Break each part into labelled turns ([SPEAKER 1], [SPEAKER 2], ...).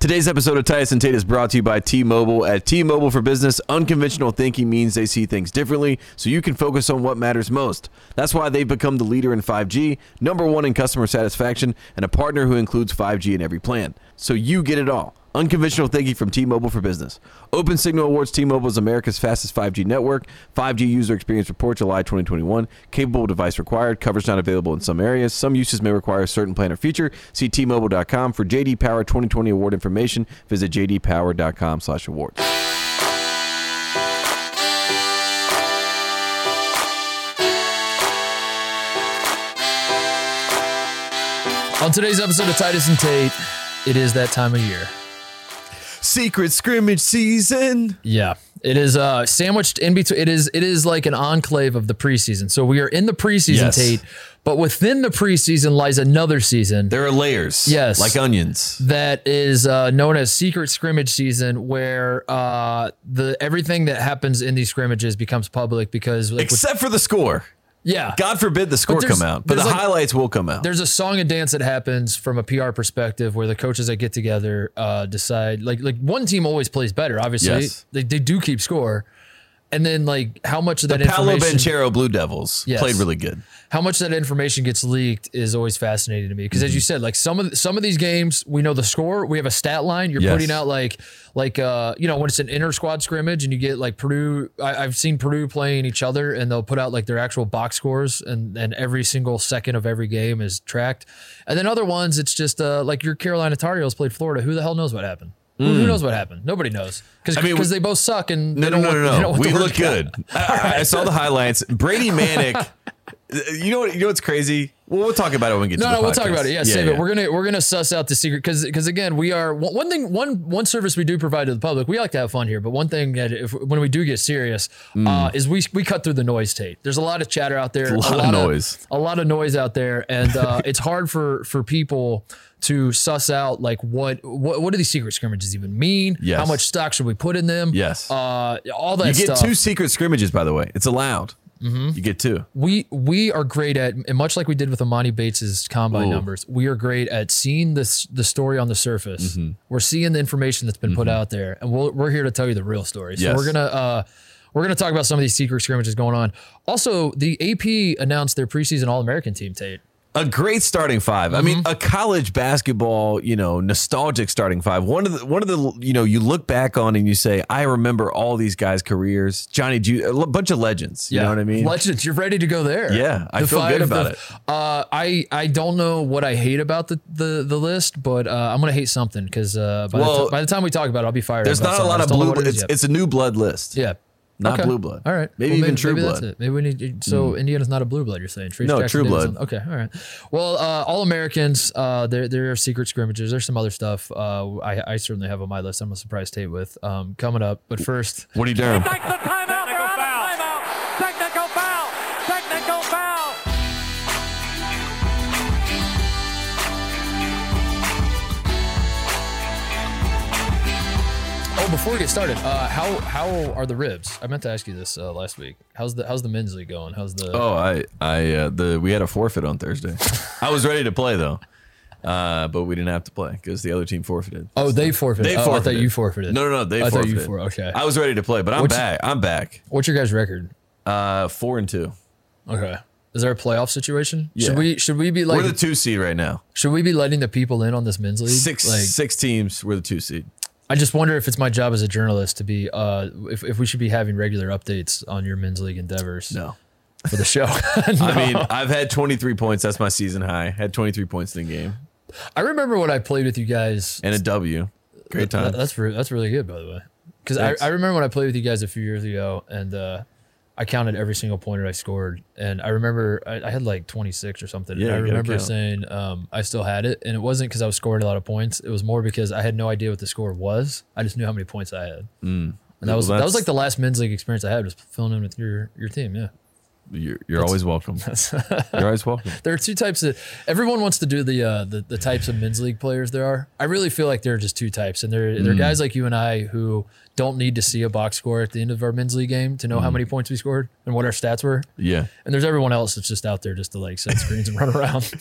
[SPEAKER 1] Today's episode of Titus and Tate is brought to you by T-Mobile. At T-Mobile for Business, unconventional thinking means they see things differently, so you can focus on what matters most. That's why they've become the leader in 5G, number one in customer satisfaction, and a partner who includes 5G in every plan. So you get it all. Unconventional thinking from T-Mobile for Business. Open Signal awards T-Mobile as America's fastest 5G network. 5G user experience report July 2021. Capable device required. Coverage not available in some areas. Some uses may require a certain plan or feature. See T-Mobile.com for JD Power 2020 award information. Visit jdpower.com/awards.
[SPEAKER 2] On today's episode of Titus and Tate, it is that time of year.
[SPEAKER 1] Secret scrimmage season.
[SPEAKER 2] Yeah. It is uh sandwiched in between it is it is like an enclave of the preseason. So we are in the preseason,
[SPEAKER 1] Yes.
[SPEAKER 2] Tate, but within the preseason lies another season
[SPEAKER 1] There are layers.
[SPEAKER 2] Yes.
[SPEAKER 1] Like onions.
[SPEAKER 2] that is uh, known as secret scrimmage season where uh the everything that happens in these scrimmages becomes public because like with,
[SPEAKER 1] Except for the score.
[SPEAKER 2] yeah.
[SPEAKER 1] God forbid the score
[SPEAKER 2] there's-
[SPEAKER 1] come out, but the
[SPEAKER 2] there's like-
[SPEAKER 1] highlights will come out.
[SPEAKER 2] there's a song and dance that happens from a PR perspective where the coaches that get together uh, decide like like one team always plays better. Obviously,
[SPEAKER 1] Yes.
[SPEAKER 2] they, they do keep score, and then like how much of that
[SPEAKER 1] Paolo
[SPEAKER 2] information
[SPEAKER 1] Banchero Blue Devils
[SPEAKER 2] Yes.
[SPEAKER 1] played really good.
[SPEAKER 2] how much of that information gets leaked is always fascinating to me because
[SPEAKER 1] Mm-hmm.
[SPEAKER 2] as you said, like some of some of these games we know the score, we have a stat line. You're
[SPEAKER 1] Yes.
[SPEAKER 2] putting out like like uh you know when it's an inter squad scrimmage and you get like Purdue. I, I've seen Purdue playing each other and they'll put out like their actual box scores and and every single second of every game is tracked. And then other ones, it's just uh like your Carolina Tar Heels played Florida. Who the hell knows what happened? Who- Who knows what happened? Nobody knows because
[SPEAKER 1] Mm. I mean,
[SPEAKER 2] they both suck and
[SPEAKER 1] No,
[SPEAKER 2] they
[SPEAKER 1] no,
[SPEAKER 2] don't
[SPEAKER 1] no,
[SPEAKER 2] want- they
[SPEAKER 1] no,
[SPEAKER 2] don't
[SPEAKER 1] no.
[SPEAKER 2] want
[SPEAKER 1] We
[SPEAKER 2] the
[SPEAKER 1] look
[SPEAKER 2] work done.
[SPEAKER 1] good. I, I saw the highlights. Brady Manic. you know what? You know what's crazy? Well, we'll talk about it when we get
[SPEAKER 2] No,
[SPEAKER 1] to the
[SPEAKER 2] no, we'll talk
[SPEAKER 1] podcast.
[SPEAKER 2] about it. Yeah, save it. We're gonna we're gonna suss out the secret because because again, we are one one thing one one service we do provide to the public. We like to have fun here, but one thing that if when we do get serious uh, is we we cut through the noise tape. There's a lot of chatter out there,
[SPEAKER 1] Mm. a lot of noise.
[SPEAKER 2] a lot of noise out there, and uh, it's hard for for people to suss out like what what what do these secret scrimmages even mean?
[SPEAKER 1] Yes.
[SPEAKER 2] How much stock should we put in them?
[SPEAKER 1] Yes.
[SPEAKER 2] Uh, all that
[SPEAKER 1] you get
[SPEAKER 2] stuff. Mm-hmm.
[SPEAKER 1] two secret scrimmages, by the way. It's allowed. You get two.
[SPEAKER 2] we we are great at and much like we did with Amani Bates's combine
[SPEAKER 1] Ooh.
[SPEAKER 2] numbers, we are great at seeing this the story on the surface.
[SPEAKER 1] Mm-hmm.
[SPEAKER 2] We're seeing the information that's been put out there, and we'll, we're here to tell you the real story. So
[SPEAKER 1] Yes.
[SPEAKER 2] we're gonna uh, we're gonna talk about some of these secret scrimmages going on. Also, the AP announced their preseason All American team. Tate,
[SPEAKER 1] A great starting 5 I
[SPEAKER 2] Mm-hmm.
[SPEAKER 1] mean, a college basketball, you know, nostalgic starting five. One of the one of the you know you look back on and you say, I remember all these guys' careers. Johnny, Ju- a l- bunch of legends. You know what I mean?
[SPEAKER 2] Legends, you're ready to go there.
[SPEAKER 1] Yeah, I feel
[SPEAKER 2] five
[SPEAKER 1] good
[SPEAKER 2] of the-
[SPEAKER 1] about it.
[SPEAKER 2] Uh, I I don't know what I hate about the the, the list, but uh, I'm gonna hate something because uh, by, the
[SPEAKER 1] Well,
[SPEAKER 2] ti- by the time we talk about it, I'll be fired.
[SPEAKER 1] There's
[SPEAKER 2] about
[SPEAKER 1] not a
[SPEAKER 2] something. I
[SPEAKER 1] lot of
[SPEAKER 2] just don't know
[SPEAKER 1] blue.
[SPEAKER 2] what
[SPEAKER 1] Blood.
[SPEAKER 2] it is
[SPEAKER 1] It's,
[SPEAKER 2] yet.
[SPEAKER 1] it's a new blood list.
[SPEAKER 2] Yeah.
[SPEAKER 1] Not
[SPEAKER 2] Okay.
[SPEAKER 1] blue blood.
[SPEAKER 2] All right.
[SPEAKER 1] Maybe
[SPEAKER 2] Well,
[SPEAKER 1] even true
[SPEAKER 2] maybe
[SPEAKER 1] blood. Hmm.
[SPEAKER 2] That's it. Maybe we need. So Indiana's not a blue blood. You're saying? Trace
[SPEAKER 1] No,
[SPEAKER 2] Jackson
[SPEAKER 1] true
[SPEAKER 2] did
[SPEAKER 1] blood.
[SPEAKER 2] something- Okay. All right. Well, uh, all Americans. Uh, there there are secret scrimmages. There's some other stuff. Uh, I I certainly have on my list. I'm a surprise Tate with um coming up. But first,
[SPEAKER 1] What are you doing?
[SPEAKER 3] Take the timeout. They're out of timeout. Technical foul. Technical foul.
[SPEAKER 2] oh, before we get started, uh, how how are the ribs? I meant to ask you this uh, last week. How's the how's the men's league going? How's the
[SPEAKER 1] Oh, I, I, uh, the we had a forfeit on Thursday. I was ready to play though, uh, but we didn't have to play because the other team forfeited.
[SPEAKER 2] Oh, they forfeited.
[SPEAKER 1] They
[SPEAKER 2] oh,
[SPEAKER 1] forfeited.
[SPEAKER 2] I thought you forfeited.
[SPEAKER 1] No, no, no. They
[SPEAKER 2] I thought
[SPEAKER 1] forfeited.
[SPEAKER 2] you for- okay.
[SPEAKER 1] I was ready to play, but I'm
[SPEAKER 2] What's-
[SPEAKER 1] back. I'm back.
[SPEAKER 2] What's your guys' record?
[SPEAKER 1] Uh, four and two.
[SPEAKER 2] Okay. Is there a playoff situation?
[SPEAKER 1] Yeah.
[SPEAKER 2] Should we should we be like
[SPEAKER 1] we're the two seed right now.
[SPEAKER 2] should we be letting the people in on this men's league?
[SPEAKER 1] Six,
[SPEAKER 2] like,
[SPEAKER 1] six teams. We're the two seed.
[SPEAKER 2] I just wonder if it's my job as a journalist to be, uh, if, if we should be having regular updates on your men's league endeavors
[SPEAKER 1] No.
[SPEAKER 2] for the show.
[SPEAKER 1] I mean, I've had 23 points. That's my season high. Had 23 points in the game
[SPEAKER 2] I remember when I played with you guys.
[SPEAKER 1] and a W. Great
[SPEAKER 2] That-
[SPEAKER 1] time.
[SPEAKER 2] that's re- that's really good, by the way. Because I,
[SPEAKER 1] Thanks.
[SPEAKER 2] I remember when I played with you guys a few years ago, and uh, I counted every single pointer I scored, and I remember I, I had like 26 or something.
[SPEAKER 1] Yeah,
[SPEAKER 2] and I
[SPEAKER 1] you gotta
[SPEAKER 2] remember
[SPEAKER 1] count.
[SPEAKER 2] saying um, I still had it, and it wasn't because I was scoring a lot of points. It was more because I had no idea what the score was. I just knew how many points I had, and that was
[SPEAKER 1] Mm. Well,
[SPEAKER 2] that was
[SPEAKER 1] that's-
[SPEAKER 2] like the last men's league experience I had was filling in with your your team. Yeah.
[SPEAKER 1] You're, you're always welcome. You're always welcome.
[SPEAKER 2] There are two types of. Everyone wants to do the uh, the, the types of men's league players there are. I really feel like there are just two types, and there
[SPEAKER 1] Mm.
[SPEAKER 2] there are guys like you and I who don't need to see a box score at the end of our men's league game to know
[SPEAKER 1] Mm.
[SPEAKER 2] how many points we scored and what our stats were.
[SPEAKER 1] Yeah,
[SPEAKER 2] And there's everyone else that's just out there just to like set screens and run around.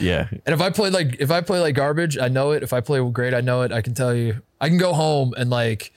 [SPEAKER 1] yeah.
[SPEAKER 2] And if I play like if I play like garbage, I know it. If I play great, I know it. I can tell you. I can go home and like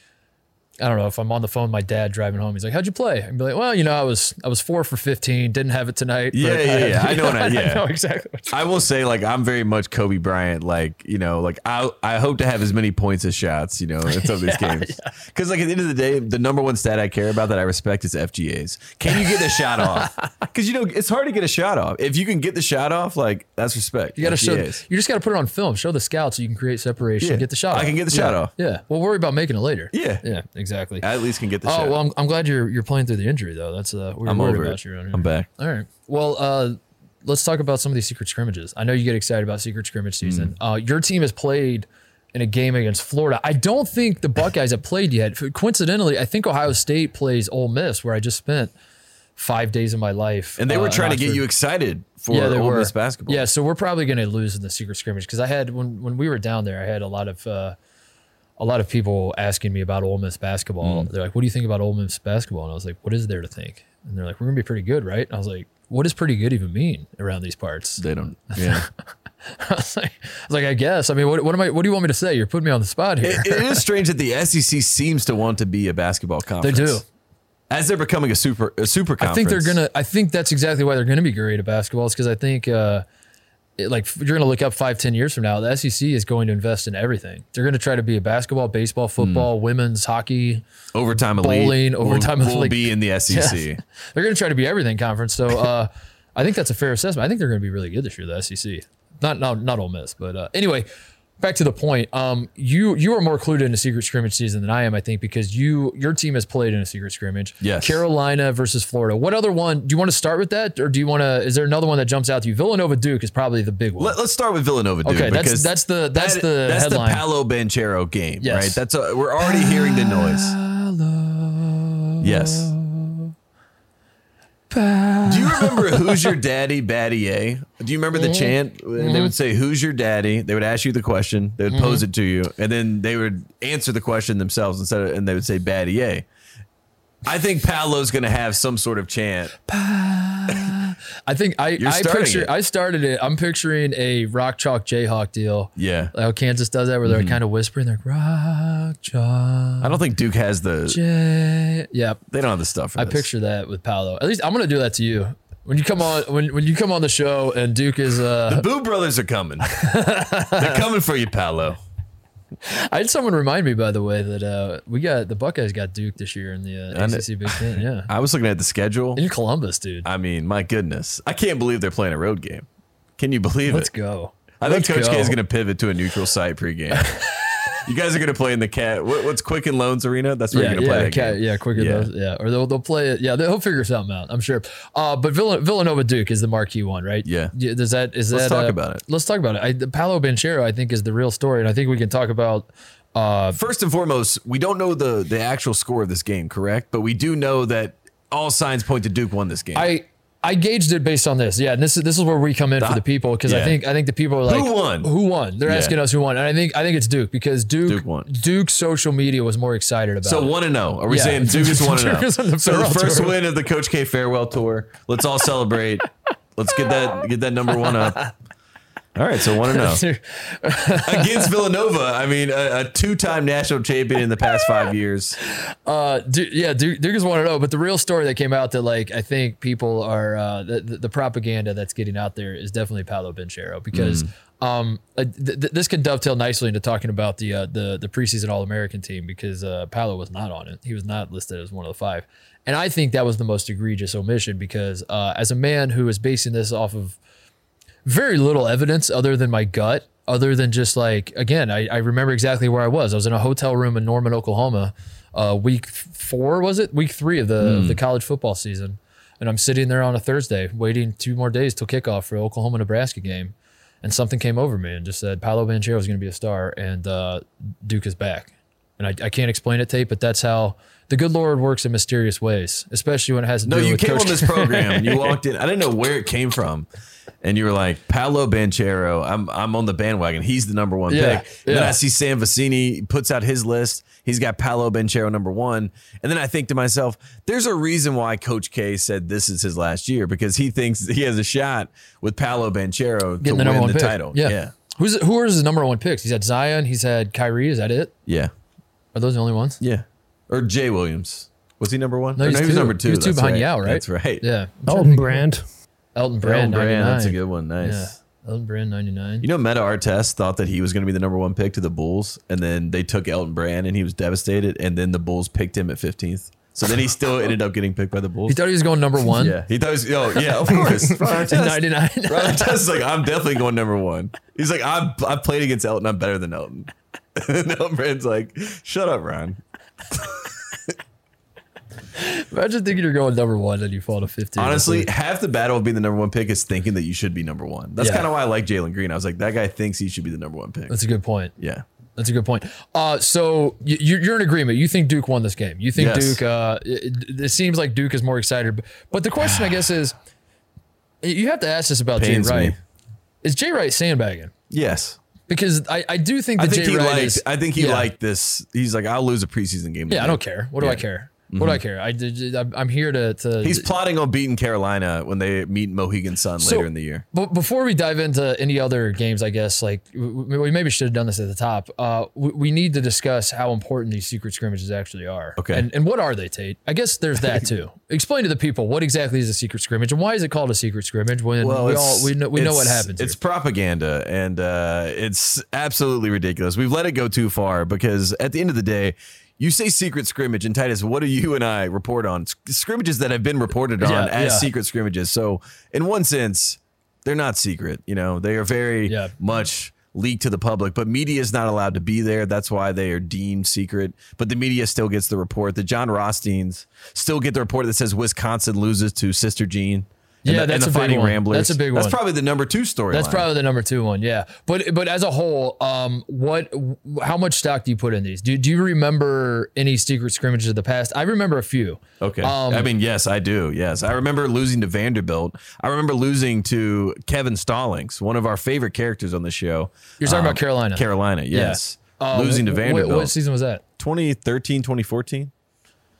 [SPEAKER 2] I don't know if I'm on the phone with my dad driving home. He's like, "How'd you play?" I'd be like, "Well, you know, I was I was four for 15. Didn't have it tonight." but
[SPEAKER 1] Yeah, yeah, yeah. I know what I- yeah.
[SPEAKER 2] know exactly. What
[SPEAKER 1] I will say, like, I'm very much Kobe Bryant. Like, you know, like I I hope to have as many points as shots. You know, in some of these games, because like at the end of the day, the number one stat I care about that I respect is FGAs. Can you get the shot off? Because you know it's hard to get a shot off. If you can get the shot off, like that's respect.
[SPEAKER 2] you gotta show.
[SPEAKER 1] FGAs.
[SPEAKER 2] You just gotta put it on film. Show the scouts so you can create separation.
[SPEAKER 1] Yeah.
[SPEAKER 2] Get the shot.
[SPEAKER 1] I
[SPEAKER 2] off.
[SPEAKER 1] can get the
[SPEAKER 2] yeah.
[SPEAKER 1] shot off.
[SPEAKER 2] Yeah. We'll worry about making it later.
[SPEAKER 1] Yeah.
[SPEAKER 2] Yeah. Exactly.
[SPEAKER 1] I at least can get the
[SPEAKER 2] oh
[SPEAKER 1] shot.
[SPEAKER 2] well, I'm, I'm glad you're you're playing through the injury though. That's uh, we were
[SPEAKER 1] I'm
[SPEAKER 2] worried
[SPEAKER 1] over
[SPEAKER 2] about
[SPEAKER 1] it.
[SPEAKER 2] you. on here.
[SPEAKER 1] I'm back.
[SPEAKER 2] All right. Well, uh, let's talk about some of these secret scrimmages. I know you get excited about secret scrimmage
[SPEAKER 1] Hmm.
[SPEAKER 2] season. Uh, your team has played in a game against Florida. I don't think the Buckeyes have played yet. Coincidentally, I think Ohio State plays Ole Miss, where I just spent five days of my life.
[SPEAKER 1] And they
[SPEAKER 2] uh,
[SPEAKER 1] were
[SPEAKER 2] in
[SPEAKER 1] trying to get
[SPEAKER 2] Oxford.
[SPEAKER 1] you excited for
[SPEAKER 2] Yeah, they
[SPEAKER 1] Ole
[SPEAKER 2] were.
[SPEAKER 1] Miss basketball.
[SPEAKER 2] Yeah, so we're probably going to lose in the secret scrimmage because I had when when we were down there, I had a lot of uh, a lot of people asking me about Ole Miss basketball.
[SPEAKER 1] Mm.
[SPEAKER 2] They're like, "What do you think about Ole Miss basketball?" And I was like, "What is there to think?" And they're like, "We're going to be pretty good, right?" And I was like, "What does pretty good even mean around these parts?"
[SPEAKER 1] They don't. Yeah.
[SPEAKER 2] I, was like, I was like, "I guess. I mean, what, what am I? What do you want me to say? You're putting me on the spot here."
[SPEAKER 1] It- it is strange that the SEC seems to want to be a basketball
[SPEAKER 2] they
[SPEAKER 1] conference.
[SPEAKER 2] do.
[SPEAKER 1] As they're becoming a super a super
[SPEAKER 2] I
[SPEAKER 1] conference.
[SPEAKER 2] think they're gonna. I think that's exactly why they're gonna be great at basketball. Is because I think, uh, it, like, you're gonna look up five, ten years from now. The SEC is going to invest in everything. They're gonna try to be a basketball, baseball, football, women's hockey.
[SPEAKER 1] overtime elite.
[SPEAKER 2] Bowling, overtime
[SPEAKER 1] will, will
[SPEAKER 2] elite.
[SPEAKER 1] be in the E SEC.
[SPEAKER 2] They're gonna try to be everything conference. So, uh, I think that's a fair assessment. I think they're gonna be really good this year. The SEC, not not not Ole Miss, but uh, anyway. Back to the point. Um, you you are more clued into secret scrimmage season than I am, I think, because you your team has played in a secret scrimmage.
[SPEAKER 1] Yes.
[SPEAKER 2] Carolina versus Florida. What other one? Do you want to start with that, or do you want to? Is there another one that jumps out to you? Villanova Duke is probably the big one.
[SPEAKER 1] Let, us start with Villanova, dude.
[SPEAKER 2] okay, that's
[SPEAKER 1] because
[SPEAKER 2] that's the that's
[SPEAKER 1] that-
[SPEAKER 2] the
[SPEAKER 1] that's
[SPEAKER 2] headline.
[SPEAKER 1] the Palo Banchero game,
[SPEAKER 2] Yes.
[SPEAKER 1] right? That's a, we're already hearing the noise. Yes. Do you remember who's your daddy, Batty A? Do you
[SPEAKER 2] Mm-hmm.
[SPEAKER 1] remember the chant? And They would say, "Who's your daddy?" They would ask you the question. They would pose
[SPEAKER 2] Mm-hmm.
[SPEAKER 1] it to you, and then they would answer the question themselves instead. Of, and they would say, "Batty A." I think Paolo's going to have some sort of chant.
[SPEAKER 2] I think I
[SPEAKER 1] You're
[SPEAKER 2] I
[SPEAKER 1] starting
[SPEAKER 2] picture
[SPEAKER 1] it.
[SPEAKER 2] I started it. I'm picturing a rock chalk Jayhawk deal.
[SPEAKER 1] Yeah, Mm-hmm.
[SPEAKER 2] Like how Kansas does that, where they're kind of whispering, they're like rock chalk.
[SPEAKER 1] I don't think Duke has the.
[SPEAKER 2] Jay. Yep,
[SPEAKER 1] They don't have the stuff. For
[SPEAKER 2] I
[SPEAKER 1] this.
[SPEAKER 2] picture that with Paolo. At least I'm gonna do that to you when you come on when when you come on the show and Duke is uh
[SPEAKER 1] the Boo Brothers are coming. They're coming for you, Paolo.
[SPEAKER 2] I had someone remind me, by the way, that uh, we got the Buckeyes got Duke this year in the uh,
[SPEAKER 1] And it-
[SPEAKER 2] ACC Big Ten. Yeah,
[SPEAKER 1] I was looking at the schedule.
[SPEAKER 2] in Columbus, dude.
[SPEAKER 1] I mean, my goodness, I can't believe they're playing a road game. Can you believe
[SPEAKER 2] Let's
[SPEAKER 1] it?
[SPEAKER 2] go.
[SPEAKER 1] I think
[SPEAKER 2] Let's
[SPEAKER 1] Coach
[SPEAKER 2] go.
[SPEAKER 1] K is going to pivot to a neutral site pregame. you guys are going to play in the cat. What, what's Quick and Loans Arena? That's where
[SPEAKER 2] Yeah,
[SPEAKER 1] you're going to play
[SPEAKER 2] yeah,
[SPEAKER 1] that
[SPEAKER 2] Cat-
[SPEAKER 1] game.
[SPEAKER 2] yeah, quicker
[SPEAKER 1] Yeah.
[SPEAKER 2] those, yeah. Or they'll they'll play it. Yeah, they'll figure something out. I'm sure. Uh, but Villan- Villanova Duke is the marquee one, right?
[SPEAKER 1] Yeah.
[SPEAKER 2] Does that is
[SPEAKER 1] Let's
[SPEAKER 2] that?
[SPEAKER 1] talk
[SPEAKER 2] uh,
[SPEAKER 1] about it.
[SPEAKER 2] Let's talk about it. I, the Paolo Banchero, I think, is the real story, and I think we can talk about. Uh,
[SPEAKER 1] First and foremost, we don't know the the actual score of this game, correct? But we do know that all signs point to Duke won this game.
[SPEAKER 2] I I gauged it based on this. Yeah, and this is this is where we come in for the people because I
[SPEAKER 1] yeah.
[SPEAKER 2] think I think the people are like
[SPEAKER 1] won?
[SPEAKER 2] Who won? They're
[SPEAKER 1] Yeah.
[SPEAKER 2] asking us who won, and I think I think it's Duke because Duke
[SPEAKER 1] Duke won.
[SPEAKER 2] Duke's social media was more excited about.
[SPEAKER 1] so
[SPEAKER 2] it.
[SPEAKER 1] one and zero. Are we
[SPEAKER 2] Oh. Yeah.
[SPEAKER 1] saying Duke is one and zero?
[SPEAKER 2] Duke is on the
[SPEAKER 1] So the
[SPEAKER 2] farewell
[SPEAKER 1] first
[SPEAKER 2] tour.
[SPEAKER 1] win of the Coach K farewell tour. Let's all celebrate. Let's get that get that number one up. All right, so one and zero. against Villanova. I mean, a, a two-time national champion in the past five years.
[SPEAKER 2] Uh, Duke, yeah, Duke, Duke is one and zero. But the real story that came out that like I think people are uh, the, the the propaganda that's getting out there is definitely Paolo Benchero because um uh, th- th- this can dovetail nicely into talking about the uh, the the preseason All American team because uh, Paolo was not on it. He was not listed as one of the five, and I think that was the most egregious omission because uh, as a man who is basing this off of very little evidence other than my gut, other than just like, again, I, I remember exactly where I was. I was in a hotel room in Norman, Oklahoma, uh, week four, was it? Week three of the, of the
[SPEAKER 1] Hmm.
[SPEAKER 2] college football season. And I'm sitting there on a Thursday, waiting two more days till kickoff for Oklahoma Nebraska game. And something came over me and just said, Paolo Banchero is going to be a star and uh, Duke is back. And I, I can't explain it, Tate, but that's how the good Lord works in mysterious ways, especially when it has to
[SPEAKER 1] No,
[SPEAKER 2] do
[SPEAKER 1] you
[SPEAKER 2] with
[SPEAKER 1] came
[SPEAKER 2] Coach
[SPEAKER 1] on this program. You walked in. I didn't know where it came from. And you were like, Paolo Banchero, I'm I'm on the bandwagon. He's the number one
[SPEAKER 2] Yeah,
[SPEAKER 1] pick. And Then
[SPEAKER 2] yeah.
[SPEAKER 1] I see Sam Vicini puts out his list. He's got Paolo Banchero number one. And then I think to myself, there's a reason why Coach K said this is his last year because he thinks he has a shot with Paolo Banchero to
[SPEAKER 2] getting the number
[SPEAKER 1] win
[SPEAKER 2] one
[SPEAKER 1] the
[SPEAKER 2] pick.
[SPEAKER 1] title.
[SPEAKER 2] Yeah.
[SPEAKER 1] yeah.
[SPEAKER 2] Who's who are his number one picks? He's had Zion. He's had Kyrie. Is that it?
[SPEAKER 1] Yeah.
[SPEAKER 2] Are those the only ones?
[SPEAKER 1] Yeah. Or Jay Williams. Was he number one? Or No,
[SPEAKER 2] he's
[SPEAKER 1] he was
[SPEAKER 2] two.
[SPEAKER 1] number two.
[SPEAKER 2] He was two
[SPEAKER 1] That's
[SPEAKER 2] behind
[SPEAKER 1] right.
[SPEAKER 2] Yao, right?
[SPEAKER 1] That's right.
[SPEAKER 2] Yeah.
[SPEAKER 4] Elton Oh, Brand.
[SPEAKER 2] Elton
[SPEAKER 1] Brand,
[SPEAKER 2] Brand.
[SPEAKER 1] Brand. That's a
[SPEAKER 2] 99.
[SPEAKER 1] good one. Nice.
[SPEAKER 2] Yeah. Elton Brand 99.
[SPEAKER 1] You know, Meta Artest thought that he was going to be the number one pick to the Bulls, and then they took Elton Brand, and he was devastated. And then the Bulls picked him at 15th. So then he still ended up getting picked by the Bulls.
[SPEAKER 2] He thought he was going number one.
[SPEAKER 1] yeah, he thought, he was, oh yeah, of course. Ron
[SPEAKER 2] in
[SPEAKER 1] Artest,
[SPEAKER 2] 99.
[SPEAKER 1] Ron Artest is like, I'm definitely going number one. He's like, I'm, I played against Elton. I'm better than Elton. and Elton Brand's like, shut up, Ron.
[SPEAKER 2] Imagine thinking you're going number one and you fall to 15.
[SPEAKER 1] Honestly, half the battle of being the number one pick is thinking that you should be number one. That's
[SPEAKER 2] Yeah.
[SPEAKER 1] kind of why I like Jalen Green. I was like, that guy thinks he should be the number one pick.
[SPEAKER 2] that's a good point.
[SPEAKER 1] yeah.
[SPEAKER 2] That's a good point. Uh, so you, you- you're in agreement. You think Duke won this game. You think
[SPEAKER 1] Yes.
[SPEAKER 2] Duke. Uh, it, it seems like Duke is more excited. But the question, I guess, is you have to ask this about
[SPEAKER 1] Pains
[SPEAKER 2] Jay Wright.
[SPEAKER 1] me.
[SPEAKER 2] Is Jay Wright sandbagging?
[SPEAKER 1] Yes.
[SPEAKER 2] Because I, I do think
[SPEAKER 1] I
[SPEAKER 2] that
[SPEAKER 1] think
[SPEAKER 2] Jay
[SPEAKER 1] he
[SPEAKER 2] Wright
[SPEAKER 1] liked.
[SPEAKER 2] is.
[SPEAKER 1] I think he
[SPEAKER 2] yeah.
[SPEAKER 1] liked this. He's like, I'll lose a preseason game.
[SPEAKER 2] Yeah, I
[SPEAKER 1] tonight."
[SPEAKER 2] don't care. What do I care? What do I care? I did. I'm I'm here to. to
[SPEAKER 1] Mm-hmm. He's plotting on beating Carolina when they meet Mohegan Sun
[SPEAKER 2] So-
[SPEAKER 1] later in the year.
[SPEAKER 2] But before we dive into any other games, I guess like we, we maybe should have done this at the top. Uh, we, we need to discuss how important these secret scrimmages actually are.
[SPEAKER 1] Okay.
[SPEAKER 2] And, and what are they, Tate? I guess there's that too. Explain to the people what exactly is a secret scrimmage and why is it called a secret scrimmage when we all we know we know what
[SPEAKER 1] it's-
[SPEAKER 2] happens.
[SPEAKER 1] It's
[SPEAKER 2] It's
[SPEAKER 1] propaganda, and uh, it's absolutely ridiculous. We've let it go too far because at the end of the day. You say secret scrimmage, and Titus, what do you and I report on? S- Scrimmages that have been reported on
[SPEAKER 2] Yeah,
[SPEAKER 1] as
[SPEAKER 2] yeah.
[SPEAKER 1] secret scrimmages. So, in one sense, they're not secret. You know, they are very
[SPEAKER 2] Yeah.
[SPEAKER 1] much leaked to the public, but media is not allowed to be there. That's why they are deemed secret. But the media still gets the report. The John Rothsteins still get the report that says Wisconsin loses to Sister Jean. and
[SPEAKER 2] Yeah,
[SPEAKER 1] the- and
[SPEAKER 2] that's
[SPEAKER 1] the
[SPEAKER 2] a big
[SPEAKER 1] Fighting
[SPEAKER 2] one.
[SPEAKER 1] Ramblers.
[SPEAKER 2] That's a big
[SPEAKER 1] That's
[SPEAKER 2] one.
[SPEAKER 1] probably the number two story.
[SPEAKER 2] that's probably the number two one, yeah. But but as a whole, um, what how much stock do you put in these? Do, do you remember any secret scrimmages of the past? I remember a few.
[SPEAKER 1] okay.
[SPEAKER 2] um,
[SPEAKER 1] I mean, yes, I do. Yes, I remember losing to Vanderbilt. I remember losing to Kevin Stallings, one of our favorite characters on the show.
[SPEAKER 2] You're talking about Carolina.
[SPEAKER 1] Carolina, yes.
[SPEAKER 2] Uh,
[SPEAKER 1] um, losing to
[SPEAKER 2] wh- wh-
[SPEAKER 1] Vanderbilt.
[SPEAKER 2] What season was that?
[SPEAKER 1] 2013, 2014.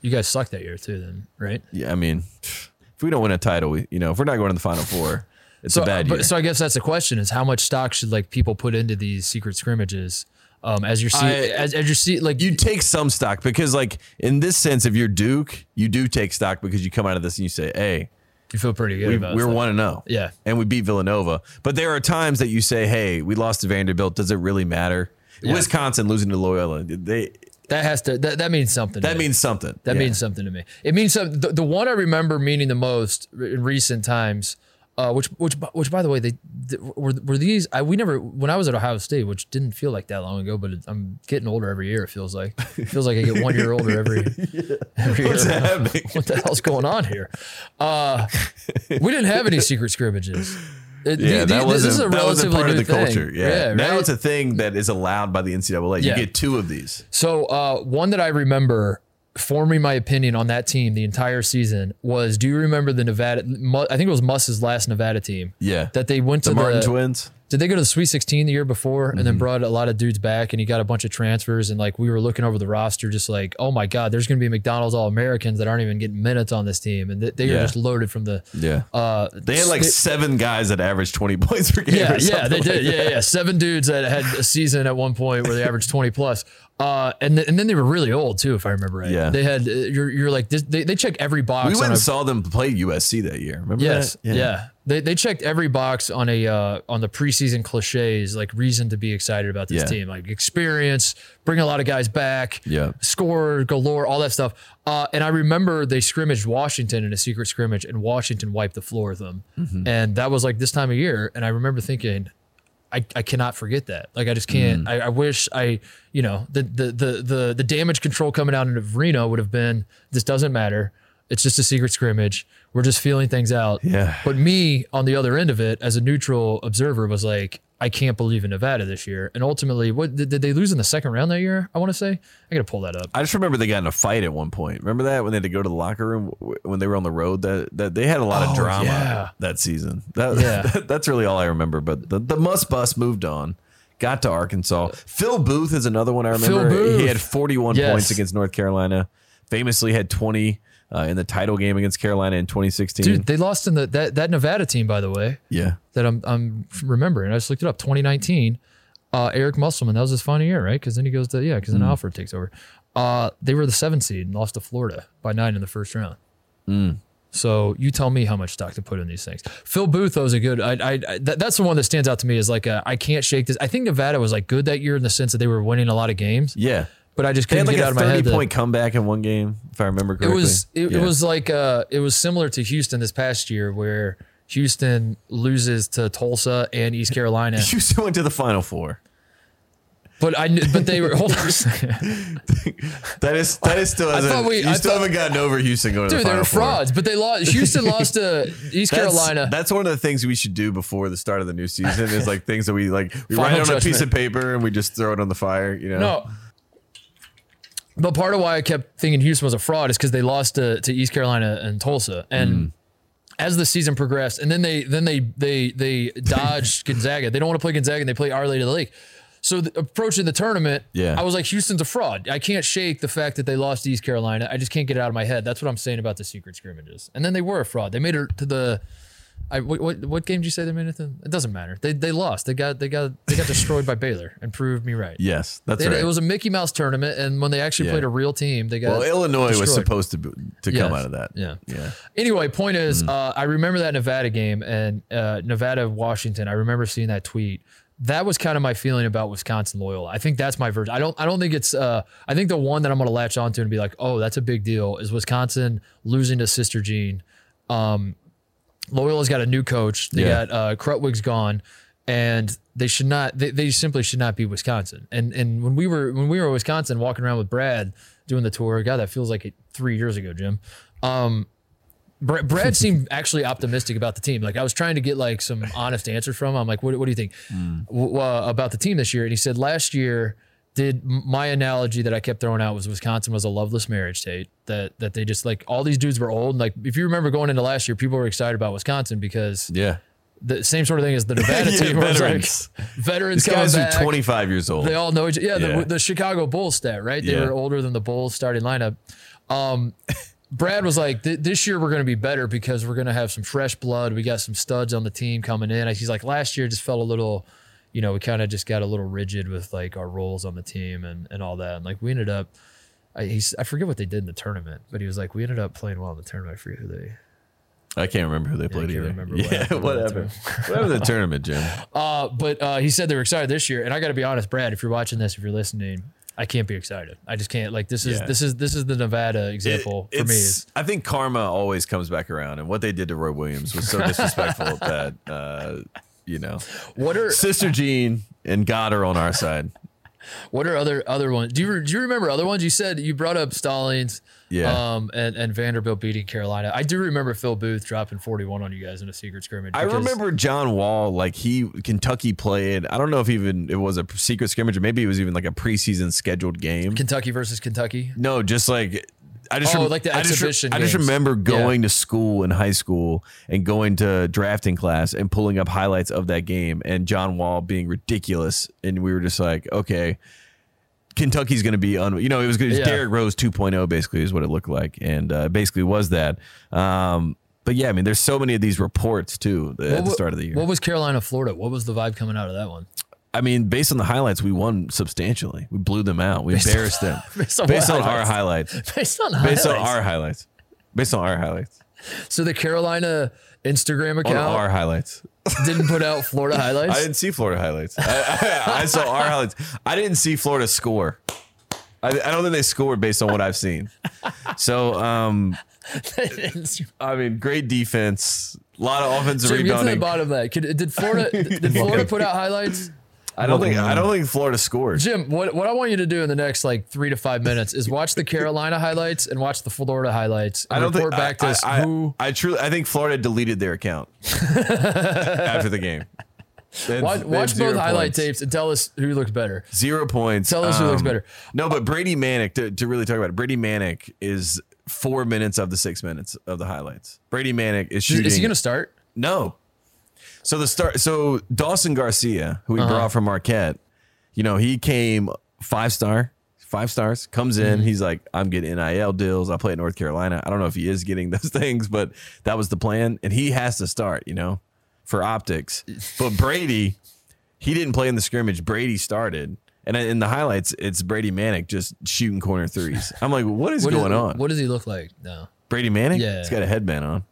[SPEAKER 2] You guys sucked that year too, then, right?
[SPEAKER 1] Yeah, I mean, if we don't win a title, we, you know, if we're not going to the Final Four, it's
[SPEAKER 2] So, uh,
[SPEAKER 1] a bad year.
[SPEAKER 2] but, so I guess that's the question: is how much stock should like people put into these secret scrimmages? Um, as you see,
[SPEAKER 1] I-
[SPEAKER 2] as, as you see, like
[SPEAKER 1] you take some stock because, like, in this sense, if you're Duke, you do take stock because you come out of this and you say, hey,
[SPEAKER 2] you feel pretty good
[SPEAKER 1] we,
[SPEAKER 2] about.
[SPEAKER 1] we're
[SPEAKER 2] stuff.
[SPEAKER 1] one and zero.
[SPEAKER 2] Yeah.
[SPEAKER 1] and we beat Villanova. But there are times that you say, "Hey, we lost to Vanderbilt. Does it really matter?" Wisconsin losing to Loyola, they
[SPEAKER 2] That has to that, that means something. to
[SPEAKER 1] that
[SPEAKER 2] me.
[SPEAKER 1] means something.
[SPEAKER 2] that
[SPEAKER 1] Yeah.
[SPEAKER 2] means something to me. It means something. The, the one I remember meaning the most re- in recent times, uh, which which bu- which by the way they, th- were were these. I we never when I was at Ohio State, which didn't feel like that long ago, but it, I'm getting older every year. It feels like it feels like I get one year older every every year.
[SPEAKER 1] What's happening?
[SPEAKER 2] what the hell's going on here? Uh, we didn't have any secret scrimmages. It-
[SPEAKER 1] Yeah,
[SPEAKER 2] the-
[SPEAKER 1] that
[SPEAKER 2] the-
[SPEAKER 1] wasn't that wasn't part of
[SPEAKER 2] new
[SPEAKER 1] the
[SPEAKER 2] thing.
[SPEAKER 1] culture. Yeah, now
[SPEAKER 2] right?
[SPEAKER 1] it's a thing that is allowed by the NCAA.
[SPEAKER 2] Yeah.
[SPEAKER 1] You get two of these.
[SPEAKER 2] so uh, one that I remember forming my opinion on that team the entire season was: Do you remember the Nevada? Mu- I think it was Muss's last Nevada team.
[SPEAKER 1] Yeah,
[SPEAKER 2] That they went to
[SPEAKER 1] the Martin Mm-hmm.
[SPEAKER 2] the
[SPEAKER 1] twins.
[SPEAKER 2] did they go to the Sweet 16 the year before and then brought a lot of dudes back and he got a bunch of transfers and like we were looking over the roster just like oh my god there's going to be McDonald's All Americans that aren't even getting minutes on this team and th- they are
[SPEAKER 1] Yeah.
[SPEAKER 2] just loaded from the
[SPEAKER 1] Yeah,
[SPEAKER 2] uh
[SPEAKER 1] they had like seven guys that averaged twenty points per game.
[SPEAKER 2] yeah,
[SPEAKER 1] or
[SPEAKER 2] yeah,
[SPEAKER 1] something
[SPEAKER 2] they
[SPEAKER 1] like
[SPEAKER 2] did.
[SPEAKER 1] that.
[SPEAKER 2] yeah, yeah, seven dudes that had a season at one point where they averaged twenty plus, uh, and th- and then they were really old too, if I remember right.
[SPEAKER 1] Yeah.
[SPEAKER 2] they had. uh, You're you're like this, they they check every box.
[SPEAKER 1] We went
[SPEAKER 2] on a,
[SPEAKER 1] and saw them play USC that year. Remember
[SPEAKER 2] yes,
[SPEAKER 1] that?
[SPEAKER 2] yeah. They they checked every box on a uh, on the preseason cliches like reason to be excited about this
[SPEAKER 1] Yeah.
[SPEAKER 2] team, like experience, bring a lot of guys back,
[SPEAKER 1] Yeah.
[SPEAKER 2] score galore, all that stuff. Uh, and I remember they scrimmaged Washington in a secret scrimmage, and Washington wiped the floor with them.
[SPEAKER 1] Mm-hmm.
[SPEAKER 2] And that was like this time of year. And I remember thinking, I, I cannot forget that. Like I just can't.
[SPEAKER 1] Mm.
[SPEAKER 2] I, I wish I, you know, the, the the the the damage control coming out of Reno would have been this doesn't matter. It's just a secret scrimmage. We're just feeling things out.
[SPEAKER 1] Yeah.
[SPEAKER 2] But me on the other end of it, as a neutral observer, was like, I can't believe in Nevada this year. And ultimately, what did, did they lose in the second round that year? I want to say I got to pull that up.
[SPEAKER 1] I just remember they got in a fight at one point. Remember that when they had to go to the locker room w- when they were on the road. That that they had a lot
[SPEAKER 2] Oh,
[SPEAKER 1] of drama
[SPEAKER 2] yeah.
[SPEAKER 1] that season. That,
[SPEAKER 2] Yeah.
[SPEAKER 1] that's really all I remember. But the, the must bus moved on. Got to Arkansas. Phil Booth is another one I
[SPEAKER 2] Phil
[SPEAKER 1] remember.
[SPEAKER 2] Booth.
[SPEAKER 1] He had 41
[SPEAKER 2] Yes.
[SPEAKER 1] points against North Carolina. Famously had 20 uh, in the title game against Carolina in 2016.
[SPEAKER 2] Dude, they lost in the that, that Nevada team, by the way,
[SPEAKER 1] yeah.
[SPEAKER 2] that I'm I'm remembering. I just looked it up. 2019, uh, Eric Musselman. That was his final year, right? Because then he goes to yeah, because
[SPEAKER 1] Mm.
[SPEAKER 2] then Alfred takes over. Uh, they were the seventh seed and lost to Florida by nine in the first round.
[SPEAKER 1] Mm.
[SPEAKER 2] So you tell me how much stock to put in these things. Phil Booth though, is a good. I, I, I that, that's the one that stands out to me is like I I can't shake this. I think Nevada was like good that year in the sense that they were winning a lot of games,
[SPEAKER 1] Yeah.
[SPEAKER 2] but I just
[SPEAKER 1] They
[SPEAKER 2] couldn't
[SPEAKER 1] had like
[SPEAKER 2] get
[SPEAKER 1] a
[SPEAKER 2] out of my head.
[SPEAKER 1] 30
[SPEAKER 2] that-
[SPEAKER 1] point comeback in one game, if I remember
[SPEAKER 2] it
[SPEAKER 1] correctly.
[SPEAKER 2] was it,
[SPEAKER 1] Yeah.
[SPEAKER 2] it was like uh it was similar to Houston this past year where Houston loses to Tulsa and East Carolina.
[SPEAKER 1] Houston went to the Final Four.
[SPEAKER 2] But I kn- but they were hold on a second.
[SPEAKER 1] That is that is still hasn't,
[SPEAKER 2] we-
[SPEAKER 1] you
[SPEAKER 2] I
[SPEAKER 1] still
[SPEAKER 2] thought-
[SPEAKER 1] haven't gotten over Houston going to
[SPEAKER 2] Dude,
[SPEAKER 1] the
[SPEAKER 2] they
[SPEAKER 1] Final
[SPEAKER 2] were
[SPEAKER 1] Four.
[SPEAKER 2] frauds, but they lost Houston lost to East
[SPEAKER 1] That's-
[SPEAKER 2] Carolina.
[SPEAKER 1] That's one of the things we should do before the start of the new season is like things that we like we write on
[SPEAKER 2] Final
[SPEAKER 1] a piece
[SPEAKER 2] judgment.
[SPEAKER 1] of paper and we just throw it on the fire. You know,
[SPEAKER 2] no. But part of why I kept thinking Houston was a fraud is because they lost to, to East Carolina and Tulsa. And as the season progressed, and then they then they they they dodged Gonzaga. They don't want to play Gonzaga and they play Our Lady of the Lake. So the, approaching the tournament,
[SPEAKER 1] Yeah.
[SPEAKER 2] I was like, Houston's a fraud. I can't shake the fact that they lost to East Carolina. I just can't get it out of my head. That's what I'm saying about the secret scrimmages. And then they were a fraud. They made it to the I, what, what what game did you say they made it to? It doesn't matter. They they lost. They got they got they got destroyed by Baylor and proved me right.
[SPEAKER 1] yes, that's
[SPEAKER 2] They-
[SPEAKER 1] right.
[SPEAKER 2] It was a Mickey Mouse tournament, and when they actually
[SPEAKER 1] Yeah.
[SPEAKER 2] played a real team, they got
[SPEAKER 1] well, Illinois was
[SPEAKER 2] destroyed.
[SPEAKER 1] supposed to be, to come
[SPEAKER 2] Yes.
[SPEAKER 1] out of that.
[SPEAKER 2] Yeah.
[SPEAKER 1] yeah.
[SPEAKER 2] Anyway, point is, uh, I remember that Nevada game and uh, Nevada Washington. I remember seeing that tweet. That was kind of my feeling about Wisconsin Loyola. I think that's my version. I don't. I don't think it's. Uh, I think the one that I'm going to latch onto and be like, oh, that's a big deal is Wisconsin losing to Sister Jean. Um, Loyola's got a new coach. They
[SPEAKER 1] Yeah.
[SPEAKER 2] got uh, Crutwig's gone, and they should not. They, they simply should not be Wisconsin. And and when we were when we were in Wisconsin walking around with Brad doing the tour, God, that feels like it, three years ago, Jim. Um, Br- Brad seemed actually optimistic about the team. Like I was trying to get like some honest answer from him. I'm like, what, what do you think
[SPEAKER 1] Hmm.
[SPEAKER 2] w- uh, about the team this year? And he said last year. Did m- my analogy that I kept throwing out was Wisconsin was a loveless marriage, Tate. That that they just like all these dudes were old. Like if you remember going into last year, people were excited about Wisconsin because
[SPEAKER 1] Yeah.
[SPEAKER 2] the same sort of thing as the Nevada
[SPEAKER 1] Yeah,
[SPEAKER 2] team. Where
[SPEAKER 1] veterans.
[SPEAKER 2] veterans, like, veterans
[SPEAKER 1] These
[SPEAKER 2] coming
[SPEAKER 1] guys
[SPEAKER 2] back.
[SPEAKER 1] are 25 years old.
[SPEAKER 2] They all know each. Yeah,
[SPEAKER 1] Yeah.
[SPEAKER 2] The, the Chicago Bulls stat, right? They
[SPEAKER 1] Yeah.
[SPEAKER 2] were older than the Bulls starting lineup. Um, Brad was like, "Th- "This year we're going to be better because we're going to have some fresh blood. We got some studs on the team coming in." He's like, "Last year just felt a little, you know, we kind of just got a little rigid with like our roles on the team and and all that. And like we ended up, I, he's I forget what they did in the tournament, but he was like, we ended up playing well in the tournament. I forget who they
[SPEAKER 1] I can't remember who they played
[SPEAKER 2] can't
[SPEAKER 1] either.
[SPEAKER 2] remember what
[SPEAKER 1] yeah,
[SPEAKER 2] happened
[SPEAKER 1] what
[SPEAKER 2] in that
[SPEAKER 1] happened? What happened to the tournament, Jim?
[SPEAKER 2] Uh, but uh, he said they were excited this year, and I got to be honest, Brad. If you're watching this, if you're listening, I can't be excited. I just can't. Like this is
[SPEAKER 1] Yeah.
[SPEAKER 2] this is this is the Nevada example
[SPEAKER 1] It-
[SPEAKER 2] for me.
[SPEAKER 1] it's-
[SPEAKER 2] Is
[SPEAKER 1] I think karma always comes back around, and what they did to Roy Williams was so disrespectful that uh, you know,
[SPEAKER 2] what are
[SPEAKER 1] Sister Jean and God are on our side.
[SPEAKER 2] what are other other ones? Do you re- do you remember other ones? You said you brought up Stallings,
[SPEAKER 1] Yeah.
[SPEAKER 2] um, and and Vanderbilt beating Carolina. I do remember Phil Booth dropping 41 on you guys in a secret scrimmage.
[SPEAKER 1] I
[SPEAKER 2] because-
[SPEAKER 1] remember John Wall, like he Kentucky played. I don't know if even it was a secret scrimmage, or maybe it was even like a preseason scheduled game.
[SPEAKER 2] Kentucky versus Kentucky.
[SPEAKER 1] No, just like I just
[SPEAKER 2] Oh,
[SPEAKER 1] rem-
[SPEAKER 2] like the
[SPEAKER 1] I just re-
[SPEAKER 2] exhibition
[SPEAKER 1] I just,
[SPEAKER 2] games.
[SPEAKER 1] remember
[SPEAKER 2] Yeah.
[SPEAKER 1] going to school in high school and going to drafting class and pulling up highlights of that game and John Wall being ridiculous, and we were just like, okay. Kentucky's going to be un. You know, it was, it was
[SPEAKER 2] Yeah.
[SPEAKER 1] Derrick Rose 2.0 basically is what it looked like, and uh, basically was that. Um, but yeah, I mean, there's so many of these reports too at the
[SPEAKER 2] wa-
[SPEAKER 1] start of the year.
[SPEAKER 2] What was Carolina Florida? What was the vibe coming out of that one?
[SPEAKER 1] I mean, based on the highlights, we won substantially. We blew them out. We embarrassed them.
[SPEAKER 2] Based on
[SPEAKER 1] based
[SPEAKER 2] what
[SPEAKER 1] on our highlights.
[SPEAKER 2] Based on
[SPEAKER 1] Based on
[SPEAKER 2] highlights.
[SPEAKER 1] our highlights. Based on our highlights.
[SPEAKER 2] so the Carolina Instagram
[SPEAKER 1] On
[SPEAKER 2] account
[SPEAKER 1] our highlights.
[SPEAKER 2] didn't put out Florida highlights.
[SPEAKER 1] I didn't see Florida highlights. I, I, I saw our highlights. I didn't see Florida score. I, I don't think they scored based on what I've seen. So, um, I mean, great defense. A lot of offensive
[SPEAKER 2] Jim, get to the
[SPEAKER 1] rebounding.
[SPEAKER 2] bottom of that. Could, did Florida did Florida put out highlights?
[SPEAKER 1] I don't think. I don't think Florida scored.
[SPEAKER 2] Jim, what, what I want you to do in the next like three to five minutes is watch the Carolina highlights and watch the Florida highlights. And
[SPEAKER 1] I don't
[SPEAKER 2] report
[SPEAKER 1] think.
[SPEAKER 2] back to
[SPEAKER 1] I,
[SPEAKER 2] us
[SPEAKER 1] I,
[SPEAKER 2] who
[SPEAKER 1] I, I truly. I think Florida deleted their account after the game. They had-
[SPEAKER 2] Watch,
[SPEAKER 1] they had
[SPEAKER 2] watch
[SPEAKER 1] zero
[SPEAKER 2] both highlight
[SPEAKER 1] points.
[SPEAKER 2] tapes and tell us who looks better.
[SPEAKER 1] Zero points. um,
[SPEAKER 2] Tell us who looks better.
[SPEAKER 1] No, but Brady Manic, to, to really talk about it, Brady Manic is four minutes of the six minutes of the highlights. Brady Manic is shooting.
[SPEAKER 2] Is he going to start?
[SPEAKER 1] No. So the start. So Dawson Garcia, who we
[SPEAKER 2] Uh-huh.
[SPEAKER 1] brought from Marquette, you know, he came five star, five stars. Comes in,
[SPEAKER 2] Mm-hmm.
[SPEAKER 1] he's like, I'm getting nil deals. I play at North Carolina. I don't know if he is getting those things, but that was the plan, and he has to start. You know, for optics. But Brady, he didn't play in the scrimmage. Brady started. And in the highlights, it's Brady Manic just shooting corner threes. I'm like, what is
[SPEAKER 2] What is-
[SPEAKER 1] going on?
[SPEAKER 2] What does he look like? No,
[SPEAKER 1] Brady Manic?
[SPEAKER 2] Yeah.
[SPEAKER 1] He's got a headband on.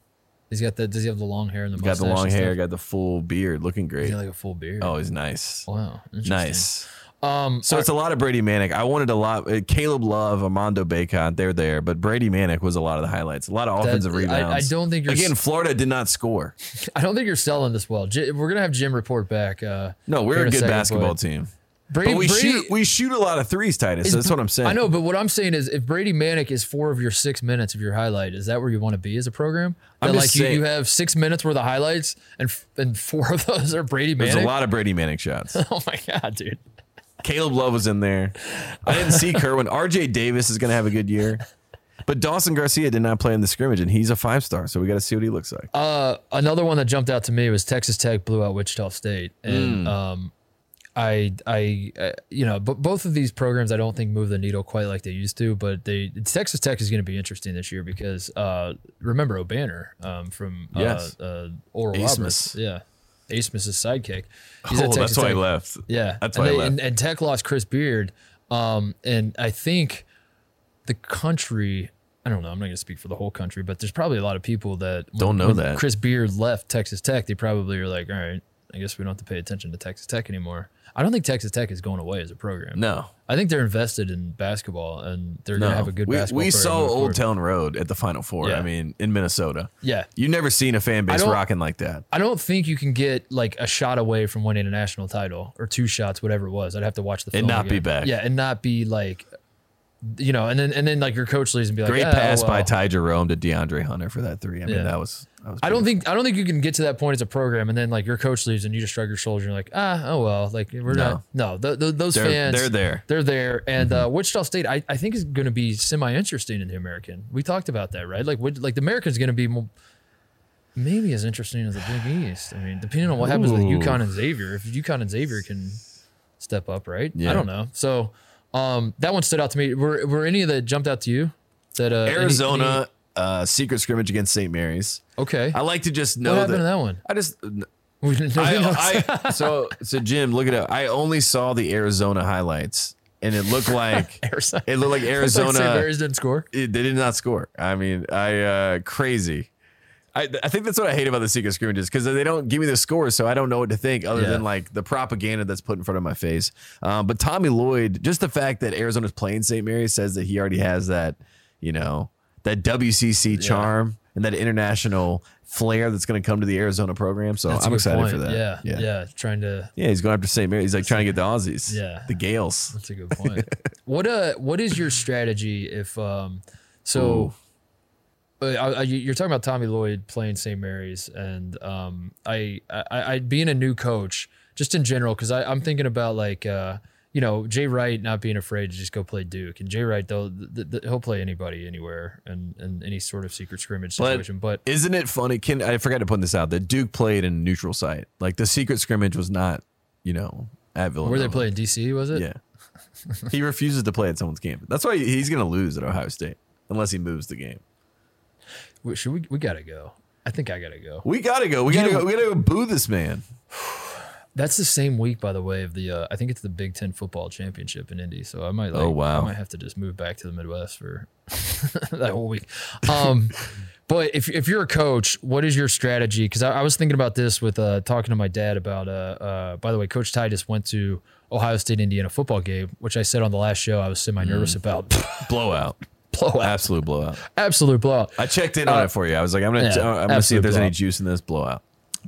[SPEAKER 2] he's got the. Does he have the long hair and the
[SPEAKER 1] Got
[SPEAKER 2] mustache?
[SPEAKER 1] the long
[SPEAKER 2] and
[SPEAKER 1] hair,
[SPEAKER 2] stuff?
[SPEAKER 1] got the full beard, looking
[SPEAKER 2] He's
[SPEAKER 1] great.
[SPEAKER 2] got like a full beard.
[SPEAKER 1] Oh, he's nice.
[SPEAKER 2] wow, interesting.
[SPEAKER 1] Nice.
[SPEAKER 2] Um,
[SPEAKER 1] So it's a lot of Brady Manic. I wanted a lot. uh, Caleb Love, Armando Bacon, they're there, but Brady Manic was a lot of the highlights. A lot of
[SPEAKER 2] That-
[SPEAKER 1] offensive
[SPEAKER 2] I-
[SPEAKER 1] rebounds.
[SPEAKER 2] I don't think you're s-
[SPEAKER 1] again. Florida did not score.
[SPEAKER 2] I don't think you're selling this well. J- we're gonna have Jim report back. Uh,
[SPEAKER 1] No,
[SPEAKER 2] here
[SPEAKER 1] we're
[SPEAKER 2] in
[SPEAKER 1] a good
[SPEAKER 2] second,
[SPEAKER 1] basketball
[SPEAKER 2] but-
[SPEAKER 1] team.
[SPEAKER 2] Brady,
[SPEAKER 1] But we
[SPEAKER 2] Brady-
[SPEAKER 1] shoot we shoot a lot of threes, Titus. that's what I'm saying.
[SPEAKER 2] I know, but what I'm saying is, if Brady Manic is four of your six minutes of your highlight, is that where you want to be as a program?
[SPEAKER 1] I'm
[SPEAKER 2] That
[SPEAKER 1] just
[SPEAKER 2] like you,
[SPEAKER 1] saying-
[SPEAKER 2] you have six minutes worth of highlights, and f- and four of those are Brady Manic.
[SPEAKER 1] There's a lot of Brady Manic shots.
[SPEAKER 2] Oh my god, dude!
[SPEAKER 1] Caleb Love was in there. I didn't see Kerwin. RJ Davis is going to have a good year. But Dawson Garcia did not play in the scrimmage, and he's a five star. So we got to see what he looks like.
[SPEAKER 2] Uh, another one that jumped out to me was Texas Tech blew out Wichita State,
[SPEAKER 1] Hmm.
[SPEAKER 2] and um, I I uh, you know, but both of these programs I don't think move the needle quite like they used to. But they Texas Tech is going to be interesting this year because uh, remember O'Banner um, from uh,
[SPEAKER 1] Yes.
[SPEAKER 2] uh, Oral
[SPEAKER 1] Asmus.
[SPEAKER 2] Roberts, yeah, Asmus's sidekick. He's
[SPEAKER 1] oh,
[SPEAKER 2] at
[SPEAKER 1] that's
[SPEAKER 2] Texas
[SPEAKER 1] why he
[SPEAKER 2] Tech.
[SPEAKER 1] left.
[SPEAKER 2] Yeah,
[SPEAKER 1] That's
[SPEAKER 2] and
[SPEAKER 1] why I
[SPEAKER 2] they-
[SPEAKER 1] left.
[SPEAKER 2] And, and Tech lost Chris Beard, um, and I think the country. I don't know. I'm not going to speak for the whole country, but there's probably a lot of people that when-
[SPEAKER 1] Don't know
[SPEAKER 2] when
[SPEAKER 1] that.
[SPEAKER 2] Chris Beard left Texas Tech. They probably are like, all right, I guess we don't have to pay attention to Texas Tech anymore. I don't think Texas Tech is going away as a program.
[SPEAKER 1] No,
[SPEAKER 2] I think they're invested in basketball and they're going
[SPEAKER 1] No.
[SPEAKER 2] to have a good
[SPEAKER 1] we,
[SPEAKER 2] basketball.
[SPEAKER 1] We
[SPEAKER 2] program
[SPEAKER 1] saw
[SPEAKER 2] moving
[SPEAKER 1] Old
[SPEAKER 2] forward.
[SPEAKER 1] Town Road at the Final Four.
[SPEAKER 2] Yeah.
[SPEAKER 1] I mean, in Minnesota,
[SPEAKER 2] Yeah,
[SPEAKER 1] you never seen a fan base
[SPEAKER 2] don't-
[SPEAKER 1] rocking like that.
[SPEAKER 2] I don't think you can get like a shot away from winning a national title or two shots, whatever it was. I'd have to watch the film
[SPEAKER 1] And not be
[SPEAKER 2] again.
[SPEAKER 1] back.
[SPEAKER 2] Yeah, and not be like, you know, and then and then like your coach leaves and be like,
[SPEAKER 1] Great
[SPEAKER 2] "Ah,
[SPEAKER 1] pass
[SPEAKER 2] well."
[SPEAKER 1] by Ty Jerome to DeAndre Hunter for that three. I mean,
[SPEAKER 2] Yeah.
[SPEAKER 1] that was. That was
[SPEAKER 2] I don't think I don't think you can get to that point as a program, and then like your coach leaves and you just shrug your shoulders. and You're like, ah, oh well, like we're not. No, th- th- those
[SPEAKER 1] They're-
[SPEAKER 2] fans,
[SPEAKER 1] they're there. Mm-hmm.
[SPEAKER 2] they're there. And uh, Wichita State, I, I think is going to be semi interesting in the American. We talked about that, right? Like, would, like the American's going to be mo- maybe as interesting as the Big East. I mean, depending on what happens with
[SPEAKER 1] Ooh.
[SPEAKER 2] UConn and Xavier, if UConn and Xavier can step up, right?
[SPEAKER 1] Yeah.
[SPEAKER 2] I don't know. So um, that one stood out to me. Were were any of that jumped out to you? That uh, any-
[SPEAKER 1] Arizona uh, secret scrimmage against St. Mary's.
[SPEAKER 2] any- okay.
[SPEAKER 1] I like to just know
[SPEAKER 2] what happened
[SPEAKER 1] that,
[SPEAKER 2] to that one?
[SPEAKER 1] I just
[SPEAKER 2] We didn't- nobody knows.
[SPEAKER 1] I, I, so so Jim, look it up. I only saw the Arizona highlights, and it looked like
[SPEAKER 2] Arizona.
[SPEAKER 1] it looked like
[SPEAKER 2] It's like St.
[SPEAKER 1] Arizona. Oh,
[SPEAKER 2] Mary's didn't score.
[SPEAKER 1] it- they did not score. I mean, I uh crazy. I, I think that's what I hate about the secret scrimmages because they don't give me the scores, so I don't know what to think other
[SPEAKER 2] Yeah.
[SPEAKER 1] than like the propaganda that's put in front of my face. Um, but Tommy Lloyd, just the fact that Arizona's playing St. Mary's says that he already has that, you know, that WCC charm and that international flair that's going to come to the Arizona program. So
[SPEAKER 2] That's a
[SPEAKER 1] I'm
[SPEAKER 2] good
[SPEAKER 1] excited
[SPEAKER 2] point.
[SPEAKER 1] for that.
[SPEAKER 2] Yeah, yeah,
[SPEAKER 1] yeah,
[SPEAKER 2] Trying to.
[SPEAKER 1] Yeah, He's going after St. Mary's. He's like trying to get the Aussies,
[SPEAKER 2] Yeah.
[SPEAKER 1] the Gales.
[SPEAKER 2] That's a good point. what uh, what is your strategy if um, so. Uh, I, I, you're talking about Tommy Lloyd playing St. Mary's, and um, I, I, I being a new coach, just in general, because I'm thinking about like, uh, you know, Jay Wright not being afraid to just go play Duke, and Jay Wright though th- th- he'll play anybody anywhere and in any sort of secret scrimmage
[SPEAKER 1] But-
[SPEAKER 2] situation. But
[SPEAKER 1] Isn't it funny? Can I forgot to put this out that Duke played in a neutral site. Like the secret scrimmage was not, you know, at Villanova.
[SPEAKER 2] where they playing DC was it?
[SPEAKER 1] Oh. Yeah. he refuses to play at someone's campus. That's why he's going to lose at Ohio State unless he moves the game.
[SPEAKER 2] Wait, Should we? We gotta go. I think I gotta go.
[SPEAKER 1] We got to go. We got to
[SPEAKER 2] know-
[SPEAKER 1] go. We got to go boo this man.
[SPEAKER 2] That's the same week, by the way, of the uh, I think it's the Big Ten football championship in Indy. So I might like,
[SPEAKER 1] Oh, wow.
[SPEAKER 2] I might have to just move back to the Midwest for that whole week. Um, but if if you're a coach, what is your strategy? Because I, I was thinking about this with uh, talking to my dad about. Uh, uh, by the way, Coach Titus went to Ohio State Indiana football game, which I said on the last show I was semi
[SPEAKER 1] Mm.
[SPEAKER 2] nervous about.
[SPEAKER 1] Blowout.
[SPEAKER 2] blowout,
[SPEAKER 1] Absolute blowout.
[SPEAKER 2] absolute blowout.
[SPEAKER 1] I checked in on it for you. I was like, I'm going to
[SPEAKER 2] Uh, yeah,
[SPEAKER 1] I'm going to see if
[SPEAKER 2] absolute
[SPEAKER 1] there's any
[SPEAKER 2] blowout.
[SPEAKER 1] juice in this blowout.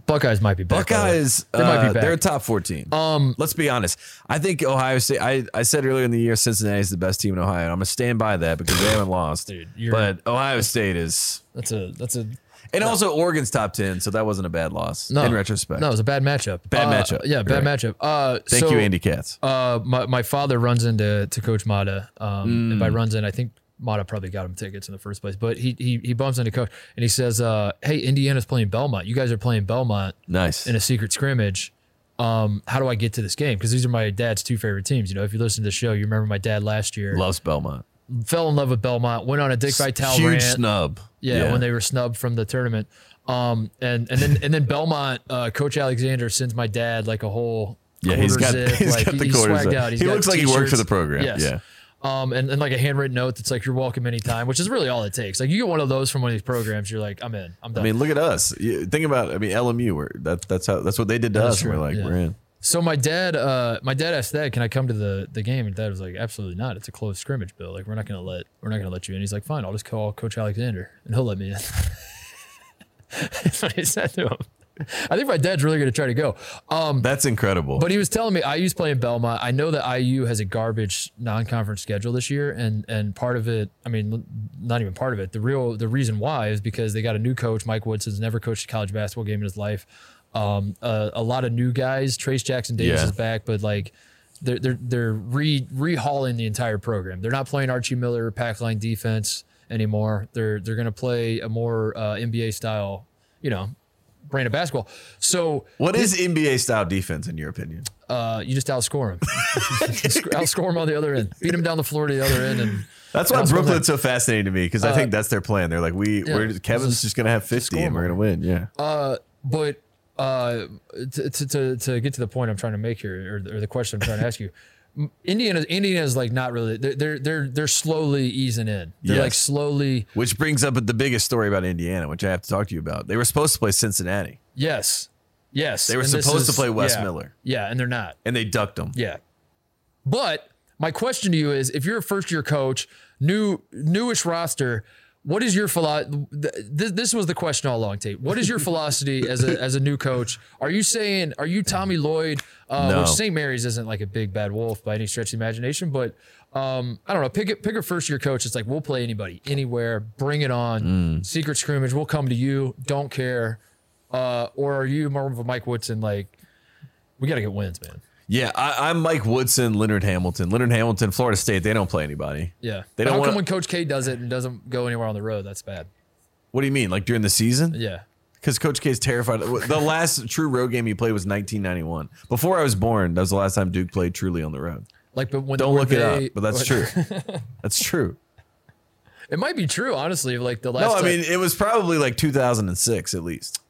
[SPEAKER 2] Buckeyes might be back. by the way.
[SPEAKER 1] Buckeyes,
[SPEAKER 2] They might be
[SPEAKER 1] uh,
[SPEAKER 2] back.
[SPEAKER 1] they're top 14. Um, Let's be honest. I think Ohio State, I, I said earlier in the year, Cincinnati is the best team in Ohio. I'm going to stand by that because they haven't lost.
[SPEAKER 2] Dude, you're-
[SPEAKER 1] but Ohio State is,
[SPEAKER 2] That's a that's a
[SPEAKER 1] And also Oregon's top ten, so that wasn't a bad loss
[SPEAKER 2] No.
[SPEAKER 1] in retrospect.
[SPEAKER 2] No, it was a bad matchup.
[SPEAKER 1] Bad
[SPEAKER 2] Uh,
[SPEAKER 1] matchup.
[SPEAKER 2] Yeah, bad
[SPEAKER 1] Right.
[SPEAKER 2] matchup. Uh,
[SPEAKER 1] Thank
[SPEAKER 2] so,
[SPEAKER 1] you, Andy Katz.
[SPEAKER 2] Uh, my, my father runs into to Coach Mata. Um, and by runs in, I think Mata probably got him tickets in the first place. But he he he bumps into Coach and he says, uh, "Hey, Indiana's playing Belmont. You guys are playing Belmont
[SPEAKER 1] Nice.
[SPEAKER 2] in a secret scrimmage. Um, how do I get to this game? Because these are my dad's two favorite teams. You know, if you listen to the show, you remember my dad last year
[SPEAKER 1] Loves Belmont.
[SPEAKER 2] fell in love with Belmont, went on a Dick Vitale
[SPEAKER 1] Huge
[SPEAKER 2] rant.
[SPEAKER 1] snub.
[SPEAKER 2] Yeah, when they were snubbed from the tournament. Um, and and then and then Belmont uh, coach Alexander sends my dad like a whole
[SPEAKER 1] yeah, he's got
[SPEAKER 2] quarter zip,
[SPEAKER 1] he's
[SPEAKER 2] like,
[SPEAKER 1] got the
[SPEAKER 2] he's
[SPEAKER 1] quarters.
[SPEAKER 2] swagged
[SPEAKER 1] up.
[SPEAKER 2] out. He's
[SPEAKER 1] he
[SPEAKER 2] got
[SPEAKER 1] looks like he works for the
[SPEAKER 2] t-shirts.
[SPEAKER 1] program.
[SPEAKER 2] Yes.
[SPEAKER 1] Yeah.
[SPEAKER 2] Um, and, and like a handwritten note that's like you're welcome anytime, which is really all it takes. Like you get one of those from one of these programs, you're like, I'm in, I'm
[SPEAKER 1] I
[SPEAKER 2] done.
[SPEAKER 1] mean, look at us. You- Think about, I mean, LMU. We're, that, that's how that's what they did to
[SPEAKER 2] That's
[SPEAKER 1] us. and
[SPEAKER 2] true,
[SPEAKER 1] We're like,
[SPEAKER 2] yeah.
[SPEAKER 1] we're in.
[SPEAKER 2] so my dad, uh, my dad asked that, can I come to the the game? And dad was like, absolutely not. It's a closed scrimmage, Bill. Like we're not gonna let we're not gonna let you in. He's like, fine, I'll just call Coach Alexander and he'll let me in. that's what he said to him. I think my dad's really gonna try to go. Um,
[SPEAKER 1] That's incredible.
[SPEAKER 2] But he was telling me IU's playing Belmont. I know that IU has a garbage non-conference schedule this year, and and part of it, I mean, not even part of it. The real the reason why is because they got a new coach. Mike Woodson's never coached a college basketball game in his life. Um, uh, a lot of new guys. Trace Jackson Davis
[SPEAKER 1] Yeah.
[SPEAKER 2] is back, but like. They're they're they're re rehauling the entire program. They're not playing Archie Miller pack line defense anymore. They're they're gonna play a more uh, NBA style, you know, brand of basketball. So
[SPEAKER 1] what is NBA style defense in your opinion?
[SPEAKER 2] uh, you just outscore him. outscore him on the other end. Beat him down the floor to the other end, and
[SPEAKER 1] That's why
[SPEAKER 2] That's what
[SPEAKER 1] Brooklyn's so fascinating to me because
[SPEAKER 2] Uh,
[SPEAKER 1] I think that's their plan. They're like, we, we're Kevin's just, gonna have fifty and we're gonna win. Yeah.
[SPEAKER 2] but uh, to, to- to to get to the point I'm trying to make here, or, or the question I'm trying to ask you, M- Indiana Indiana's like not really. They're they're they're, they're slowly easing in. They're like
[SPEAKER 1] Yes.
[SPEAKER 2] slowly.
[SPEAKER 1] which brings up the biggest story about Indiana, which I have to talk to you about. They were supposed to play Cincinnati,
[SPEAKER 2] Yes, yes.
[SPEAKER 1] They were
[SPEAKER 2] and this
[SPEAKER 1] supposed to play Wes
[SPEAKER 2] yeah.
[SPEAKER 1] Miller.
[SPEAKER 2] Yeah, and they're not.
[SPEAKER 1] and they ducked them.
[SPEAKER 2] Yeah. But my question to you is if you're a first year coach, new newish roster, what is your philosophy? This, this was the question all along, Tate. What is your philosophy as a as a new coach? Are you saying are you Tommy Lloyd? Uh,
[SPEAKER 1] No.
[SPEAKER 2] Which St. Mary's isn't like a big bad wolf by any stretch of the imagination, but um, I don't know. Pick a, pick a first year coach. It's like we'll play anybody, anywhere. Bring it on.
[SPEAKER 1] Mm.
[SPEAKER 2] Secret scrimmage. We'll come to you. Don't care. Uh, or are you more of a Mike Woodson? Like we got to get wins, man.
[SPEAKER 1] Yeah, I, I'm Mike Woodson, Leonard Hamilton. Leonard Hamilton, Florida State, they don't play anybody.
[SPEAKER 2] Yeah.
[SPEAKER 1] They
[SPEAKER 2] They
[SPEAKER 1] don't
[SPEAKER 2] how
[SPEAKER 1] wanna-
[SPEAKER 2] come when Coach K does it and doesn't go anywhere on the road? That's bad.
[SPEAKER 1] What do you mean? Like during the season?
[SPEAKER 2] Yeah.
[SPEAKER 1] Because Coach K is terrified. The last true road game he played was 1991. Before I was born, that was the last time Duke played truly on the road.
[SPEAKER 2] Like, but when
[SPEAKER 1] Don't
[SPEAKER 2] were
[SPEAKER 1] look
[SPEAKER 2] they-
[SPEAKER 1] it up, but that's
[SPEAKER 2] what-
[SPEAKER 1] true. That's true.
[SPEAKER 2] It might be true, honestly. Like the last.
[SPEAKER 1] No, I
[SPEAKER 2] time-
[SPEAKER 1] mean, it was probably like 2006 at least.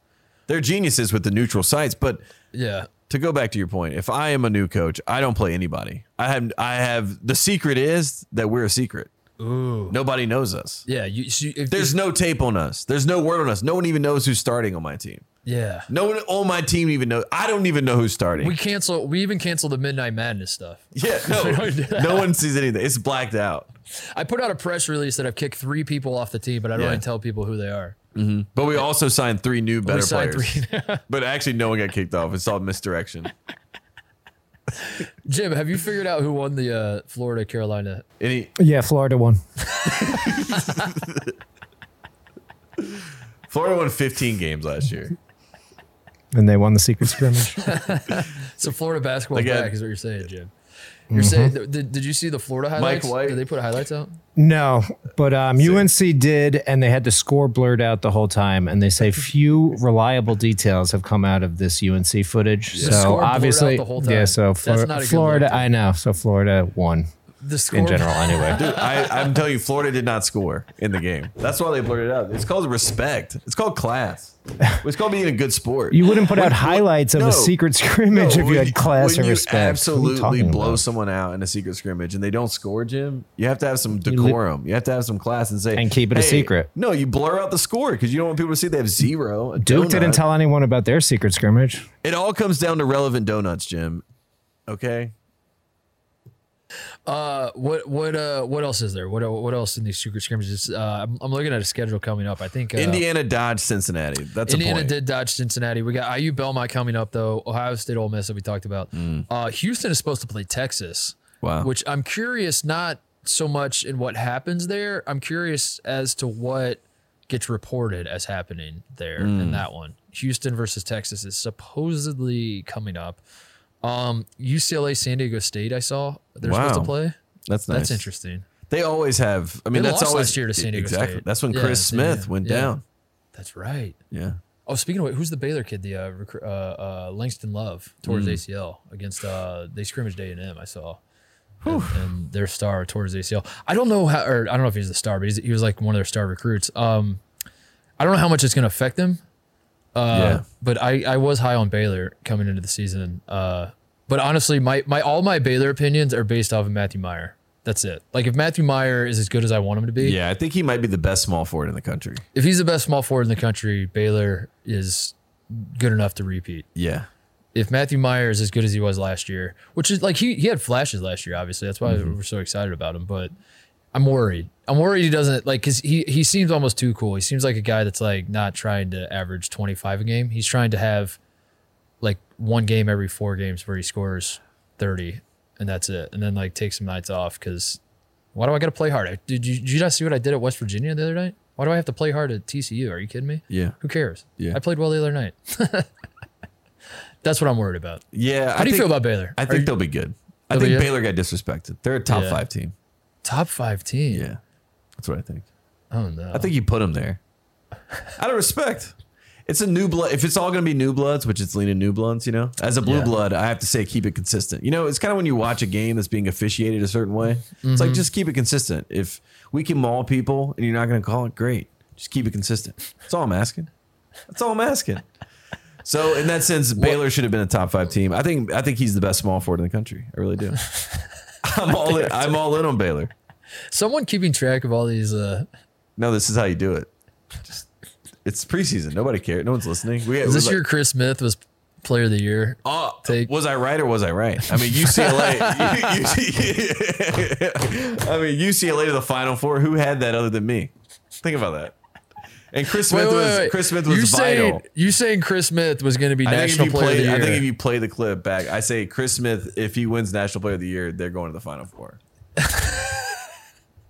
[SPEAKER 1] They're geniuses with the neutral sites, but
[SPEAKER 2] yeah,
[SPEAKER 1] to go back to your point, if I am a new coach, I don't play anybody. I have I have the secret is that we're a secret. Ooh. Nobody knows us.
[SPEAKER 2] yeah. You, so if
[SPEAKER 1] There's no tape on us. There's no word on us. No one even knows who's starting on my team.
[SPEAKER 2] yeah.
[SPEAKER 1] No one on my team even knows. I don't even know who's starting.
[SPEAKER 2] We cancel. We even canceled the Midnight Madness stuff.
[SPEAKER 1] yeah, no,
[SPEAKER 2] don't do that.
[SPEAKER 1] no one sees anything. It's blacked out.
[SPEAKER 2] I put out a press release that I've kicked three people off the team, but I don't
[SPEAKER 1] Yeah.
[SPEAKER 2] even tell people who they are.
[SPEAKER 1] But we also signed three new better
[SPEAKER 2] signed
[SPEAKER 1] players. but actually, no one got kicked off. It's all misdirection.
[SPEAKER 2] Jim, have you figured out who won the uh, Florida Carolina?
[SPEAKER 1] Any
[SPEAKER 4] Yeah, Florida won.
[SPEAKER 1] Florida won 15 games last year.
[SPEAKER 4] And they won the secret scrimmage.
[SPEAKER 2] So Florida basketball
[SPEAKER 1] Like, uh,
[SPEAKER 2] back is what you're saying, Jim. You're
[SPEAKER 4] Mm-hmm.
[SPEAKER 2] saying did, did you see the Florida highlights?
[SPEAKER 1] White.
[SPEAKER 2] Did they put highlights out?
[SPEAKER 4] No, but um, UNC did, and they had the score blurred out the whole time. And they say few reliable details have come out of this UNC footage.
[SPEAKER 2] The score
[SPEAKER 4] So
[SPEAKER 2] blurred out
[SPEAKER 4] obviously,
[SPEAKER 2] the whole time.
[SPEAKER 4] yeah. So
[SPEAKER 2] That's
[SPEAKER 4] Flor-
[SPEAKER 2] not a good
[SPEAKER 4] Florida,
[SPEAKER 2] look.
[SPEAKER 4] I know. So Florida won
[SPEAKER 2] The score
[SPEAKER 4] in general, anyway.
[SPEAKER 1] Dude, I, I'm telling you, Florida did not score in the game. That's why they blurted it out. It's called respect. It's called class. It's called being a good sport.
[SPEAKER 4] You wouldn't put out highlights of
[SPEAKER 1] no.
[SPEAKER 4] a secret scrimmage
[SPEAKER 1] No,
[SPEAKER 4] if you
[SPEAKER 1] when
[SPEAKER 4] had class
[SPEAKER 1] when
[SPEAKER 4] or
[SPEAKER 1] you
[SPEAKER 4] respect. What are you
[SPEAKER 1] Absolutely
[SPEAKER 4] talking
[SPEAKER 1] blow
[SPEAKER 4] about?
[SPEAKER 1] someone out in a secret scrimmage and they don't score, Jim. You have to have some decorum. You have to have some class and say
[SPEAKER 4] And keep it a
[SPEAKER 1] "Hey,
[SPEAKER 4] secret."
[SPEAKER 1] No, you blur out the score because you don't want people to see they have zero. a
[SPEAKER 4] Duke didn't
[SPEAKER 1] donut.
[SPEAKER 4] tell anyone about their secret scrimmage.
[SPEAKER 1] It all comes down to relevant donuts, Jim. Okay.
[SPEAKER 2] Uh, what what uh what else is there? What what else in these secret scrimmages? Uh, I'm, I'm looking at a schedule coming up. I think uh,
[SPEAKER 1] Indiana dodged Cincinnati. That's
[SPEAKER 2] Indiana
[SPEAKER 1] a point.
[SPEAKER 2] did dodge Cincinnati. We got IU Belmont coming up though. Ohio State Ole Miss that we talked about.
[SPEAKER 1] Mm.
[SPEAKER 2] Uh, Houston is supposed to play Texas.
[SPEAKER 1] Wow.
[SPEAKER 2] Which I'm curious not so much in what happens there. I'm curious as to what gets reported as happening there
[SPEAKER 1] Mm.
[SPEAKER 2] in that one. Houston versus Texas is supposedly coming up. Um, UCLA San Diego State, I saw they're supposed
[SPEAKER 1] Wow.
[SPEAKER 2] to play.
[SPEAKER 1] That's nice.
[SPEAKER 2] That's interesting.
[SPEAKER 1] They always have. I mean,
[SPEAKER 2] They
[SPEAKER 1] that's
[SPEAKER 2] lost
[SPEAKER 1] always
[SPEAKER 2] last year to San Diego
[SPEAKER 1] exactly.
[SPEAKER 2] State.
[SPEAKER 1] That's when
[SPEAKER 2] Yeah,
[SPEAKER 1] Chris
[SPEAKER 2] yeah,
[SPEAKER 1] Smith
[SPEAKER 2] yeah.
[SPEAKER 1] went
[SPEAKER 2] Yeah.
[SPEAKER 1] down.
[SPEAKER 2] That's right.
[SPEAKER 1] Yeah.
[SPEAKER 2] Oh, speaking of which, who's the Baylor kid? The uh, recru- uh, uh, Langston Love towards
[SPEAKER 1] Mm.
[SPEAKER 2] ACL against uh, they scrimmaged A and M. I saw, and, and their star towards ACL. I don't know how, or I don't know if he's the star, but he's, he was like one of their star recruits. Um, I don't know how much it's going to affect them. Uh,
[SPEAKER 1] Yeah.
[SPEAKER 2] But I, I was high on Baylor coming into the season. Uh, but honestly, my, my all my Baylor opinions are based off of Matthew Meyer. That's it. Like if Matthew Meyer is as good as I want him to be,
[SPEAKER 1] Yeah, I think he might be the best small forward in the country.
[SPEAKER 2] if he's the best small forward in the country, Baylor is good enough to repeat
[SPEAKER 1] Yeah.
[SPEAKER 2] if Matthew Meyer is as good as he was last year, which is like he he had flashes last year, obviously. That's why we're so excited about him. But I'm worried. I'm worried he doesn't like because he he seems almost too cool. He seems like a guy that's like not trying to average 25 a game. He's trying to have like one game every four games where he scores 30 and that's it, and then like take some nights off because why do I got to play hard? Did you did you not see what I did at West Virginia the other night? Why do I have to play hard at TCU? Are you kidding me?
[SPEAKER 1] Yeah.
[SPEAKER 2] Who cares?
[SPEAKER 1] Yeah.
[SPEAKER 2] I played well the other night. That's what I'm worried about.
[SPEAKER 1] Yeah.
[SPEAKER 2] How do you feel about Baylor?
[SPEAKER 1] I
[SPEAKER 2] Are
[SPEAKER 1] think
[SPEAKER 2] you-
[SPEAKER 1] they'll be good. I
[SPEAKER 2] They'll
[SPEAKER 1] think
[SPEAKER 2] be good?
[SPEAKER 1] Baylor got disrespected. They're a top
[SPEAKER 2] Yeah.
[SPEAKER 1] five team.
[SPEAKER 2] top five team.
[SPEAKER 1] Yeah. That's what I think.
[SPEAKER 2] Oh no.
[SPEAKER 1] I think you put him there. Out of respect. It's a new blood. If it's all going to be new bloods, which it's leaning new bloods, you know, as a blue
[SPEAKER 2] Yeah.
[SPEAKER 1] blood, I have to say keep it consistent. You know, it's kind of when you watch a game that's being officiated a certain way. It's like just keep it consistent. If we can maul people and you're not going to call it, great. Just keep it consistent. That's all I'm asking. That's all I'm asking. So in that sense, Baylor should have been a top five team. I think I think he's the best small forward in the country. I really do. I'm all in, I'm all in on Baylor.
[SPEAKER 2] someone keeping track of all these. Uh,
[SPEAKER 1] No, this is how you do it. Just- it's preseason. Nobody cares. No one's listening. We,
[SPEAKER 2] is
[SPEAKER 1] we're
[SPEAKER 2] this
[SPEAKER 1] like,
[SPEAKER 2] your Chris Smith was player of the year?
[SPEAKER 1] uh,
[SPEAKER 2] take?
[SPEAKER 1] Was I right or was I right? I mean UCLA. I mean UCLA to the Final Four. Who had that other than me? Think about that. And Chris Smith was Chris Smith was
[SPEAKER 2] you
[SPEAKER 1] vital.
[SPEAKER 2] saying you saying Chris Smith was going to be
[SPEAKER 1] I think, if
[SPEAKER 2] national
[SPEAKER 1] you
[SPEAKER 2] player
[SPEAKER 1] play,
[SPEAKER 2] of the year?
[SPEAKER 1] I think if you play the clip back, I say Chris Smith, if he wins National Player of the Year, they're going to the Final Four.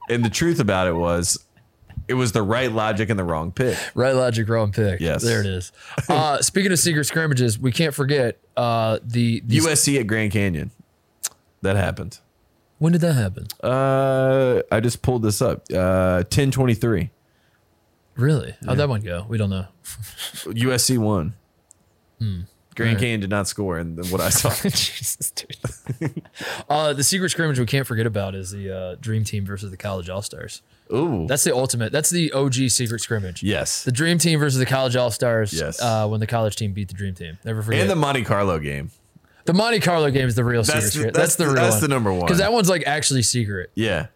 [SPEAKER 1] and the truth about it was, it was the right logic and the wrong pick.
[SPEAKER 2] right logic, wrong pick.
[SPEAKER 1] Yes.
[SPEAKER 2] there it is. Uh, speaking of secret scrimmages, we can't forget uh, the, the
[SPEAKER 1] USC at Grand Canyon. That happened.
[SPEAKER 2] When did that happen?
[SPEAKER 1] Uh, I just pulled this up. Uh, ten twenty three.
[SPEAKER 2] Really? How'd that one go? We don't know.
[SPEAKER 1] USC won. Hmm. Grand Canyon did not score, and what I saw.
[SPEAKER 4] Jesus, dude.
[SPEAKER 2] Uh, the secret scrimmage we can't forget about is the uh, Dream Team versus the College All Stars.
[SPEAKER 1] Ooh,
[SPEAKER 2] That's the ultimate. That's the OG secret scrimmage.
[SPEAKER 1] yes,
[SPEAKER 2] The Dream Team versus the College All Stars.
[SPEAKER 1] Yes.
[SPEAKER 2] Uh, when the college team beat the Dream Team. Never forget.
[SPEAKER 1] and the Monte Carlo game.
[SPEAKER 2] The Monte Carlo game is the real
[SPEAKER 1] That's
[SPEAKER 2] secret.
[SPEAKER 1] the-
[SPEAKER 2] That's, the
[SPEAKER 1] that's
[SPEAKER 2] real.
[SPEAKER 1] the- that's the number one.
[SPEAKER 2] Because that one's like actually secret
[SPEAKER 1] Yeah,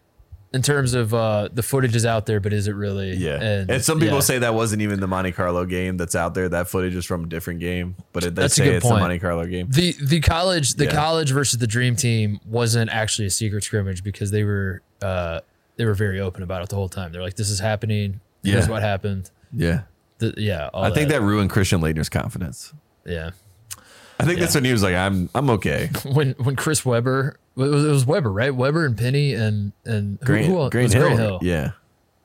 [SPEAKER 2] in terms of uh, the footage is out there, but is it really?
[SPEAKER 1] yeah. And, some people
[SPEAKER 2] yeah.
[SPEAKER 1] say that wasn't even the Monte Carlo game that's out there. That footage is from a different game, but it, they
[SPEAKER 2] That's a
[SPEAKER 1] say
[SPEAKER 2] good
[SPEAKER 1] it's the
[SPEAKER 2] point.
[SPEAKER 1] Monte Carlo game.
[SPEAKER 2] the the college the
[SPEAKER 1] Yeah.
[SPEAKER 2] college versus the Dream Team wasn't actually a secret scrimmage because they were uh, they were very open about it the whole time. They're like, "This is happening. Here's
[SPEAKER 1] Yeah.
[SPEAKER 2] what happened."
[SPEAKER 1] Yeah,
[SPEAKER 2] The, yeah, all
[SPEAKER 1] I think that ruined Christian Leitner's confidence.
[SPEAKER 2] Yeah,
[SPEAKER 1] I think that's when he was like, "I'm, I'm okay."
[SPEAKER 2] when when Chris Webber it was, it was Weber right? Weber and Penny and and who-
[SPEAKER 1] Green,
[SPEAKER 2] who, else?
[SPEAKER 1] Green
[SPEAKER 2] It was
[SPEAKER 1] Hill.
[SPEAKER 2] Grant
[SPEAKER 1] Yeah.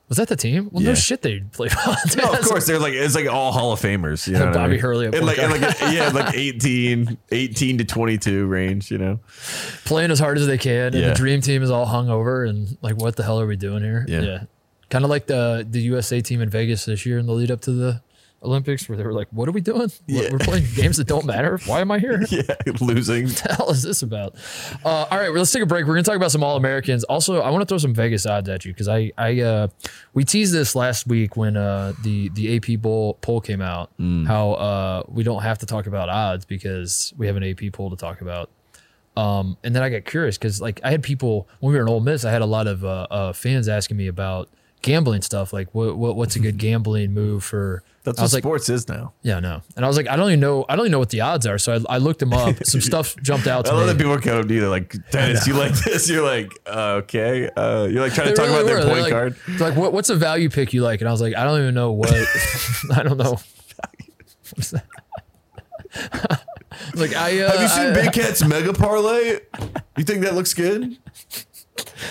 [SPEAKER 2] Was that the team? Well,
[SPEAKER 1] Yeah.
[SPEAKER 2] no shit, they played on.
[SPEAKER 1] No, of course. They're like it's like all Hall of Famers. You know what I
[SPEAKER 2] Bobby
[SPEAKER 1] mean?
[SPEAKER 2] Hurley at
[SPEAKER 1] And like,
[SPEAKER 2] point
[SPEAKER 1] and like yeah, like 18, 18 to twenty two range. You know.
[SPEAKER 2] playing as hard as they can, and
[SPEAKER 1] Yeah.
[SPEAKER 2] the dream team is all hung over and like, what the hell are we doing here?
[SPEAKER 1] Yeah.
[SPEAKER 2] kind of like the the USA team in Vegas this year in the lead up to the Olympics, where they were like, "What are we doing? We're-
[SPEAKER 1] Yeah.
[SPEAKER 2] We're playing games that don't matter. Why am I here?"
[SPEAKER 1] Yeah, losing.
[SPEAKER 2] the hell is this about? Uh, all right, well, let's take a break. We're gonna talk about some All Americans. Also, I want to throw some Vegas odds at you because I, I, uh, we teased this last week when uh, the the AP poll poll came out. How uh, we don't have to talk about odds because we have an AP poll to talk about. Um, and then I got curious because like I had people when we were in Ole Miss, I had a lot of uh, uh, fans asking me about gambling stuff, like what, what what's a good gambling move for.
[SPEAKER 1] That's
[SPEAKER 2] I
[SPEAKER 1] what
[SPEAKER 2] was like,
[SPEAKER 1] sports is now.
[SPEAKER 2] yeah, no. And I was like, I don't even know, I don't even know what the odds are. So I, I looked them up. Some stuff jumped out to
[SPEAKER 1] I
[SPEAKER 2] me.
[SPEAKER 1] love that people come up to you. They're like, Dennis, you like this? You're like, uh, okay. Uh, you're like trying to
[SPEAKER 2] They
[SPEAKER 1] talk
[SPEAKER 2] really
[SPEAKER 1] about
[SPEAKER 2] were.
[SPEAKER 1] their
[SPEAKER 2] They're
[SPEAKER 1] point
[SPEAKER 2] like,
[SPEAKER 1] card.
[SPEAKER 2] they're Like, what, what's a value pick you like? And I was like, I don't even know what. I don't know. like I, uh,
[SPEAKER 1] Have you seen
[SPEAKER 2] I- uh,
[SPEAKER 1] Big Cat's Mega Parlay? You think that looks good?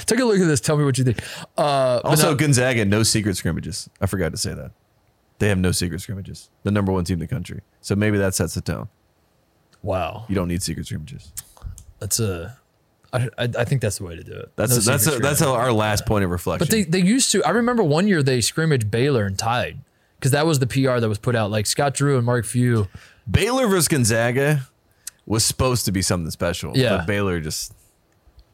[SPEAKER 2] Take a look at this. Tell me what you think. Uh, but
[SPEAKER 1] Also,
[SPEAKER 2] no-
[SPEAKER 1] Gonzaga no secret scrimmages. I forgot to say that. They have no secret scrimmages. The number one team in the country. So maybe that sets the tone.
[SPEAKER 2] wow,
[SPEAKER 1] You don't need secret scrimmages.
[SPEAKER 2] that's a. I, I, I think that's the way to do it.
[SPEAKER 1] That's
[SPEAKER 2] No
[SPEAKER 1] that's
[SPEAKER 2] secret
[SPEAKER 1] that's
[SPEAKER 2] scrimmage.
[SPEAKER 1] our last point of reflection.
[SPEAKER 2] But they, they used to. I remember one year they scrimmaged Baylor and tied because that was the PR that was put out. Like Scott Drew and Mark Few.
[SPEAKER 1] Baylor versus Gonzaga was supposed to be something special.
[SPEAKER 2] Yeah.
[SPEAKER 1] But Baylor just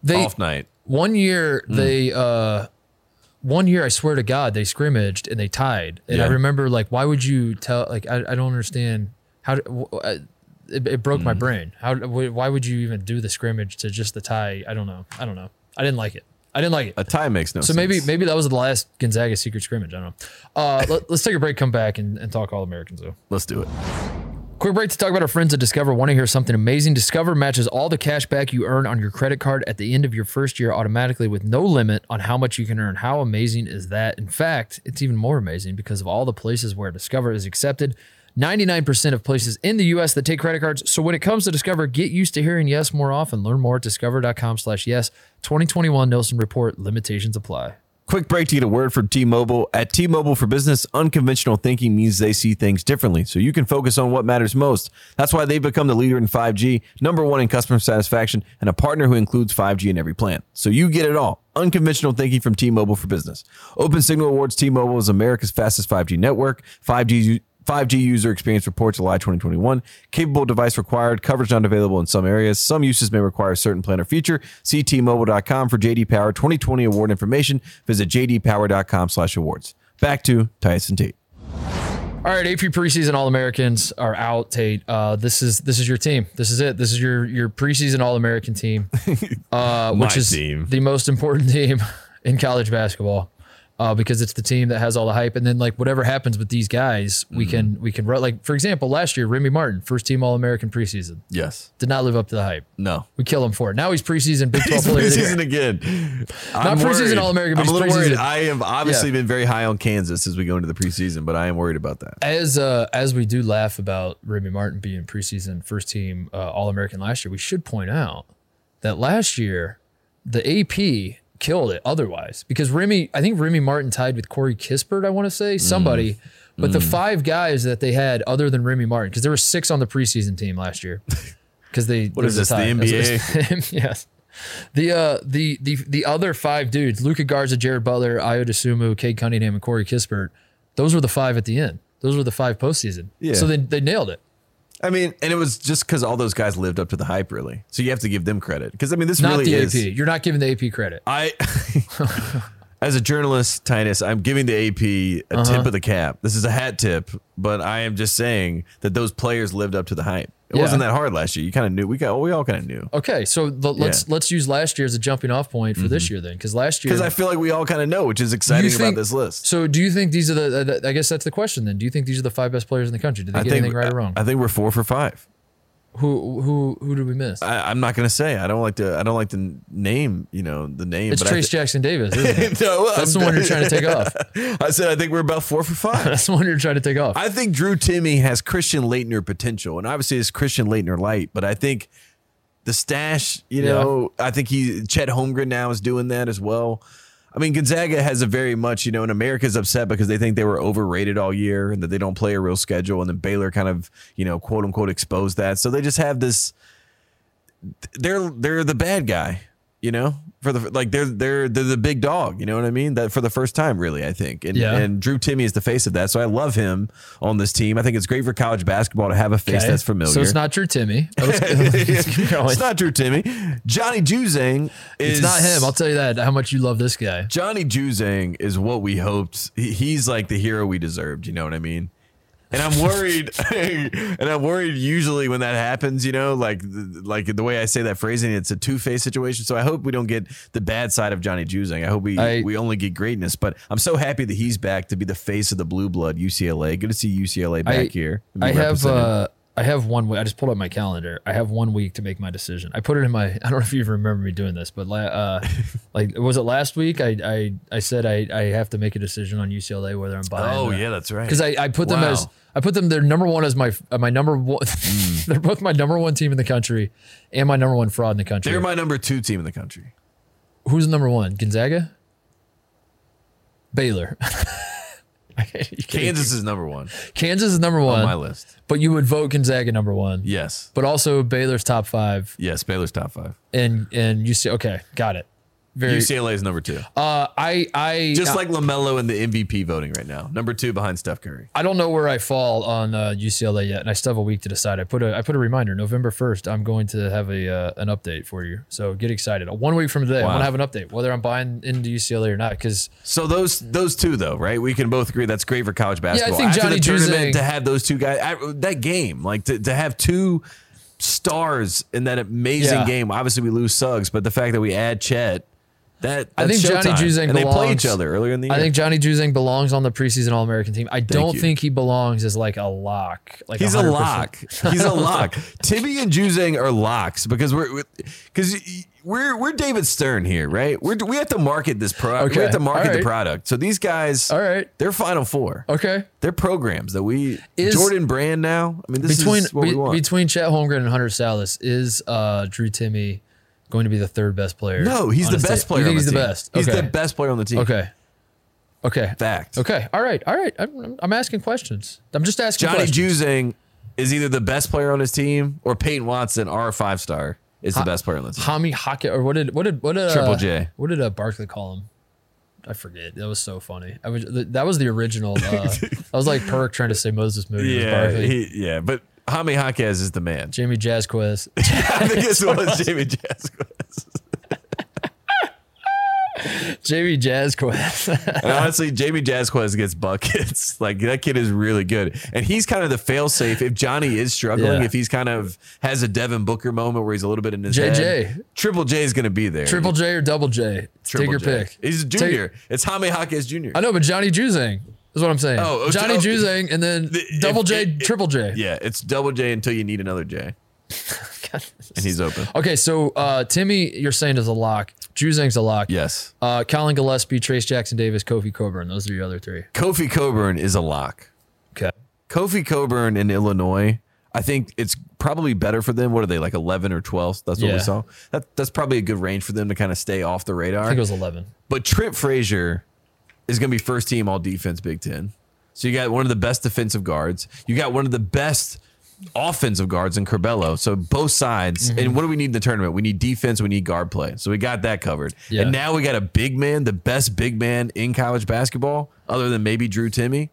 [SPEAKER 2] They
[SPEAKER 1] off night.
[SPEAKER 2] one year they uh one year I swear to God they scrimmaged and they tied. And I
[SPEAKER 1] Yeah.
[SPEAKER 2] remember like why would you tell like I, I don't understand how do, w- I, it, it broke my brain. How wh- why would you even do the scrimmage to just the tie? I don't know. I don't know. I didn't like it. I didn't like it.
[SPEAKER 1] A tie makes no
[SPEAKER 2] So
[SPEAKER 1] sense.
[SPEAKER 2] maybe maybe that was the last Gonzaga secret scrimmage. I don't know. Uh, let, us take a break, come back, and, and talk all Americans though.
[SPEAKER 1] let's do it.
[SPEAKER 2] Quick break to talk about our friends at Discover. Want to hear something amazing? Discover matches all the cash back you earn on your credit card at the end of your first year automatically with no limit on how much you can earn. How amazing is that? In fact, it's even more amazing because of all the places where Discover is accepted. 99% of places in the US that take credit cards. So when it comes to Discover, get used to hearing yes more often. Learn more at discover.com slash yes. 2021 Nelson Report. Limitations apply.
[SPEAKER 1] Quick break to get a word from T-Mobile. At T-Mobile for Business, unconventional thinking means they see things differently, so you can focus on what matters most. That's why they've become the leader in 5G, number one in customer satisfaction, and a partner who includes 5G in every plan. So you get it all. Unconventional thinking from T-Mobile for Business. Open Signal Awards T-Mobile is America's fastest 5G network. 5G u- 5G user experience report July 2021. Capable device required. Coverage not available in some areas. Some uses may require a certain plan or feature. See tmobile.com for JD Power 2020 award information. Visit jdpower.com/awards. Back to Tyson Tate.
[SPEAKER 2] All right, AP preseason All Americans are out. Tate, uh, this is this is your team. This is it. This is your your preseason All American team, uh, which
[SPEAKER 1] My
[SPEAKER 2] is
[SPEAKER 1] team.
[SPEAKER 2] the most important team in college basketball uh, because it's the team that has all the hype. And then like whatever happens with these guys, we can
[SPEAKER 1] Mm-hmm.
[SPEAKER 2] we can run. Like for example, last year Remy Martin, first team All American preseason,
[SPEAKER 1] Yes.
[SPEAKER 2] did not live up to the hype.
[SPEAKER 1] No.
[SPEAKER 2] We kill him for it. Now he's preseason Big Twelve
[SPEAKER 1] He's
[SPEAKER 2] player. of the year.
[SPEAKER 1] preseason again. I'm
[SPEAKER 2] preseason
[SPEAKER 1] worried.
[SPEAKER 2] All-American, but
[SPEAKER 1] I'm a
[SPEAKER 2] he's
[SPEAKER 1] little worried.
[SPEAKER 2] preseason.
[SPEAKER 1] I have obviously
[SPEAKER 2] Yeah.
[SPEAKER 1] been very high on Kansas as we go into the preseason, but I am worried about that.
[SPEAKER 2] As uh, as we do laugh about Remy Martin being preseason first team uh, All American last year, we should point out that last year the AP killed it. Otherwise, because Remy, I think Remy Martin tied with Corey Kispert. I want to say
[SPEAKER 1] Mm.
[SPEAKER 2] somebody, but the five guys that they had other than Remy Martin, because there were six on the preseason team last year, because they what
[SPEAKER 1] is this, the
[SPEAKER 2] yes. The uh the the the other five dudes, Luca Garza, Jared Butler, Io DeSumo, Cade Cunningham, and Corey Kispert, those were the five at the end. Those were the five postseason.
[SPEAKER 1] Yeah.
[SPEAKER 2] So they they nailed it.
[SPEAKER 1] I mean, and it was just because all those guys lived up to the hype, really. So you have to give them credit because I mean, this
[SPEAKER 2] Not
[SPEAKER 1] really
[SPEAKER 2] the
[SPEAKER 1] is.
[SPEAKER 2] AP. You're not giving the AP credit.
[SPEAKER 1] I, as a journalist, Titus, I'm giving the AP
[SPEAKER 2] Uh-huh.
[SPEAKER 1] a tip of the cap. This is a hat tip, but I am just saying that those players lived up to the hype. It
[SPEAKER 2] Yeah.
[SPEAKER 1] wasn't that hard last year. You kind of knew. We got. We all kind of knew.
[SPEAKER 2] Okay, so the, let's let's use last year as a jumping off point for this year then, because last year.
[SPEAKER 1] Because Mm-hmm. I feel like we all kind of know, which is exciting
[SPEAKER 2] You
[SPEAKER 1] about
[SPEAKER 2] think-
[SPEAKER 1] this list.
[SPEAKER 2] so do you think these are the? uh, the- I guess that's the question then. Do you think these are the five best players in the country? Did they
[SPEAKER 1] I
[SPEAKER 2] get
[SPEAKER 1] think
[SPEAKER 2] anything right or wrong?
[SPEAKER 1] I think we're four for five.
[SPEAKER 2] who who who did we miss?
[SPEAKER 1] I, I'm not gonna say. I don't like to. I don't like to name. You know the name.
[SPEAKER 2] it's
[SPEAKER 1] but I
[SPEAKER 2] Trace
[SPEAKER 1] thi-
[SPEAKER 2] Jackson Davis. Isn't it?
[SPEAKER 1] No, I'm-
[SPEAKER 2] That's the one you're trying to take off.
[SPEAKER 1] I said I think we're about four for five.
[SPEAKER 2] That's the one you're trying to take off.
[SPEAKER 1] I think Drew Timmy has Christian Leitner potential, and obviously it's Christian Leitner light, but I think the stash, you
[SPEAKER 2] Yeah.
[SPEAKER 1] know, I think he Chet Holmgren now is doing that as well. I mean, Gonzaga has a very much, you know, and America's upset because they think they were overrated all year and that they don't play a real schedule. And then Baylor kind of, you know, quote unquote exposed that. So they just have this they're they're the bad guy, you know? For the like they're they're they're the big dog, you know what I mean? That for the first time, really, I think. And
[SPEAKER 2] Yeah.
[SPEAKER 1] and and Drew Timmy is the face of that. So I love him on this team. I think it's great for college basketball to have a face
[SPEAKER 2] Okay.
[SPEAKER 1] that's familiar.
[SPEAKER 2] So it's not Drew Timmy. Oh, let's- let's keep going.
[SPEAKER 1] It's not Drew Timmy. Johnny Juzang is
[SPEAKER 2] It's not him. I'll tell you that. How much you love this guy.
[SPEAKER 1] Johnny Juzang is what we hoped. He- He's like the hero we deserved. You know what I mean? And I'm worried. and I'm worried. Usually when that happens, you know, like like the way I say that phrasing, it's a two face situation. So I hope we don't get the bad side of Johnny Juzang. I hope we
[SPEAKER 2] I-
[SPEAKER 1] we only get greatness. But I'm so happy that he's back to be the face of the blue blood UCLA. Good to see UCLA back
[SPEAKER 2] I-
[SPEAKER 1] here. and be
[SPEAKER 2] I have
[SPEAKER 1] represented.
[SPEAKER 2] uh I have one week. I just pulled up my calendar. I have one week to make my decision. I put it in my. I don't know if you even remember me doing this, but la- uh, like was it last week? I I, I said I, I have to make a decision on UCLA whether I'm buying.
[SPEAKER 1] Oh yeah, that's right.
[SPEAKER 2] uh, because I, I put them
[SPEAKER 1] Wow. Mm.
[SPEAKER 2] as I put them. They're number one as my uh, my number one. they're both my number one team in the country, and my number one fraud in the country.
[SPEAKER 1] they're my number two team in the country.
[SPEAKER 2] who's number one? Gonzaga? Baylor.
[SPEAKER 1] Kansas is number one
[SPEAKER 2] Kansas is number one.
[SPEAKER 1] on my list.
[SPEAKER 2] But you would vote Gonzaga number one.
[SPEAKER 1] Yes.
[SPEAKER 2] But also Baylor's top five
[SPEAKER 1] Yes. Baylor's top five.
[SPEAKER 2] and and UC okay, got it. Very
[SPEAKER 1] UCLA is number two.
[SPEAKER 2] uh I I
[SPEAKER 1] Just like LaMelo in the MVP voting right now. Number two behind Steph Curry.
[SPEAKER 2] I don't know where I fall on uh, UCLA yet, and I still have a week to decide. I put a I put a reminder November first. I'm going to have a uh, an update for you, so get excited. One week from today,
[SPEAKER 1] Wow.
[SPEAKER 2] I'm gonna have an update whether I'm buying into UCLA or not. Because
[SPEAKER 1] So those those two though, right? We can both agree that's great for college basketball.
[SPEAKER 2] think
[SPEAKER 1] After the
[SPEAKER 2] Johnny
[SPEAKER 1] tournament
[SPEAKER 2] Juzang-
[SPEAKER 1] to have those two guys I, that game, like to, to have two stars in that amazing
[SPEAKER 2] Yeah.
[SPEAKER 1] game. Obviously, we lose Suggs, but the fact that we add Chet, that
[SPEAKER 2] I
[SPEAKER 1] that's
[SPEAKER 2] think Johnny
[SPEAKER 1] showtime.
[SPEAKER 2] Juzang
[SPEAKER 1] and they play
[SPEAKER 2] belongs-
[SPEAKER 1] each other earlier in the year.
[SPEAKER 2] I think Johnny Juzang belongs on the preseason All American team. I don't
[SPEAKER 1] you.
[SPEAKER 2] think he belongs as like a lock. Like
[SPEAKER 1] He's a
[SPEAKER 2] 100%.
[SPEAKER 1] lock. He's a lock. Tibby and Juzang are locks because we're because we're we're David Stern here, right? We're, we have to market this product.
[SPEAKER 2] Okay.
[SPEAKER 1] We have to market
[SPEAKER 2] All
[SPEAKER 1] the
[SPEAKER 2] right.
[SPEAKER 1] product. So these guys,
[SPEAKER 2] All right.
[SPEAKER 1] they're Final Four.
[SPEAKER 2] Okay.
[SPEAKER 1] They're programs that we
[SPEAKER 2] Is-
[SPEAKER 1] Jordan Brand now. I mean, this
[SPEAKER 2] between
[SPEAKER 1] is what we
[SPEAKER 2] be-
[SPEAKER 1] want.
[SPEAKER 2] between Chet Holmgren and Hunter Salas, is uh, Drew Timmy going to be the third best player?
[SPEAKER 1] no, he's
[SPEAKER 2] on
[SPEAKER 1] the
[SPEAKER 2] his
[SPEAKER 1] best
[SPEAKER 2] team?
[SPEAKER 1] player.
[SPEAKER 2] You think
[SPEAKER 1] on
[SPEAKER 2] he's the
[SPEAKER 1] team.
[SPEAKER 2] best?
[SPEAKER 1] He's
[SPEAKER 2] okay.
[SPEAKER 1] the best player on the team.
[SPEAKER 2] Okay. Okay.
[SPEAKER 1] Fact.
[SPEAKER 2] Okay. All right. All right. I'm, I'm asking questions. I'm just asking
[SPEAKER 1] Johnny
[SPEAKER 2] questions.
[SPEAKER 1] Juzang is either the best player on his team or Peyton Watson, our five star, is the best player on the team.
[SPEAKER 2] Hami Hockett, or what did what did what did uh,
[SPEAKER 1] Triple J.
[SPEAKER 2] What did uh, Barkley call him? I forget. That was so funny. I was th- that was the original. Uh, I was like Perk trying to say Moses Moody. was
[SPEAKER 1] Yeah,
[SPEAKER 2] Barkley.
[SPEAKER 1] he, yeah, but Jaime Jaquez is the man.
[SPEAKER 2] Jamie Jazzquez.
[SPEAKER 1] I think it's what was Jamie Jaskowitz.
[SPEAKER 2] Jamie Jazzquez.
[SPEAKER 1] And honestly, Jamie Jaskowitz gets buckets. Like that kid is really good, and he's kind of the fail safe if Johnny is struggling.
[SPEAKER 2] Yeah.
[SPEAKER 1] If he's kind of has a Devin Booker moment where he's a little bit in his
[SPEAKER 2] JJ.
[SPEAKER 1] head, Triple J is going to be there.
[SPEAKER 2] Triple J or Double J?
[SPEAKER 1] Triple
[SPEAKER 2] Take your
[SPEAKER 1] J.
[SPEAKER 2] pick.
[SPEAKER 1] He's a
[SPEAKER 2] Take-
[SPEAKER 1] junior. it's Jaime Jaquez Jr.
[SPEAKER 2] I know, but Johnny Juzang is what I'm saying.
[SPEAKER 1] Oh,
[SPEAKER 2] Oh,
[SPEAKER 1] oh,
[SPEAKER 2] Johnny
[SPEAKER 1] oh,
[SPEAKER 2] Juzang, and then
[SPEAKER 1] The-
[SPEAKER 2] Double
[SPEAKER 1] if-
[SPEAKER 2] J,
[SPEAKER 1] it- it-
[SPEAKER 2] Triple J.
[SPEAKER 1] Yeah, it's Double J until you need another J, and he's open.
[SPEAKER 2] Okay, so uh, Timmy, you're saying is a lock. Juzang's a lock.
[SPEAKER 1] Yes,
[SPEAKER 2] Uh, Colin Gillespie, Trace Jackson Davis, Kofi Coburn. Those are your other three.
[SPEAKER 1] Kofi Coburn is a lock.
[SPEAKER 2] Okay.
[SPEAKER 1] Kofi Coburn in Illinois. I think it's probably better for them. What are they like, eleven or twelve? That's what
[SPEAKER 2] Yeah.
[SPEAKER 1] we saw. That that's probably a good range for them to kind of stay off the
[SPEAKER 2] I think it
[SPEAKER 1] radar.
[SPEAKER 2] was 11.
[SPEAKER 1] But Trent Frazier is going to be first team All Defense Big Ten. So you got one of the best defensive guards. You got one of the best offensive guards in Corbello. So both sides.
[SPEAKER 2] Mm-hmm.
[SPEAKER 1] And what do we need in the tournament? We need defense. We need guard play. So we got that covered.
[SPEAKER 2] Yeah.
[SPEAKER 1] And now we got a big man, the best big man in college basketball, other than maybe Drew Timmy,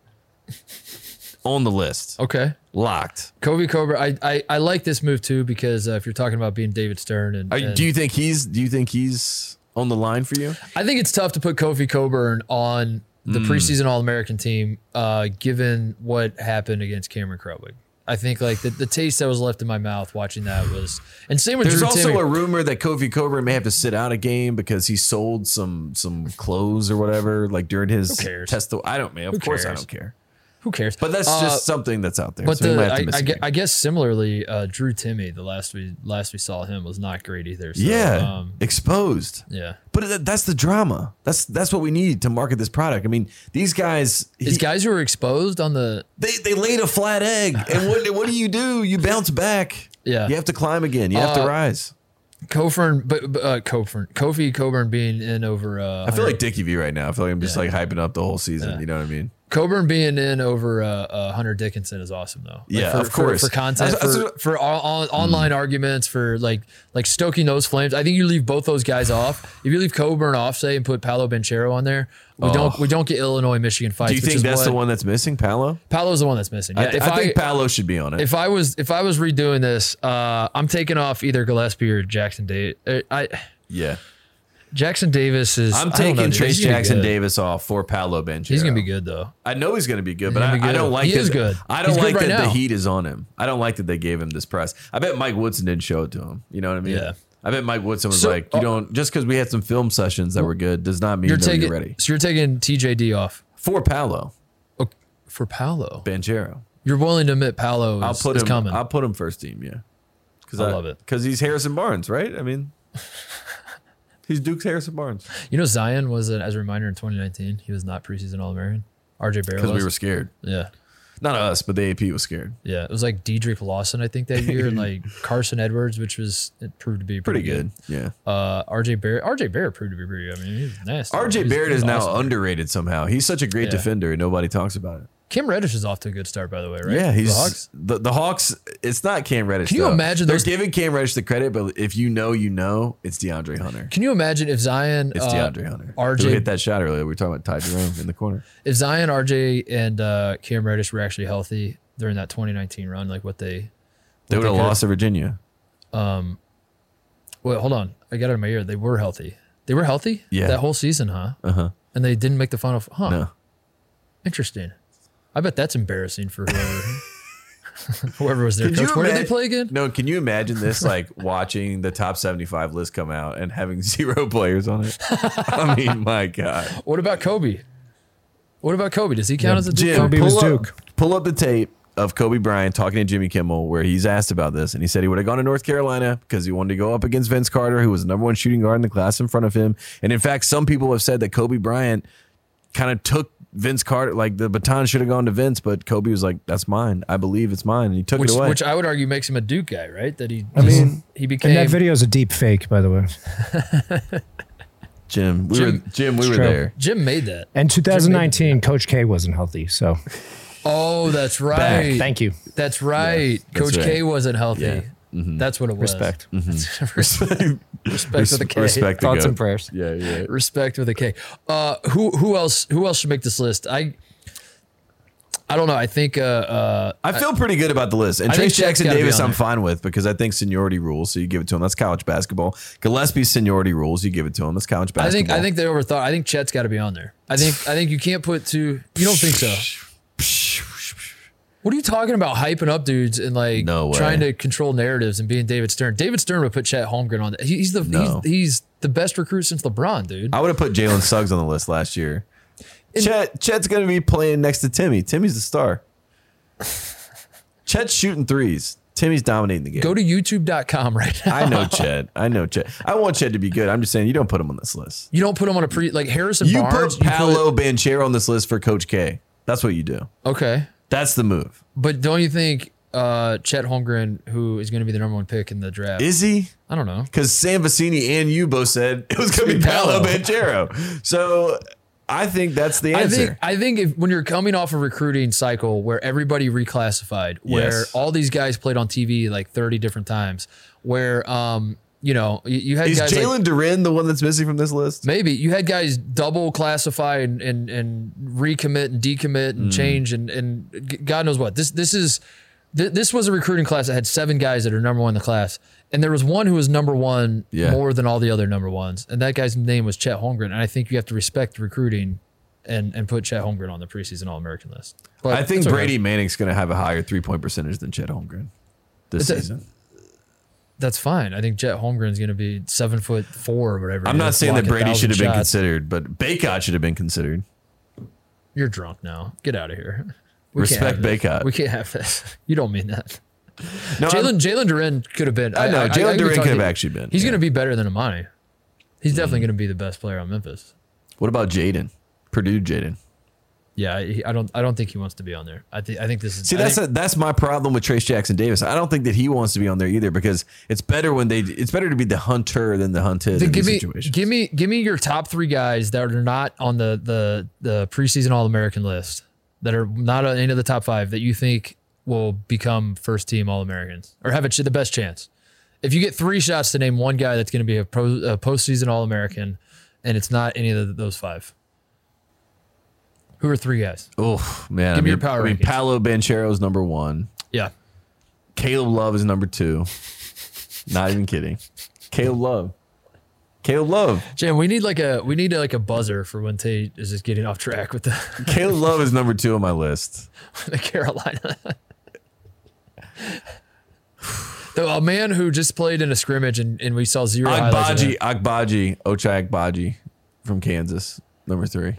[SPEAKER 1] on the list
[SPEAKER 2] Okay.
[SPEAKER 1] locked.
[SPEAKER 2] Kofi Coburn. I, I, I like this move too because uh, if you're talking about being David Stern, and,
[SPEAKER 1] Are,
[SPEAKER 2] and-
[SPEAKER 1] do you think he's? Do you think he's on the line for you?
[SPEAKER 2] I think it's tough to put Kofi Coburn on the
[SPEAKER 1] Hmm.
[SPEAKER 2] preseason All American team uh, given what happened against Cameron Crowig. I think like the, the taste that was left in my mouth watching that was, and same with
[SPEAKER 1] There's
[SPEAKER 2] Drew
[SPEAKER 1] also
[SPEAKER 2] Timmy.
[SPEAKER 1] a rumor that Kofi Coburn may have to sit out a game because he sold some some clothes or whatever, like during his
[SPEAKER 2] Who cares?
[SPEAKER 1] test. I don't man. Of course, I
[SPEAKER 2] cares?
[SPEAKER 1] don't care.
[SPEAKER 2] Who cares?
[SPEAKER 1] But that's
[SPEAKER 2] Uh,
[SPEAKER 1] just something that's out there.
[SPEAKER 2] But
[SPEAKER 1] so we
[SPEAKER 2] the,
[SPEAKER 1] might have
[SPEAKER 2] I,
[SPEAKER 1] to miss
[SPEAKER 2] I,
[SPEAKER 1] a
[SPEAKER 2] gue-
[SPEAKER 1] game.
[SPEAKER 2] I guess similarly, uh, Drew Timmy, the last we last we saw him was not great either. So,
[SPEAKER 1] yeah,
[SPEAKER 2] um,
[SPEAKER 1] exposed.
[SPEAKER 2] yeah.
[SPEAKER 1] But that, that's the drama. That's that's what we need to market this product. I mean, these guys, he-
[SPEAKER 2] These guys who were exposed on the
[SPEAKER 1] they they laid a flat egg, and what what do you do? You bounce back.
[SPEAKER 2] Yeah.
[SPEAKER 1] you have to climb again. You have to
[SPEAKER 2] Uh,
[SPEAKER 1] rise.
[SPEAKER 2] Coburn, but but, uh, Coburn, Kofi Coburn being in over. Uh,
[SPEAKER 1] I feel like Dickie V right now. I feel like I'm just like hyping up the whole season. You know what I mean?
[SPEAKER 2] Coburn being in over uh, uh, Hunter Dickinson is awesome though. Like,
[SPEAKER 1] Yeah,
[SPEAKER 2] for,
[SPEAKER 1] of
[SPEAKER 2] for-
[SPEAKER 1] course.
[SPEAKER 2] for, content
[SPEAKER 1] That's- Mm.
[SPEAKER 2] for,
[SPEAKER 1] that's-
[SPEAKER 2] for all, all, online arguments for like like stoking those flames. I think you leave both those guys off. If you leave Coburn off, say, and put Paolo Banchero on there, we don't we don't get Illinois Michigan fights.
[SPEAKER 1] Oh. Do you
[SPEAKER 2] which
[SPEAKER 1] think
[SPEAKER 2] is
[SPEAKER 1] that's
[SPEAKER 2] what-
[SPEAKER 1] the one that's missing, Paolo?
[SPEAKER 2] Paolo's the one that's missing. Yeah,
[SPEAKER 1] I, th-
[SPEAKER 2] if
[SPEAKER 1] I
[SPEAKER 2] I,
[SPEAKER 1] think Paolo should be on it.
[SPEAKER 2] if I was if I was redoing this, uh, I'm taking off either Gillespie or Jackson Davis. I
[SPEAKER 1] yeah,
[SPEAKER 2] Jackson Davis is.
[SPEAKER 1] I'm
[SPEAKER 2] I don't know,
[SPEAKER 1] taking
[SPEAKER 2] dude.
[SPEAKER 1] Trace
[SPEAKER 2] He's gonna be
[SPEAKER 1] Jackson
[SPEAKER 2] good.
[SPEAKER 1] Davis off for Paolo Banchero.
[SPEAKER 2] He's gonna be good though.
[SPEAKER 1] I know he's gonna be good, but
[SPEAKER 2] He's
[SPEAKER 1] I,
[SPEAKER 2] gonna be
[SPEAKER 1] I don't
[SPEAKER 2] good.
[SPEAKER 1] like
[SPEAKER 2] He
[SPEAKER 1] that.
[SPEAKER 2] is good.
[SPEAKER 1] I don't
[SPEAKER 2] He's good
[SPEAKER 1] like
[SPEAKER 2] right
[SPEAKER 1] that the
[SPEAKER 2] now.
[SPEAKER 1] heat is on him. I don't like that they gave him this press. I bet Mike Woodson didn't show it to him. You know what I mean?
[SPEAKER 2] Yeah.
[SPEAKER 1] I bet Mike Woodson was
[SPEAKER 2] So- uh,
[SPEAKER 1] like, you don't just because we had some film sessions that were good does not mean
[SPEAKER 2] You're
[SPEAKER 1] that
[SPEAKER 2] taking
[SPEAKER 1] you're ready
[SPEAKER 2] so you're taking TJD off
[SPEAKER 1] for Paolo
[SPEAKER 2] okay, for Paolo.
[SPEAKER 1] Banchero.
[SPEAKER 2] You're willing to admit Paolo is,
[SPEAKER 1] I'll put
[SPEAKER 2] is
[SPEAKER 1] him.
[SPEAKER 2] coming.
[SPEAKER 1] I'll put him first team. Yeah, because
[SPEAKER 2] I love it.
[SPEAKER 1] Because he's Harrison Barnes, right? I mean, he's Duke's Harrison Barnes.
[SPEAKER 2] you know Zion was an, as a reminder in 2019 he was not preseason All American. RJ Barrett
[SPEAKER 1] Because
[SPEAKER 2] was.
[SPEAKER 1] we were scared.
[SPEAKER 2] yeah.
[SPEAKER 1] Not us, but the AP was scared.
[SPEAKER 2] Yeah, it was like Dedrick Lawson, I think that year, and like Carson Edwards, which was it proved to be
[SPEAKER 1] Pretty good. Yeah.
[SPEAKER 2] Uh, RJ Barrett, RJ Barrett proved to be pretty. good. I mean, he's nasty.
[SPEAKER 1] RJ
[SPEAKER 2] He's-
[SPEAKER 1] Barrett
[SPEAKER 2] he's
[SPEAKER 1] is now
[SPEAKER 2] awesome.
[SPEAKER 1] underrated somehow. He's such a great
[SPEAKER 2] Yeah.
[SPEAKER 1] defender and nobody talks about it.
[SPEAKER 2] Kim Reddish is off to a good start, by the way, right?
[SPEAKER 1] Yeah,
[SPEAKER 2] For
[SPEAKER 1] he's
[SPEAKER 2] the Hawks.
[SPEAKER 1] The, the Hawks. It's not Cam Reddish.
[SPEAKER 2] Can you
[SPEAKER 1] though.
[SPEAKER 2] imagine
[SPEAKER 1] They're
[SPEAKER 2] those-
[SPEAKER 1] giving Cam Reddish the credit, but if you know, you know, it's DeAndre Hunter.
[SPEAKER 2] Can you imagine if Zion,
[SPEAKER 1] It's
[SPEAKER 2] uh,
[SPEAKER 1] DeAndre Hunter.
[SPEAKER 2] RJ
[SPEAKER 1] Who hit that shot earlier. We were talking about Ty Jerome in the corner.
[SPEAKER 2] if Zion, RJ, and uh, Cam Reddish were actually healthy during that 2019 run, like what they?
[SPEAKER 1] They would have
[SPEAKER 2] good.
[SPEAKER 1] lost to Virginia.
[SPEAKER 2] Wait, hold on, I got it in my ear. They were healthy. They were healthy.
[SPEAKER 1] Yeah.
[SPEAKER 2] that whole season, huh?
[SPEAKER 1] Uh huh.
[SPEAKER 2] And they didn't make the final. f- Huh.
[SPEAKER 1] No.
[SPEAKER 2] Interesting. I bet that's embarrassing for whoever, whoever was their coach. Where did they play again?
[SPEAKER 1] No, can you imagine this? Like watching the top 75 list come out and having zero players on it? I mean, my God.
[SPEAKER 2] What about Kobe? What about Kobe? Does he count as a Duke?
[SPEAKER 1] Jim,
[SPEAKER 2] Kobe?
[SPEAKER 4] Kobe was
[SPEAKER 1] pull, up,
[SPEAKER 4] Duke.
[SPEAKER 1] pull up the tape of Kobe Bryant talking to Jimmy Kimmel where he's asked about this. And he said he would have gone to North Carolina because he wanted to go up against Vince Carter, who was the number one shooting guard in the class in front of him. And in fact, some people have said that Kobe Bryant kind of took Vince Carter, like the baton should have gone to Vince, but Kobe was like, that's mine. I believe it's mine. And he took
[SPEAKER 2] Which,
[SPEAKER 1] it away.
[SPEAKER 2] which I would argue makes him a Duke guy, right? That he,
[SPEAKER 4] I
[SPEAKER 2] he's-
[SPEAKER 4] mean,
[SPEAKER 2] he
[SPEAKER 4] And that
[SPEAKER 2] became.
[SPEAKER 4] video is a deep fake, by the way.
[SPEAKER 1] Jim, we
[SPEAKER 2] Jim-
[SPEAKER 1] were, Jim, we were
[SPEAKER 4] true.
[SPEAKER 1] there.
[SPEAKER 2] Jim made that.
[SPEAKER 4] And 2019, Coach K wasn't healthy, so
[SPEAKER 2] Oh, that's right.
[SPEAKER 4] thank you.
[SPEAKER 2] That's right.
[SPEAKER 1] that's
[SPEAKER 2] Coach K
[SPEAKER 1] right.
[SPEAKER 2] wasn't healthy.
[SPEAKER 1] Yeah. Mm-hmm.
[SPEAKER 2] That's what it was.
[SPEAKER 4] Respect.
[SPEAKER 2] respect with a K.
[SPEAKER 1] Respect the
[SPEAKER 4] Thoughts
[SPEAKER 1] goat.
[SPEAKER 4] and prayers.
[SPEAKER 1] Yeah, yeah.
[SPEAKER 2] Respect with a K. Uh, who who else who else should make this list? I I don't know. I think uh, uh,
[SPEAKER 1] I feel pretty good about the list. And
[SPEAKER 2] I think
[SPEAKER 1] Trace
[SPEAKER 2] Shaq's
[SPEAKER 1] Jackson
[SPEAKER 2] gotta be
[SPEAKER 1] Davis,
[SPEAKER 2] on
[SPEAKER 1] I'm
[SPEAKER 2] there.
[SPEAKER 1] fine with because I think seniority rules. So you give it to him. That's college basketball. Gillespie's seniority rules. You give it to him. That's college
[SPEAKER 2] I think
[SPEAKER 1] basketball.
[SPEAKER 2] I think they overthought. I think Chet's got to be on there. I think I think you can't put two. You don't think so? What are you talking about? Hyping up dudes and like
[SPEAKER 1] No way.
[SPEAKER 2] trying to control narratives and being David Stern. David Stern would put Chet Holmgren on. The, he- he's the
[SPEAKER 1] No.
[SPEAKER 2] he's, he's the best recruit since LeBron, dude.
[SPEAKER 1] I would have put Jalen Suggs on the list last year. Chet, Chet's going to be playing next to Timmy. Timmy's the star. Chet's shooting threes. Timmy's dominating the game.
[SPEAKER 2] Go to YouTube.com right now.
[SPEAKER 1] I know Chet. I know Chet. I want Chet to be good. I'm just saying you don't put him on this list.
[SPEAKER 2] You don't put him on a pre like Harrison
[SPEAKER 1] You
[SPEAKER 2] Barnes.
[SPEAKER 1] put Paolo Banchero on this list for Coach K. That's what you do.
[SPEAKER 2] okay,
[SPEAKER 1] That's the move.
[SPEAKER 2] but don't you think uh, Chet Holmgren, who is going to be the number one pick in the draft?
[SPEAKER 1] Is he?
[SPEAKER 2] I don't know.
[SPEAKER 1] because Sam Vecini and you both said it was going to be Paolo Banchero. So I think that's the
[SPEAKER 2] I
[SPEAKER 1] answer.
[SPEAKER 2] think I think if when you're coming off a recruiting cycle where everybody reclassified, where
[SPEAKER 1] Yes.
[SPEAKER 2] all these guys played on TV like 30 different times, where um you know you, you had
[SPEAKER 1] Is
[SPEAKER 2] guys like-
[SPEAKER 1] Jalen Duran the one that's missing from this list?
[SPEAKER 2] maybe you had guys double classify and and, and recommit and decommit
[SPEAKER 1] Hmm.
[SPEAKER 2] and change and and g- God knows what this this is. th- This was a recruiting class that had seven guys that are number one in the class, and there was one who was number one
[SPEAKER 1] Yeah.
[SPEAKER 2] more than all the other number ones, and that guy's name was Chet Holmgren. And I think you have to respect recruiting, and and put Chet Holmgren on the preseason All American list. But
[SPEAKER 1] I think
[SPEAKER 2] it's okay.
[SPEAKER 1] Brady Manning's going to have a higher three point percentage than Chet Holmgren this
[SPEAKER 2] It's a-
[SPEAKER 1] season.
[SPEAKER 2] that's fine. I think Chet Holmgren's going to be seven foot four or whatever.
[SPEAKER 1] I'm not saying that Brady should have been
[SPEAKER 2] considered.
[SPEAKER 1] considered, but Baycott should have been considered.
[SPEAKER 2] You're drunk now. Get out of here. We can't
[SPEAKER 1] Respect
[SPEAKER 2] have this.
[SPEAKER 1] Baycott.
[SPEAKER 2] We can't have this. You don't mean that.
[SPEAKER 1] No, I'm-
[SPEAKER 2] Jalen Jalen Duran could have been.
[SPEAKER 1] I know, Jalen
[SPEAKER 2] we
[SPEAKER 1] Duren could
[SPEAKER 2] talked
[SPEAKER 1] have
[SPEAKER 2] to-
[SPEAKER 1] actually been,
[SPEAKER 2] He's
[SPEAKER 1] yeah. Mm.
[SPEAKER 2] going to be better than Amani. He's definitely going to be the best player on Memphis.
[SPEAKER 1] what about Jaden? Purdue Jaden.
[SPEAKER 2] Yeah, I, I don't. I don't think he wants to be on there. I think. I think this is.
[SPEAKER 1] See,
[SPEAKER 2] I
[SPEAKER 1] that's
[SPEAKER 2] think-
[SPEAKER 1] a, that's my problem with Trace Jackson Davis. I don't think that he wants to be on there either because it's better when they it's better to be the hunter than the hunted.
[SPEAKER 2] Then
[SPEAKER 1] in
[SPEAKER 2] give
[SPEAKER 1] these
[SPEAKER 2] me,
[SPEAKER 1] situations.
[SPEAKER 2] give me, give me your top three guys that are not on the the the preseason All American list that are not on any of the top five that you think will become first team All Americans or have a, ch- the best chance. If you get three shots to name one guy that's going to be a, pro, a postseason All American, and it's not any of the, those five, who are three guys?
[SPEAKER 1] Oh man, I
[SPEAKER 2] Give me
[SPEAKER 1] mean,
[SPEAKER 2] your power
[SPEAKER 1] I mean,
[SPEAKER 2] rankings.
[SPEAKER 1] Paolo Banchero is number one.
[SPEAKER 2] Yeah,
[SPEAKER 1] Caleb Love is number two. Not even kidding. Caleb Love. Caleb Love.
[SPEAKER 2] Jim, we need like a we need like a buzzer for when Tate is just getting off track with the,
[SPEAKER 1] Caleb Love is number two on my list.
[SPEAKER 2] the Carolina. Though a man who just played in a scrimmage and, and we saw zero highlights. of
[SPEAKER 1] Agbaji,
[SPEAKER 2] it.
[SPEAKER 1] Agbaji, Ochai Agbaji from Kansas, number three.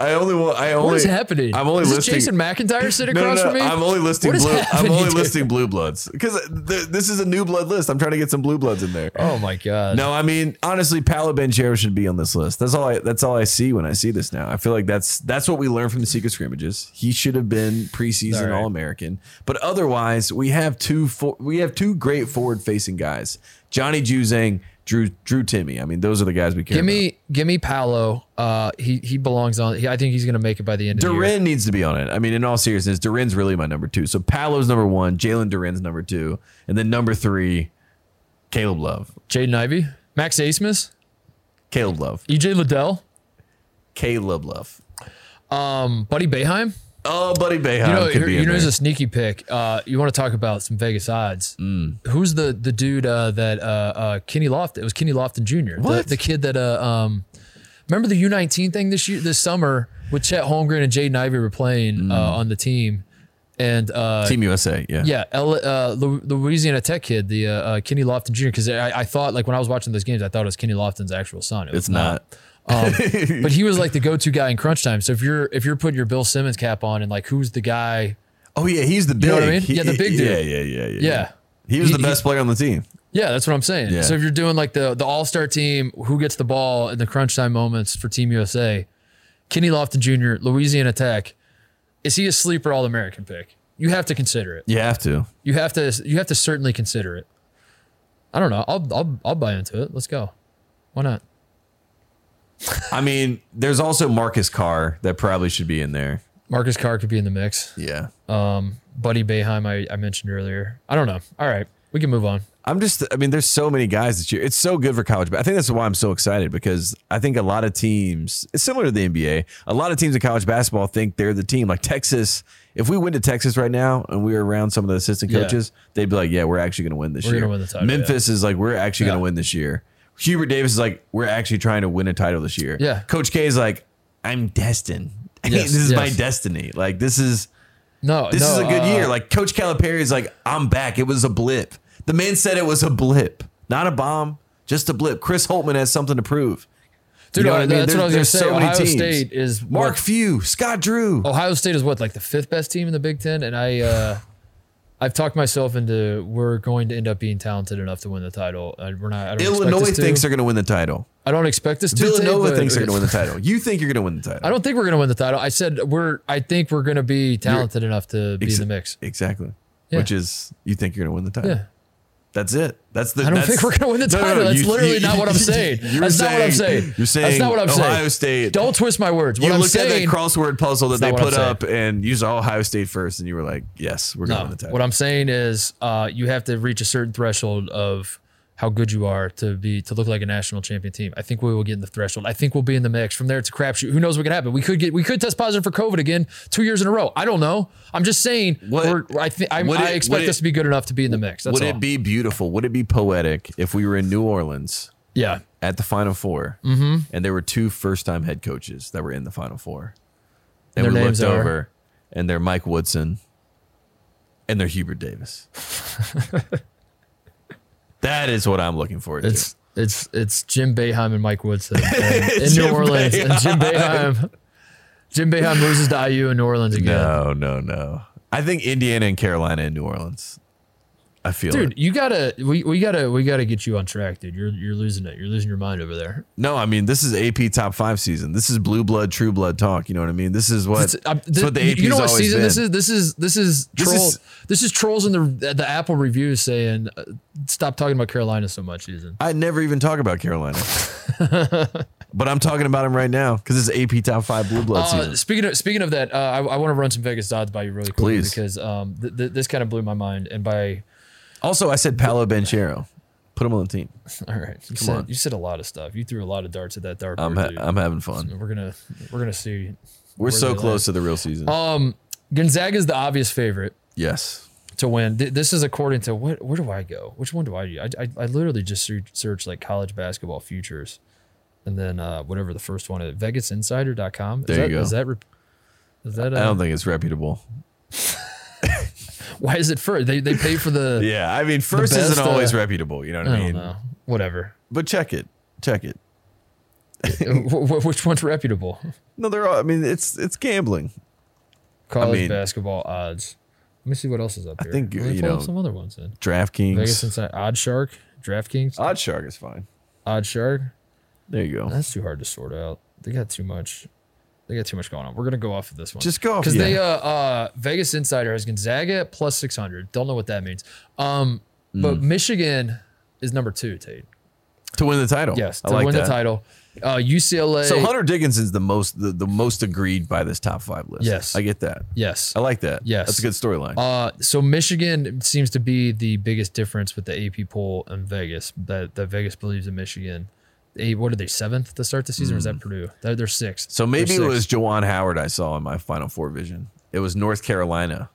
[SPEAKER 1] I only want. I only.
[SPEAKER 2] What is happening?
[SPEAKER 1] I'm only
[SPEAKER 2] is it
[SPEAKER 1] listing.
[SPEAKER 2] Jason McIntyre sitting
[SPEAKER 1] no, no,
[SPEAKER 2] across
[SPEAKER 1] no,
[SPEAKER 2] from me?
[SPEAKER 1] I'm only listing.
[SPEAKER 2] What is
[SPEAKER 1] Blue, I'm
[SPEAKER 2] happening,
[SPEAKER 1] only
[SPEAKER 2] dude?
[SPEAKER 1] listing blue bloods because th- this is a new blood list. I'm trying to get some blue bloods in there.
[SPEAKER 2] Oh my god.
[SPEAKER 1] No, I mean honestly, Paolo Banchero should be on this list. That's all. I that's all I see when I see this now. I feel like that's that's what we learned from the secret scrimmages. He should have been preseason
[SPEAKER 2] All right.
[SPEAKER 1] All American, but otherwise we have two for, we have two great forward facing guys, Johnny Juzang, Drew Drew Timmy. I mean those are the guys we care.
[SPEAKER 2] Give me, give me Paolo. Uh, he he belongs on. He, I think he's gonna make it by the end
[SPEAKER 1] about.
[SPEAKER 2] of the year.
[SPEAKER 1] Duran needs to be on it. I mean, in all seriousness, Duran's really my number two. So Paolo's number one, Jalen Duran's number two, and then number three, Caleb Love.
[SPEAKER 2] Jaden Ivey, Max Asmus,
[SPEAKER 1] Caleb Love.
[SPEAKER 2] EJ Liddell,
[SPEAKER 1] Caleb Love.
[SPEAKER 2] um, Buddy Bayheim.
[SPEAKER 1] Oh, buddy Behan
[SPEAKER 2] You know,
[SPEAKER 1] could
[SPEAKER 2] here-
[SPEAKER 1] be
[SPEAKER 2] you
[SPEAKER 1] in
[SPEAKER 2] know,
[SPEAKER 1] there.
[SPEAKER 2] is a sneaky pick. Uh, you want to talk about some Vegas odds?
[SPEAKER 1] Mm.
[SPEAKER 2] Who's the the dude uh, that uh, uh, Kenny Lofton? It was Kenny Lofton Jr.
[SPEAKER 1] What?
[SPEAKER 2] The, the kid that uh, um, remember the U nineteen thing this year this summer with Chet Holmgren and Jaden Ivey were playing
[SPEAKER 1] Mm.
[SPEAKER 2] uh, on the team, and uh,
[SPEAKER 1] Team USA, yeah.
[SPEAKER 2] Yeah, L, uh, Lu- Louisiana Tech kid, the uh, uh, Kenny Lofton Jr. Because I, I thought, like, when I was watching those games, I thought it was Kenny Lofton's actual son. It was
[SPEAKER 1] It's not.
[SPEAKER 2] But he was like the go-to guy in crunch time. So if you're if you're putting your Bill Simmons cap on and like who's the guy?
[SPEAKER 1] Oh yeah, he's the big.
[SPEAKER 2] know what I mean?
[SPEAKER 1] He-
[SPEAKER 2] Yeah, the big dude.
[SPEAKER 1] Yeah, yeah, yeah, yeah.
[SPEAKER 2] Yeah.
[SPEAKER 1] He was
[SPEAKER 2] He-
[SPEAKER 1] the best player on the team.
[SPEAKER 2] Yeah, that's what I'm saying.
[SPEAKER 1] Yeah.
[SPEAKER 2] So if you're doing like the the All Star team, who gets the ball in the crunch time moments for Team USA? Kenny Lofton Jr., Louisiana Tech. Is he a sleeper All American pick? You have to consider it.
[SPEAKER 1] You have to.
[SPEAKER 2] You have to. You have to certainly consider it. I don't know. I'll I'll, I'll buy into it. Let's go. Why not?
[SPEAKER 1] I mean, there's also Marcus Carr that probably should be in there.
[SPEAKER 2] Marcus Carr could be in the mix.
[SPEAKER 1] Yeah.
[SPEAKER 2] Buddy Bayheim, I, I mentioned earlier. I don't know. All right, we can move on.
[SPEAKER 1] I'm just. I mean, there's so many guys this year. It's so good for college. But I think that's why I'm so excited because I think a lot of teams, it's similar to the NBA. A lot of teams in college basketball think they're the team. Like Texas, if we went to Texas right now and we were around some of the assistant
[SPEAKER 2] Yeah.
[SPEAKER 1] coaches, they'd be like, "Yeah, we're actually going to win this
[SPEAKER 2] We're
[SPEAKER 1] year."
[SPEAKER 2] gonna win the title,
[SPEAKER 1] Memphis is like, "We're actually going
[SPEAKER 2] Yeah.
[SPEAKER 1] to win this year." Hubert Davis is like, "We're actually trying to win a title this year."
[SPEAKER 2] Yeah.
[SPEAKER 1] Coach K is like, "I'm destined.
[SPEAKER 2] Yes,
[SPEAKER 1] this is my
[SPEAKER 2] yes.
[SPEAKER 1] destiny. Like this is."
[SPEAKER 2] No,
[SPEAKER 1] This
[SPEAKER 2] no,
[SPEAKER 1] is a good
[SPEAKER 2] uh,
[SPEAKER 1] year. Like Coach Calipari is like, I'm back. It was a blip. The man said it was a blip, not a bomb, just a blip. Chris Holtman has something to prove.
[SPEAKER 2] dude,
[SPEAKER 1] you know
[SPEAKER 2] uh,
[SPEAKER 1] what I mean?
[SPEAKER 2] that's
[SPEAKER 1] There's-
[SPEAKER 2] what I was gonna
[SPEAKER 1] there's
[SPEAKER 2] say.
[SPEAKER 1] so many
[SPEAKER 2] Ohio
[SPEAKER 1] teams.
[SPEAKER 2] State is
[SPEAKER 1] Mark
[SPEAKER 2] what- Oh,
[SPEAKER 1] Few, Scott Drew.
[SPEAKER 2] Ohio State is what like the fifth best team in the Big Ten, and I uh, I've talked myself into we're going to end up being talented enough to win the title. Uh, we're not. I don't
[SPEAKER 1] Illinois
[SPEAKER 2] expect us
[SPEAKER 1] thinks
[SPEAKER 2] to.
[SPEAKER 1] they're going to win the title.
[SPEAKER 2] I don't expect us to.
[SPEAKER 1] Villanova
[SPEAKER 2] Tate, but-
[SPEAKER 1] thinks they're going to win the title. You think you're going to win the title.
[SPEAKER 2] I don't think we're going to win the title. I said we're. I think we're going to be talented enough to be in the mix.
[SPEAKER 1] Exactly.
[SPEAKER 2] Yeah.
[SPEAKER 1] Which is, you think you're going to win the title.
[SPEAKER 2] Yeah.
[SPEAKER 1] That's it. That's the.
[SPEAKER 2] I don't
[SPEAKER 1] that's-
[SPEAKER 2] think we're going to win the
[SPEAKER 1] No, no,
[SPEAKER 2] title.
[SPEAKER 1] no,
[SPEAKER 2] That's
[SPEAKER 1] you-
[SPEAKER 2] literally
[SPEAKER 1] you-
[SPEAKER 2] not what I'm saying.
[SPEAKER 1] you were
[SPEAKER 2] That's not what I'm saying.
[SPEAKER 1] You're saying
[SPEAKER 2] That's not what I'm saying.
[SPEAKER 1] Ohio State.
[SPEAKER 2] Don't twist my words. What
[SPEAKER 1] you
[SPEAKER 2] I'm
[SPEAKER 1] looked at that
[SPEAKER 2] saying,
[SPEAKER 1] crossword puzzle that
[SPEAKER 2] not
[SPEAKER 1] they
[SPEAKER 2] what I'm
[SPEAKER 1] put
[SPEAKER 2] saying.
[SPEAKER 1] up and you saw Ohio State first, and you were like, "Yes, we're going to win the
[SPEAKER 2] no,
[SPEAKER 1] title."
[SPEAKER 2] Uh, what I'm saying is, uh, you have to reach a certain threshold of how good you are to be to look like a national champion team. I think we will get in the threshold. I think we'll be in the mix. From there, it's a crapshoot. Who knows what could happen? We could get we could test positive for COVID again two years in a row. I don't know. I'm just saying.
[SPEAKER 1] What-
[SPEAKER 2] we're, I think I
[SPEAKER 1] would it-
[SPEAKER 2] expect
[SPEAKER 1] would it-
[SPEAKER 2] us to be good enough to be in the mix. That's
[SPEAKER 1] Would
[SPEAKER 2] all.
[SPEAKER 1] it be beautiful? Would it be poetic if we were in New Orleans
[SPEAKER 2] Yeah.
[SPEAKER 1] at the Final 4
[SPEAKER 2] Mm-hmm.
[SPEAKER 1] and there were two first-time head coaches that were in the Final Four, and
[SPEAKER 2] Their
[SPEAKER 1] we
[SPEAKER 2] names
[SPEAKER 1] looked
[SPEAKER 2] are-
[SPEAKER 1] over, and they're Mike Woodson, and they're Hubert Davis. that is what I'm looking forward to.
[SPEAKER 2] It's it's it's Jim Boeheim and Mike Woodson and- in New Orleans. And Jim Boeheim, Jim Boeheim loses to IU in New Orleans again.
[SPEAKER 1] No, no, no. I think Indiana and Carolina and New Orleans. I feel it.
[SPEAKER 2] Dude, you gotta we, we gotta we gotta get you on track, dude. You're you're losing it. You're losing your mind over there.
[SPEAKER 1] No, I mean this is AP top five season. This is blue blood, true blood talk. You know what I mean? This is what,
[SPEAKER 2] It's- I'm-
[SPEAKER 1] it's
[SPEAKER 2] thi-
[SPEAKER 1] what the AP's
[SPEAKER 2] uh, you know what
[SPEAKER 1] always
[SPEAKER 2] season
[SPEAKER 1] been.
[SPEAKER 2] this is? This is this is
[SPEAKER 1] This
[SPEAKER 2] troll.
[SPEAKER 1] is-
[SPEAKER 2] This is, trolls in the the Apple reviews saying uh, stop talking about Carolina so much. Season.
[SPEAKER 1] I never even talk about Carolina, but I'm talking about him right now because it's AP top five blue blood
[SPEAKER 2] Uh,
[SPEAKER 1] season.
[SPEAKER 2] speaking of speaking of that, uh, I, I want to run some Vegas odds by you really quick
[SPEAKER 1] Please.
[SPEAKER 2] because um th- th- this kind of blew my mind and by
[SPEAKER 1] Also, I said Paolo Banchero. Put him on the team.
[SPEAKER 2] All right, you said
[SPEAKER 1] on.
[SPEAKER 2] you said a lot of stuff. You threw a lot of darts at that dart.
[SPEAKER 1] I'm
[SPEAKER 2] board,
[SPEAKER 1] ha-
[SPEAKER 2] dude.
[SPEAKER 1] I'm having fun.
[SPEAKER 2] we're gonna we're gonna see.
[SPEAKER 1] We're so
[SPEAKER 2] they
[SPEAKER 1] close to the real season.
[SPEAKER 2] Oh. Gonzaga is Um, the obvious favorite
[SPEAKER 1] yes.
[SPEAKER 2] to win. Th- This is according to what? Where do I go? Which one do I do? I I, I literally just search, search like college basketball futures, and then uh, whatever the first one is, VegasInsider.com. Is
[SPEAKER 1] There
[SPEAKER 2] that,
[SPEAKER 1] you go.
[SPEAKER 2] Is that? rep- Is that?
[SPEAKER 1] I
[SPEAKER 2] Uh,
[SPEAKER 1] don't think it's reputable.
[SPEAKER 2] why is it first? They they pay for the.
[SPEAKER 1] Yeah, I mean, first isn't
[SPEAKER 2] best, uh,
[SPEAKER 1] always reputable. You know what
[SPEAKER 2] I
[SPEAKER 1] I
[SPEAKER 2] don't
[SPEAKER 1] mean?
[SPEAKER 2] know. Whatever.
[SPEAKER 1] But check it, check it.
[SPEAKER 2] Wh- wh- Which one's reputable?
[SPEAKER 1] No, they're all, I mean, it's it's gambling.
[SPEAKER 2] College
[SPEAKER 1] mean-
[SPEAKER 2] basketball odds. Let me see what else is up here.
[SPEAKER 1] think,
[SPEAKER 2] Let me
[SPEAKER 1] you
[SPEAKER 2] pull up
[SPEAKER 1] know,
[SPEAKER 2] some other ones in. Vegas
[SPEAKER 1] DraftKings.
[SPEAKER 2] Inside, Odd Shark, DraftKings,
[SPEAKER 1] Odd Shark is fine.
[SPEAKER 2] Odd Shark.
[SPEAKER 1] There you go.
[SPEAKER 2] That's too hard to sort out. They got too much. They got too much going on. We're gonna go off of this one.
[SPEAKER 1] Just go off,
[SPEAKER 2] because they
[SPEAKER 1] yeah.
[SPEAKER 2] uh, uh Vegas Insider has Gonzaga at plus six hundred. Don't know what that means. Um,
[SPEAKER 1] Mm.
[SPEAKER 2] but Michigan is number two, Tate.
[SPEAKER 1] To win the title.
[SPEAKER 2] Yes,
[SPEAKER 1] I
[SPEAKER 2] to
[SPEAKER 1] like
[SPEAKER 2] win
[SPEAKER 1] that.
[SPEAKER 2] the title. Uh, UCLA.
[SPEAKER 1] So Hunter Dickinson's the most the, the most agreed by this top five list.
[SPEAKER 2] Yes.
[SPEAKER 1] I get that.
[SPEAKER 2] yes.
[SPEAKER 1] I like that.
[SPEAKER 2] Yes.
[SPEAKER 1] that's a good storyline.
[SPEAKER 2] Uh, so Michigan seems to be the biggest difference with the AP poll and Vegas. That that Vegas believes in Michigan. Eight, what are they seventh to start the season? Or is that Purdue? They're, they're sixth.
[SPEAKER 1] Mm. so maybe
[SPEAKER 2] They're
[SPEAKER 1] it
[SPEAKER 2] sixth.
[SPEAKER 1] was Jawan Howard I saw in my Final Four vision. It was North Carolina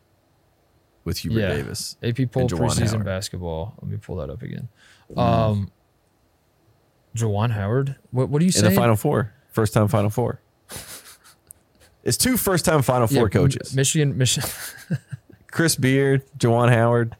[SPEAKER 1] with Hubert
[SPEAKER 2] Yeah.
[SPEAKER 1] Davis.
[SPEAKER 2] AP poll
[SPEAKER 1] and Jawan
[SPEAKER 2] preseason
[SPEAKER 1] Howard.
[SPEAKER 2] basketball. Let me pull that up again. Um, Jawan Howard. What What are you
[SPEAKER 1] in
[SPEAKER 2] saying?
[SPEAKER 1] the Final Four. First time Final Four. it's two first time Final
[SPEAKER 2] Yeah,
[SPEAKER 1] Four
[SPEAKER 2] M-
[SPEAKER 1] coaches
[SPEAKER 2] Michigan, Michigan.
[SPEAKER 1] Chris Beard, Jawan Howard,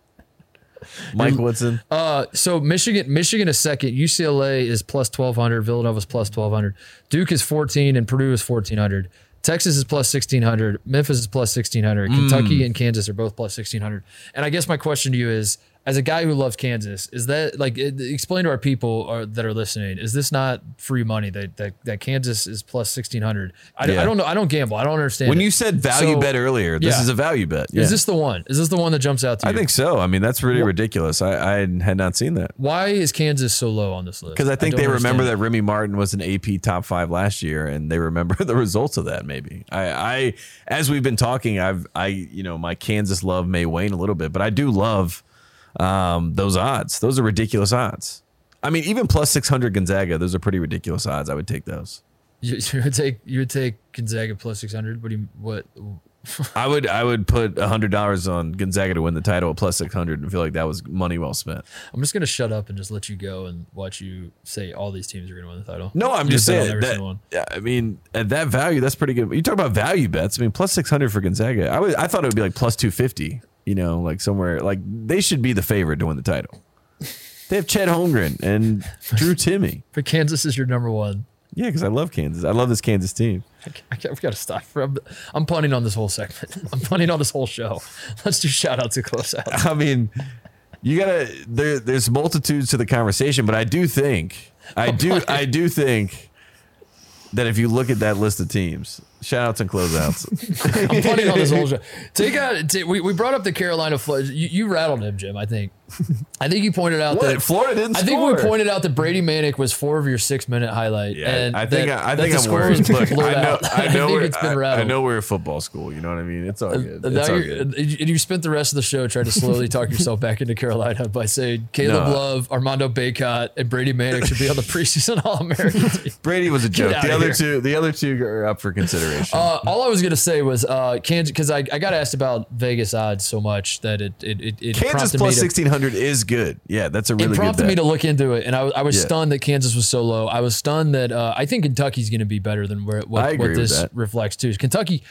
[SPEAKER 1] Mike Woodson.
[SPEAKER 2] Uh, so Michigan, Michigan is second. UCLA is plus twelve hundred. Villanova's plus twelve hundred. Duke is fourteen, and Purdue is fourteen hundred. Texas is plus sixteen hundred. Memphis is plus sixteen hundred.
[SPEAKER 1] Hmm.
[SPEAKER 2] Kentucky and Kansas are both plus sixteen hundred. And I guess my question to you is, as a guy who loves Kansas, is that like it- explain to our people are, that are listening? Is this not free money that that, that Kansas is plus sixteen hundred? I, don't- I
[SPEAKER 1] Yeah.
[SPEAKER 2] don't know. I don't gamble. I don't understand.
[SPEAKER 1] When
[SPEAKER 2] it.
[SPEAKER 1] you said value
[SPEAKER 2] So-
[SPEAKER 1] bet earlier, this
[SPEAKER 2] yeah.
[SPEAKER 1] is a value bet. Yeah.
[SPEAKER 2] is this the one? Is this the one that jumps out to
[SPEAKER 1] I
[SPEAKER 2] you?
[SPEAKER 1] think so. I mean, that's really ridiculous. I, I had not seen that.
[SPEAKER 2] Why is Kansas so low on this list?
[SPEAKER 1] Because I think
[SPEAKER 2] don't
[SPEAKER 1] they remember
[SPEAKER 2] understand.
[SPEAKER 1] that Remy Martin was an AP top five last year, and they remember the results of that. Maybe I, I, as we've been talking, I've, I, you know, my Kansas love may wane a little bit, but I do love um, those odds. Those are ridiculous odds. I mean, even plus six hundred Gonzaga, those are pretty ridiculous odds. I would take those.
[SPEAKER 2] You, you would take you would take Gonzaga plus six hundred. What do you what?
[SPEAKER 1] I would, I would put hundred dollars on Gonzaga to win the title at plus six hundred, and feel like that was money well spent.
[SPEAKER 2] I'm just gonna shut up and just let you go and watch you say all these teams are gonna win the title.
[SPEAKER 1] No, I'm
[SPEAKER 2] You
[SPEAKER 1] just
[SPEAKER 2] bet on
[SPEAKER 1] saying
[SPEAKER 2] every
[SPEAKER 1] that.
[SPEAKER 2] single one.
[SPEAKER 1] yeah, I mean, at that value, that's pretty good. You talk about value bets. I mean, plus six hundred for Gonzaga. I was, I thought it would be like plus two fifty. You know, like somewhere like they should be the favorite to win the title. They have Chet Holmgren and Drew Timmy.
[SPEAKER 2] But Kansas is your number one.
[SPEAKER 1] Yeah, because I love Kansas. I love this Kansas team.
[SPEAKER 2] I, ca- I, ca- I've got to stop. I'm, I'm punting on this whole segment. I'm punting on this whole show. Let's do shout outs and close outs.
[SPEAKER 1] I mean, you gotta. There, there's multitudes to the conversation, but I do think, I do, I do think that if you look at that list of teams, shout outs and closeouts.
[SPEAKER 2] I'm punting on this whole show. Take out. Take, we, we brought up the Carolina Flood. You, you rattled him, Jim. I think. I think you pointed out that
[SPEAKER 1] What? Florida didn't.
[SPEAKER 2] I think we
[SPEAKER 1] score.
[SPEAKER 2] pointed out that Brady Manic was four of your six minute highlight.
[SPEAKER 1] Yeah,
[SPEAKER 2] and
[SPEAKER 1] I think
[SPEAKER 2] that-
[SPEAKER 1] I, I
[SPEAKER 2] that
[SPEAKER 1] think
[SPEAKER 2] the
[SPEAKER 1] I'm
[SPEAKER 2] score
[SPEAKER 1] worried.
[SPEAKER 2] was
[SPEAKER 1] Look,
[SPEAKER 2] blurred
[SPEAKER 1] I know,
[SPEAKER 2] out.
[SPEAKER 1] I know,
[SPEAKER 2] think
[SPEAKER 1] we're,
[SPEAKER 2] it's been
[SPEAKER 1] I- I,
[SPEAKER 2] rattled.
[SPEAKER 1] know we're a football school. You know what I mean? It's all good.
[SPEAKER 2] Now
[SPEAKER 1] It's all
[SPEAKER 2] you're-
[SPEAKER 1] good.
[SPEAKER 2] and you and you spent the rest of the show trying to slowly talk yourself back into Carolina by saying Caleb
[SPEAKER 1] No.
[SPEAKER 2] Love, Armando Baycott, and Brady Manic should be on the preseason All American team.
[SPEAKER 1] Brady was a joke.
[SPEAKER 2] out
[SPEAKER 1] The
[SPEAKER 2] of
[SPEAKER 1] other
[SPEAKER 2] here.
[SPEAKER 1] two, the other two are up for consideration.
[SPEAKER 2] Uh, all I was gonna say was uh, Kansas because I, I got asked about Vegas odds so much that it it it, it
[SPEAKER 1] Kansas
[SPEAKER 2] prompted me
[SPEAKER 1] plus
[SPEAKER 2] to-
[SPEAKER 1] sixteen hundred is good. Yeah, that's a really
[SPEAKER 2] it prompted
[SPEAKER 1] good
[SPEAKER 2] me
[SPEAKER 1] bet.
[SPEAKER 2] to look into it, and I, I was
[SPEAKER 1] Yeah.
[SPEAKER 2] stunned that Kansas was so low. I was stunned that uh, I think Kentucky's going to be better than where
[SPEAKER 1] I
[SPEAKER 2] what,
[SPEAKER 1] agree
[SPEAKER 2] what
[SPEAKER 1] with
[SPEAKER 2] this
[SPEAKER 1] that.
[SPEAKER 2] reflects too. Kentucky,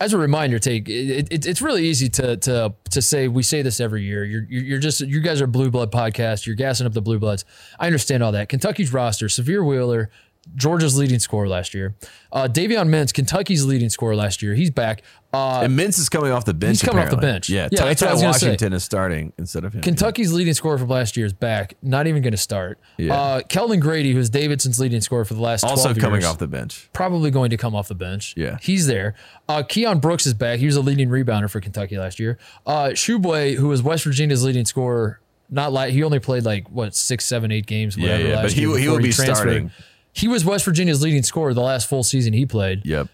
[SPEAKER 2] as a reminder, take it, it, it's really easy to to to say we say this every year. You're you're you're just you guys are blue blood podcast. You're gassing up the blue bloods. I understand all that. Kentucky's roster: Severe Wheeler. Georgia's leading scorer last year. Uh, Davion Mintz, Kentucky's leading scorer last year. He's back. Uh,
[SPEAKER 1] and Mince is coming off the bench.
[SPEAKER 2] coming off the
[SPEAKER 1] apparently.
[SPEAKER 2] bench.
[SPEAKER 1] Yeah,
[SPEAKER 2] Yeah,
[SPEAKER 1] Ty
[SPEAKER 2] that's what I
[SPEAKER 1] Ty
[SPEAKER 2] was gonna say.
[SPEAKER 1] Washington is starting instead of him.
[SPEAKER 2] Kentucky's leading scorer from last year is back. Not even going to start.
[SPEAKER 1] Yeah.
[SPEAKER 2] Uh, Kelvin Grady, who's Davidson's leading scorer for the last
[SPEAKER 1] also
[SPEAKER 2] 12
[SPEAKER 1] coming
[SPEAKER 2] years,
[SPEAKER 1] off the bench.
[SPEAKER 2] probably going to come off the bench.
[SPEAKER 1] Yeah.
[SPEAKER 2] he's there. Uh, Keon Brooks is back. He was a leading rebounder for Kentucky last year. Uh, Shubway, who was West Virginia's leading scorer, not like he only played like what six, seven, eight games. Whatever
[SPEAKER 1] yeah,
[SPEAKER 2] last
[SPEAKER 1] but he-
[SPEAKER 2] year
[SPEAKER 1] he
[SPEAKER 2] before
[SPEAKER 1] will be
[SPEAKER 2] transferred.
[SPEAKER 1] starting.
[SPEAKER 2] He was West Virginia's leading scorer the last full season he played.
[SPEAKER 1] Yep.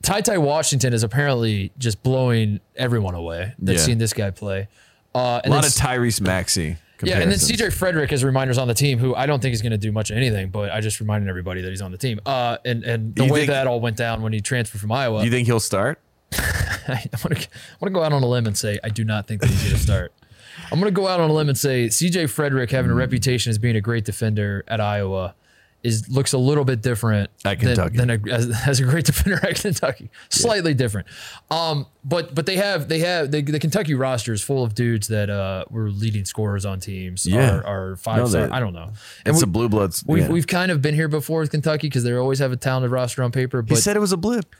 [SPEAKER 2] Ty Ty Washington is apparently just blowing everyone away that's
[SPEAKER 1] Yeah.
[SPEAKER 2] seen this guy play. Uh,
[SPEAKER 1] A
[SPEAKER 2] and
[SPEAKER 1] lot
[SPEAKER 2] then
[SPEAKER 1] of Tyrese Maxey.
[SPEAKER 2] yeah, and then
[SPEAKER 1] comparisons.
[SPEAKER 2] CJ Frederick as reminders on the team, who I don't think is going to do much of anything, but I just reminded everybody that he's on the team. Uh, and and the
[SPEAKER 1] You
[SPEAKER 2] way
[SPEAKER 1] think-
[SPEAKER 2] that all went down when he transferred from Iowa,
[SPEAKER 1] You think he'll start?
[SPEAKER 2] I, am going to go out on a limb and say I do not think that he's going to start.
[SPEAKER 1] Hmm.
[SPEAKER 2] I'm going to go out on a limb and say CJ Frederick having a reputation as being a great defender at Iowa is looks a little bit different
[SPEAKER 1] At
[SPEAKER 2] than-
[SPEAKER 1] Kentucky.
[SPEAKER 2] than, a, as, as a great defender at Kentucky. Slightly different. Um, but but they have they have they, the Kentucky roster is full of dudes that uh, were leading scorers on teams.
[SPEAKER 1] Yeah.
[SPEAKER 2] are, are five
[SPEAKER 1] No,
[SPEAKER 2] star.
[SPEAKER 1] that-
[SPEAKER 2] I don't know. And
[SPEAKER 1] It's
[SPEAKER 2] we,
[SPEAKER 1] a blue bloods.
[SPEAKER 2] we've
[SPEAKER 1] yeah.
[SPEAKER 2] we've kind of been here before with Kentucky because they always have a talented roster on paper.
[SPEAKER 1] he
[SPEAKER 2] But
[SPEAKER 1] said it was a blip.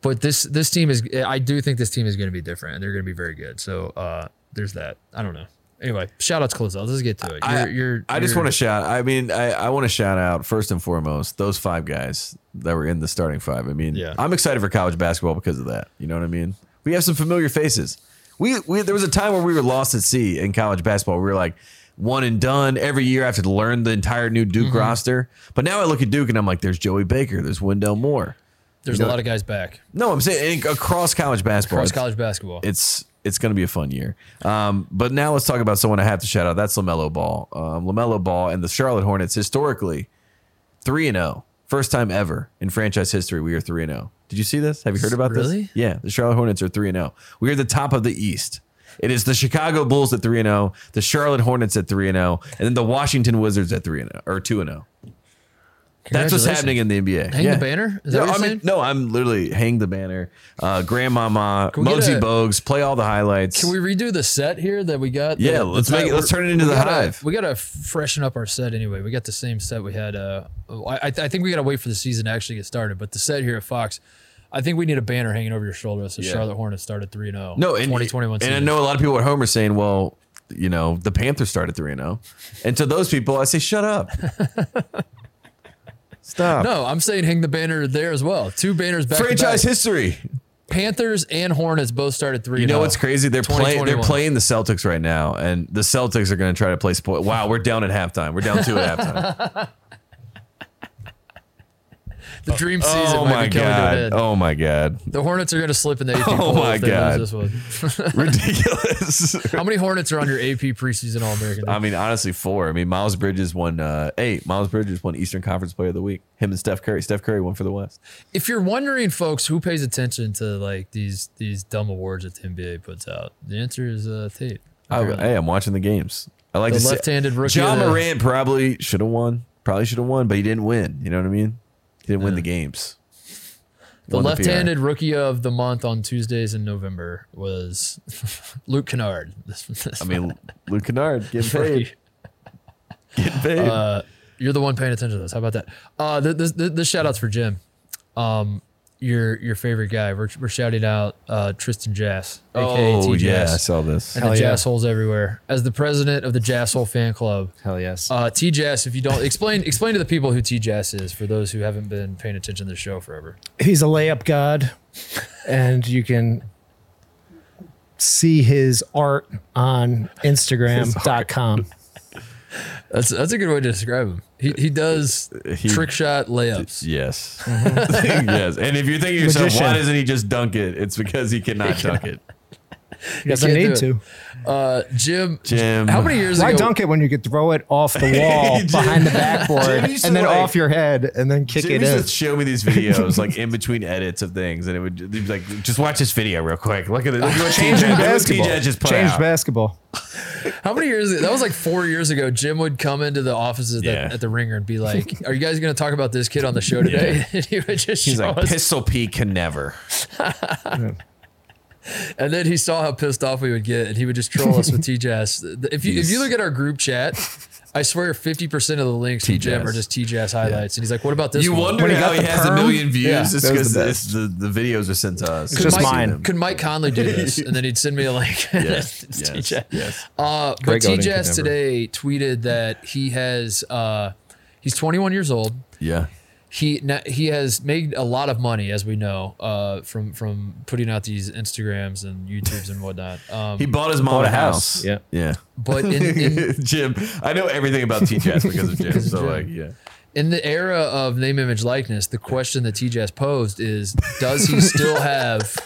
[SPEAKER 2] but this this team is I do think this team is going to be different and they're going to be very good. So uh, there's that. I don't know. Anyway, shout out to Closell. Let's get to it.
[SPEAKER 1] I-
[SPEAKER 2] You're, you're,
[SPEAKER 1] I just
[SPEAKER 2] you're-
[SPEAKER 1] want to shout. I mean, I, I want to shout out first and foremost those five guys that were in the starting five. I mean,
[SPEAKER 2] Yeah.
[SPEAKER 1] I'm excited for college basketball because of that. You know what I mean? We have some familiar faces. We, we there was a time where we were lost at sea in college basketball. We were like one and done every year. I have to learn the entire new Duke
[SPEAKER 2] Mm-hmm.
[SPEAKER 1] roster. But now I look at Duke and I'm like, there's Joey Baker, there's Wendell Moore.
[SPEAKER 2] There's a lot of guys back
[SPEAKER 1] No, I'm saying in- across college basketball.
[SPEAKER 2] across
[SPEAKER 1] it's-
[SPEAKER 2] college basketball.
[SPEAKER 1] it's it's going to be a fun year. Um, but now let's talk about someone I have to shout out. That's Lamelo Ball. Um, Lamelo Ball and the Charlotte Hornets historically three and zero. First time ever in franchise history we are three and zero. Did you see this? Have you heard about this?
[SPEAKER 2] Really?
[SPEAKER 1] Yeah, the Charlotte Hornets are three and zero. We are the top of the East. It is the Chicago Bulls at three and zero, the Charlotte Hornets at three and zero, and then the Washington Wizards at three and zero or two and oh. zero. That's what's happening
[SPEAKER 2] Congratulations.
[SPEAKER 1] in the NBA.
[SPEAKER 2] Hang
[SPEAKER 1] Yeah.
[SPEAKER 2] the banner. Is that
[SPEAKER 1] No,
[SPEAKER 2] what you're
[SPEAKER 1] I mean,
[SPEAKER 2] saying?
[SPEAKER 1] no, I'm literally hang the banner. Uh, Grandmama,
[SPEAKER 2] we get
[SPEAKER 1] Mosey
[SPEAKER 2] a-
[SPEAKER 1] Bogues, play all the highlights.
[SPEAKER 2] Can we redo the set here that we got?
[SPEAKER 1] Yeah,
[SPEAKER 2] The-
[SPEAKER 1] let's
[SPEAKER 2] the
[SPEAKER 1] make it-
[SPEAKER 2] set-
[SPEAKER 1] let's turn it into
[SPEAKER 2] we
[SPEAKER 1] the
[SPEAKER 2] gotta-
[SPEAKER 1] hive.
[SPEAKER 2] We gotta freshen up our set anyway. We got the same set we had. Uh, I, I th- I think we gotta wait for the season to actually get started. But the set here at Fox, I think we need a banner hanging over your shoulder. So Charlotte Hornets started three and oh, zero.
[SPEAKER 1] no, and,
[SPEAKER 2] twenty twenty one.
[SPEAKER 1] And I know a lot of people at home are saying, well, you know, the Panthers started 3 0. And to those people, I say, shut up. Stop.
[SPEAKER 2] No, I'm saying hang the banner there as well. Two banners back.
[SPEAKER 1] Franchise
[SPEAKER 2] to back.
[SPEAKER 1] history.
[SPEAKER 2] Panthers and Hornets both started three. oh.
[SPEAKER 1] You know what's crazy? They're playing. They're playing the Celtics right now, and the Celtics are going to try to play spoil. Wow, we're down at halftime. We're down two at halftime.
[SPEAKER 2] The dream season.
[SPEAKER 1] oh
[SPEAKER 2] might
[SPEAKER 1] my
[SPEAKER 2] be coming To an
[SPEAKER 1] god!
[SPEAKER 2] end.
[SPEAKER 1] Oh my god!
[SPEAKER 2] The Hornets are going to slip in the AP.
[SPEAKER 1] Oh
[SPEAKER 2] poll
[SPEAKER 1] my
[SPEAKER 2] if they lose
[SPEAKER 1] God.
[SPEAKER 2] This one.
[SPEAKER 1] Ridiculous.
[SPEAKER 2] How many Hornets are on your AP preseason All American?
[SPEAKER 1] I mean, honestly, four. I mean, Miles Bridges won uh, eight. Miles Bridges won Eastern Conference Player of the Week. Him and Steph Curry. Steph Curry won for the West.
[SPEAKER 2] if you're wondering, folks, who pays attention to like these these dumb awards that the NBA puts out, the answer is uh, tape.
[SPEAKER 1] I, hey, I'm watching the games. I like
[SPEAKER 2] The
[SPEAKER 1] to see-
[SPEAKER 2] left-handed rookie
[SPEAKER 1] John
[SPEAKER 2] of the-
[SPEAKER 1] Morant probably should have won. Probably should have won, but he didn't win. You know what I mean? He didn't win the games.
[SPEAKER 2] The
[SPEAKER 1] Won PR.
[SPEAKER 2] left-handed rookie of the month on Tuesdays in November was Luke Kennard. This- this-
[SPEAKER 1] I mean, Luke Kennard getting paid. Getting paid.
[SPEAKER 2] Uh, You're the one paying attention to this. How about that? Uh, the, the, the, the shout outs for Jim, um, your your favorite guy. We're, we're shouting out uh, Tristan Jass, aka
[SPEAKER 1] oh
[SPEAKER 2] T
[SPEAKER 1] yeah, I
[SPEAKER 2] Jass,
[SPEAKER 1] saw this.
[SPEAKER 2] and the
[SPEAKER 4] Hell yeah.
[SPEAKER 2] Jass holes everywhere. As the president of the Jass hole fan club,
[SPEAKER 4] Hell yes.
[SPEAKER 2] uh, T Jass. If you don't explain explain to the people who T Jass is for those who haven't been paying attention to the show forever.
[SPEAKER 4] he's a layup god, and you can see his art on Instagram.com.
[SPEAKER 2] That's that's a good way to describe him. He he does
[SPEAKER 1] He-
[SPEAKER 2] trick shot layups.
[SPEAKER 1] Yes. yes. And if you're thinking to yourself,
[SPEAKER 4] Magician.
[SPEAKER 1] why doesn't he just dunk it? It's because he cannot dunk it.
[SPEAKER 4] He doesn't
[SPEAKER 2] can't do
[SPEAKER 4] need
[SPEAKER 2] it.
[SPEAKER 4] to.
[SPEAKER 2] Uh, Jim,
[SPEAKER 1] Jim.
[SPEAKER 2] how many years
[SPEAKER 4] Why
[SPEAKER 2] ago?
[SPEAKER 4] dunk it when you could throw it off the wall behind the backboard
[SPEAKER 1] Jim used to
[SPEAKER 4] and then
[SPEAKER 1] like-
[SPEAKER 4] off your head and then kick
[SPEAKER 1] Jim
[SPEAKER 4] it
[SPEAKER 1] used
[SPEAKER 4] in?
[SPEAKER 1] to show me these videos, like in between edits of things, and it would be like, just watch this video real quick. Look at it. Look at what TJ, look at what TJ just put
[SPEAKER 4] Changed
[SPEAKER 1] out.
[SPEAKER 4] basketball.
[SPEAKER 2] How many years? That was like four years ago. Jim would come into the offices that,
[SPEAKER 1] Yeah.
[SPEAKER 2] at the Ringer and be like, "Are you guys going to talk about this kid on the show today?" and he would just
[SPEAKER 1] He's
[SPEAKER 2] show
[SPEAKER 1] like,
[SPEAKER 2] us.
[SPEAKER 1] Pistol P can never.
[SPEAKER 2] And then he saw how pissed off we would get, and he would just troll us with TJS. If you if you look at our group chat, I swear fifty percent of the links to Jim
[SPEAKER 1] TJS.
[SPEAKER 2] are just TJS highlights, and he's like, "What about this?"
[SPEAKER 1] You
[SPEAKER 2] one?"
[SPEAKER 1] wonder
[SPEAKER 4] When he
[SPEAKER 1] how
[SPEAKER 4] got
[SPEAKER 1] he
[SPEAKER 4] the
[SPEAKER 1] has a
[SPEAKER 4] perm?
[SPEAKER 1] million views.
[SPEAKER 2] Yeah,
[SPEAKER 1] it's
[SPEAKER 4] that was
[SPEAKER 1] because
[SPEAKER 4] the
[SPEAKER 1] the,
[SPEAKER 4] best.
[SPEAKER 1] the, videos are sent to us.
[SPEAKER 4] It's just
[SPEAKER 2] Mike,
[SPEAKER 4] mine.
[SPEAKER 2] Could Mike Conley do this? And then he'd send me a link.
[SPEAKER 1] Yes,
[SPEAKER 2] It's
[SPEAKER 1] yes,
[SPEAKER 2] TJS.
[SPEAKER 1] yes.
[SPEAKER 2] Uh, but
[SPEAKER 4] Greg Oden could
[SPEAKER 2] TJS
[SPEAKER 4] never.
[SPEAKER 2] today tweeted that he has uh, he's 21 years old.
[SPEAKER 1] Yeah.
[SPEAKER 2] he na- he has made a lot of money, as we know, uh, from from putting out these Instagrams and YouTubes and whatnot. Um,
[SPEAKER 1] He bought his mom
[SPEAKER 4] Bought
[SPEAKER 1] a
[SPEAKER 4] a house.
[SPEAKER 1] house.
[SPEAKER 4] Yeah.
[SPEAKER 1] Yeah.
[SPEAKER 2] but in, in
[SPEAKER 1] Jim, I know everything about TJS because of Jim. so,
[SPEAKER 2] Jim.
[SPEAKER 1] like, yeah.
[SPEAKER 2] in the era of name, image, likeness, the question that TJS posed is: Does he still have?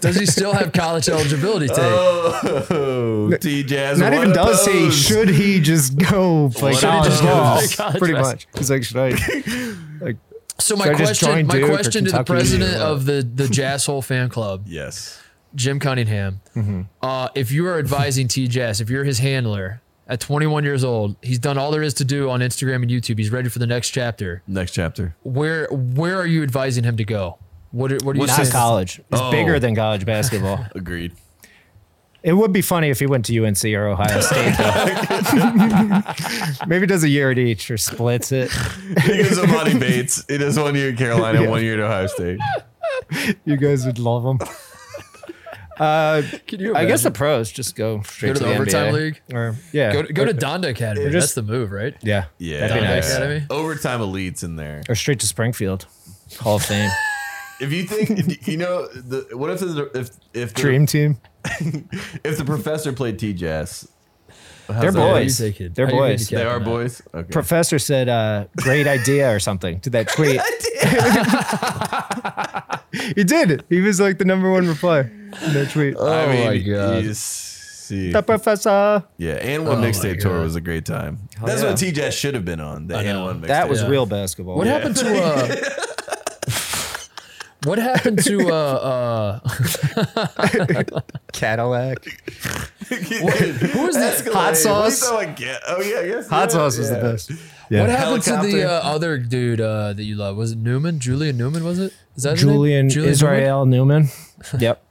[SPEAKER 2] Does he still have college eligibility tape?
[SPEAKER 1] Oh, TJS.
[SPEAKER 4] Not
[SPEAKER 1] what
[SPEAKER 4] even
[SPEAKER 1] a
[SPEAKER 4] does he.
[SPEAKER 1] pose.
[SPEAKER 4] Should he just go play
[SPEAKER 1] What a
[SPEAKER 4] college
[SPEAKER 1] pose.
[SPEAKER 4] ball?
[SPEAKER 2] Should he just go play college
[SPEAKER 4] Pretty
[SPEAKER 2] ball?
[SPEAKER 4] much. He's like, should I? Like,
[SPEAKER 2] so my
[SPEAKER 4] should I just
[SPEAKER 2] question,
[SPEAKER 4] join
[SPEAKER 2] my
[SPEAKER 4] Duke or
[SPEAKER 2] question to the
[SPEAKER 4] Kentucky
[SPEAKER 2] president
[SPEAKER 4] or what?
[SPEAKER 2] of the the Jazz Hole fan club,
[SPEAKER 1] Yes.
[SPEAKER 4] Mm-hmm.
[SPEAKER 2] Jim Cunningham, uh, if you are advising T Jazz, if you're his handler, At 21 years old, he's done all there is to do on Instagram and YouTube. He's ready for the next chapter.
[SPEAKER 1] Next chapter.
[SPEAKER 2] Where where are you advising him to go? What are, what are you
[SPEAKER 1] What's
[SPEAKER 4] Not
[SPEAKER 1] this-
[SPEAKER 2] saying?
[SPEAKER 4] college. It's
[SPEAKER 1] Oh.
[SPEAKER 4] bigger than college basketball.
[SPEAKER 1] Agreed.
[SPEAKER 4] it would be funny if he went to UNC or Ohio State. though. Maybe does a year at each or splits it.
[SPEAKER 1] He gives up Bonnie Bates. He does one year at Carolina, one year at Ohio State.
[SPEAKER 4] You guys would love him.
[SPEAKER 2] Can you
[SPEAKER 4] Uh, I guess the
[SPEAKER 2] imagine?
[SPEAKER 4] pros just go straight
[SPEAKER 2] go to the, overtime
[SPEAKER 4] NBA.
[SPEAKER 2] league.
[SPEAKER 4] Or yeah,
[SPEAKER 2] Go to, go to Donda Academy. That's
[SPEAKER 4] just-
[SPEAKER 2] the move, right?
[SPEAKER 4] yeah,
[SPEAKER 1] Yeah.
[SPEAKER 4] That'd be
[SPEAKER 2] Donda
[SPEAKER 4] nice.
[SPEAKER 2] Academy.
[SPEAKER 1] Overtime elites in there.
[SPEAKER 4] Or straight to Springfield, Hall of Fame,
[SPEAKER 1] If you think, if you you know, the, what if the, if if the,
[SPEAKER 4] dream team.
[SPEAKER 1] if the professor played T Jazz?
[SPEAKER 2] How
[SPEAKER 4] They're
[SPEAKER 2] do you
[SPEAKER 4] boys.
[SPEAKER 2] take it?
[SPEAKER 4] They're
[SPEAKER 2] How do you make a
[SPEAKER 4] boys.
[SPEAKER 1] They
[SPEAKER 2] cap
[SPEAKER 1] are
[SPEAKER 2] on that?
[SPEAKER 1] boys. Okay.
[SPEAKER 4] Professor said, uh, "Great idea" or something to that tweet. he did. He was like the number one reply in that tweet.
[SPEAKER 1] I
[SPEAKER 2] Oh
[SPEAKER 1] mean,
[SPEAKER 2] my God.
[SPEAKER 1] he's- see.
[SPEAKER 4] The professor.
[SPEAKER 1] Yeah, and one
[SPEAKER 4] Oh
[SPEAKER 2] my
[SPEAKER 1] mixtape tour
[SPEAKER 2] God.
[SPEAKER 1] was a great time. That's
[SPEAKER 4] yeah.
[SPEAKER 1] what T Jazz should have been on. The and
[SPEAKER 2] know.
[SPEAKER 1] one mixtape.
[SPEAKER 4] That was
[SPEAKER 2] Yeah.
[SPEAKER 4] real basketball.
[SPEAKER 2] What happened to uh What happened to uh uh
[SPEAKER 4] Cadillac.
[SPEAKER 2] who was that?
[SPEAKER 1] Escalade.
[SPEAKER 4] Hot
[SPEAKER 1] What
[SPEAKER 4] sauce?
[SPEAKER 1] do you thought I get- Oh yeah, I guess
[SPEAKER 4] Hot
[SPEAKER 1] yeah,
[SPEAKER 4] sauce was
[SPEAKER 1] yeah.
[SPEAKER 4] the best.
[SPEAKER 2] What happened to the
[SPEAKER 1] Helicopter.
[SPEAKER 2] uh, other dude uh, that you love? Was it Newman? Julian Newman, was it? Is that his name?
[SPEAKER 4] Julian,
[SPEAKER 2] Newman?
[SPEAKER 4] Israel Newman. Yep.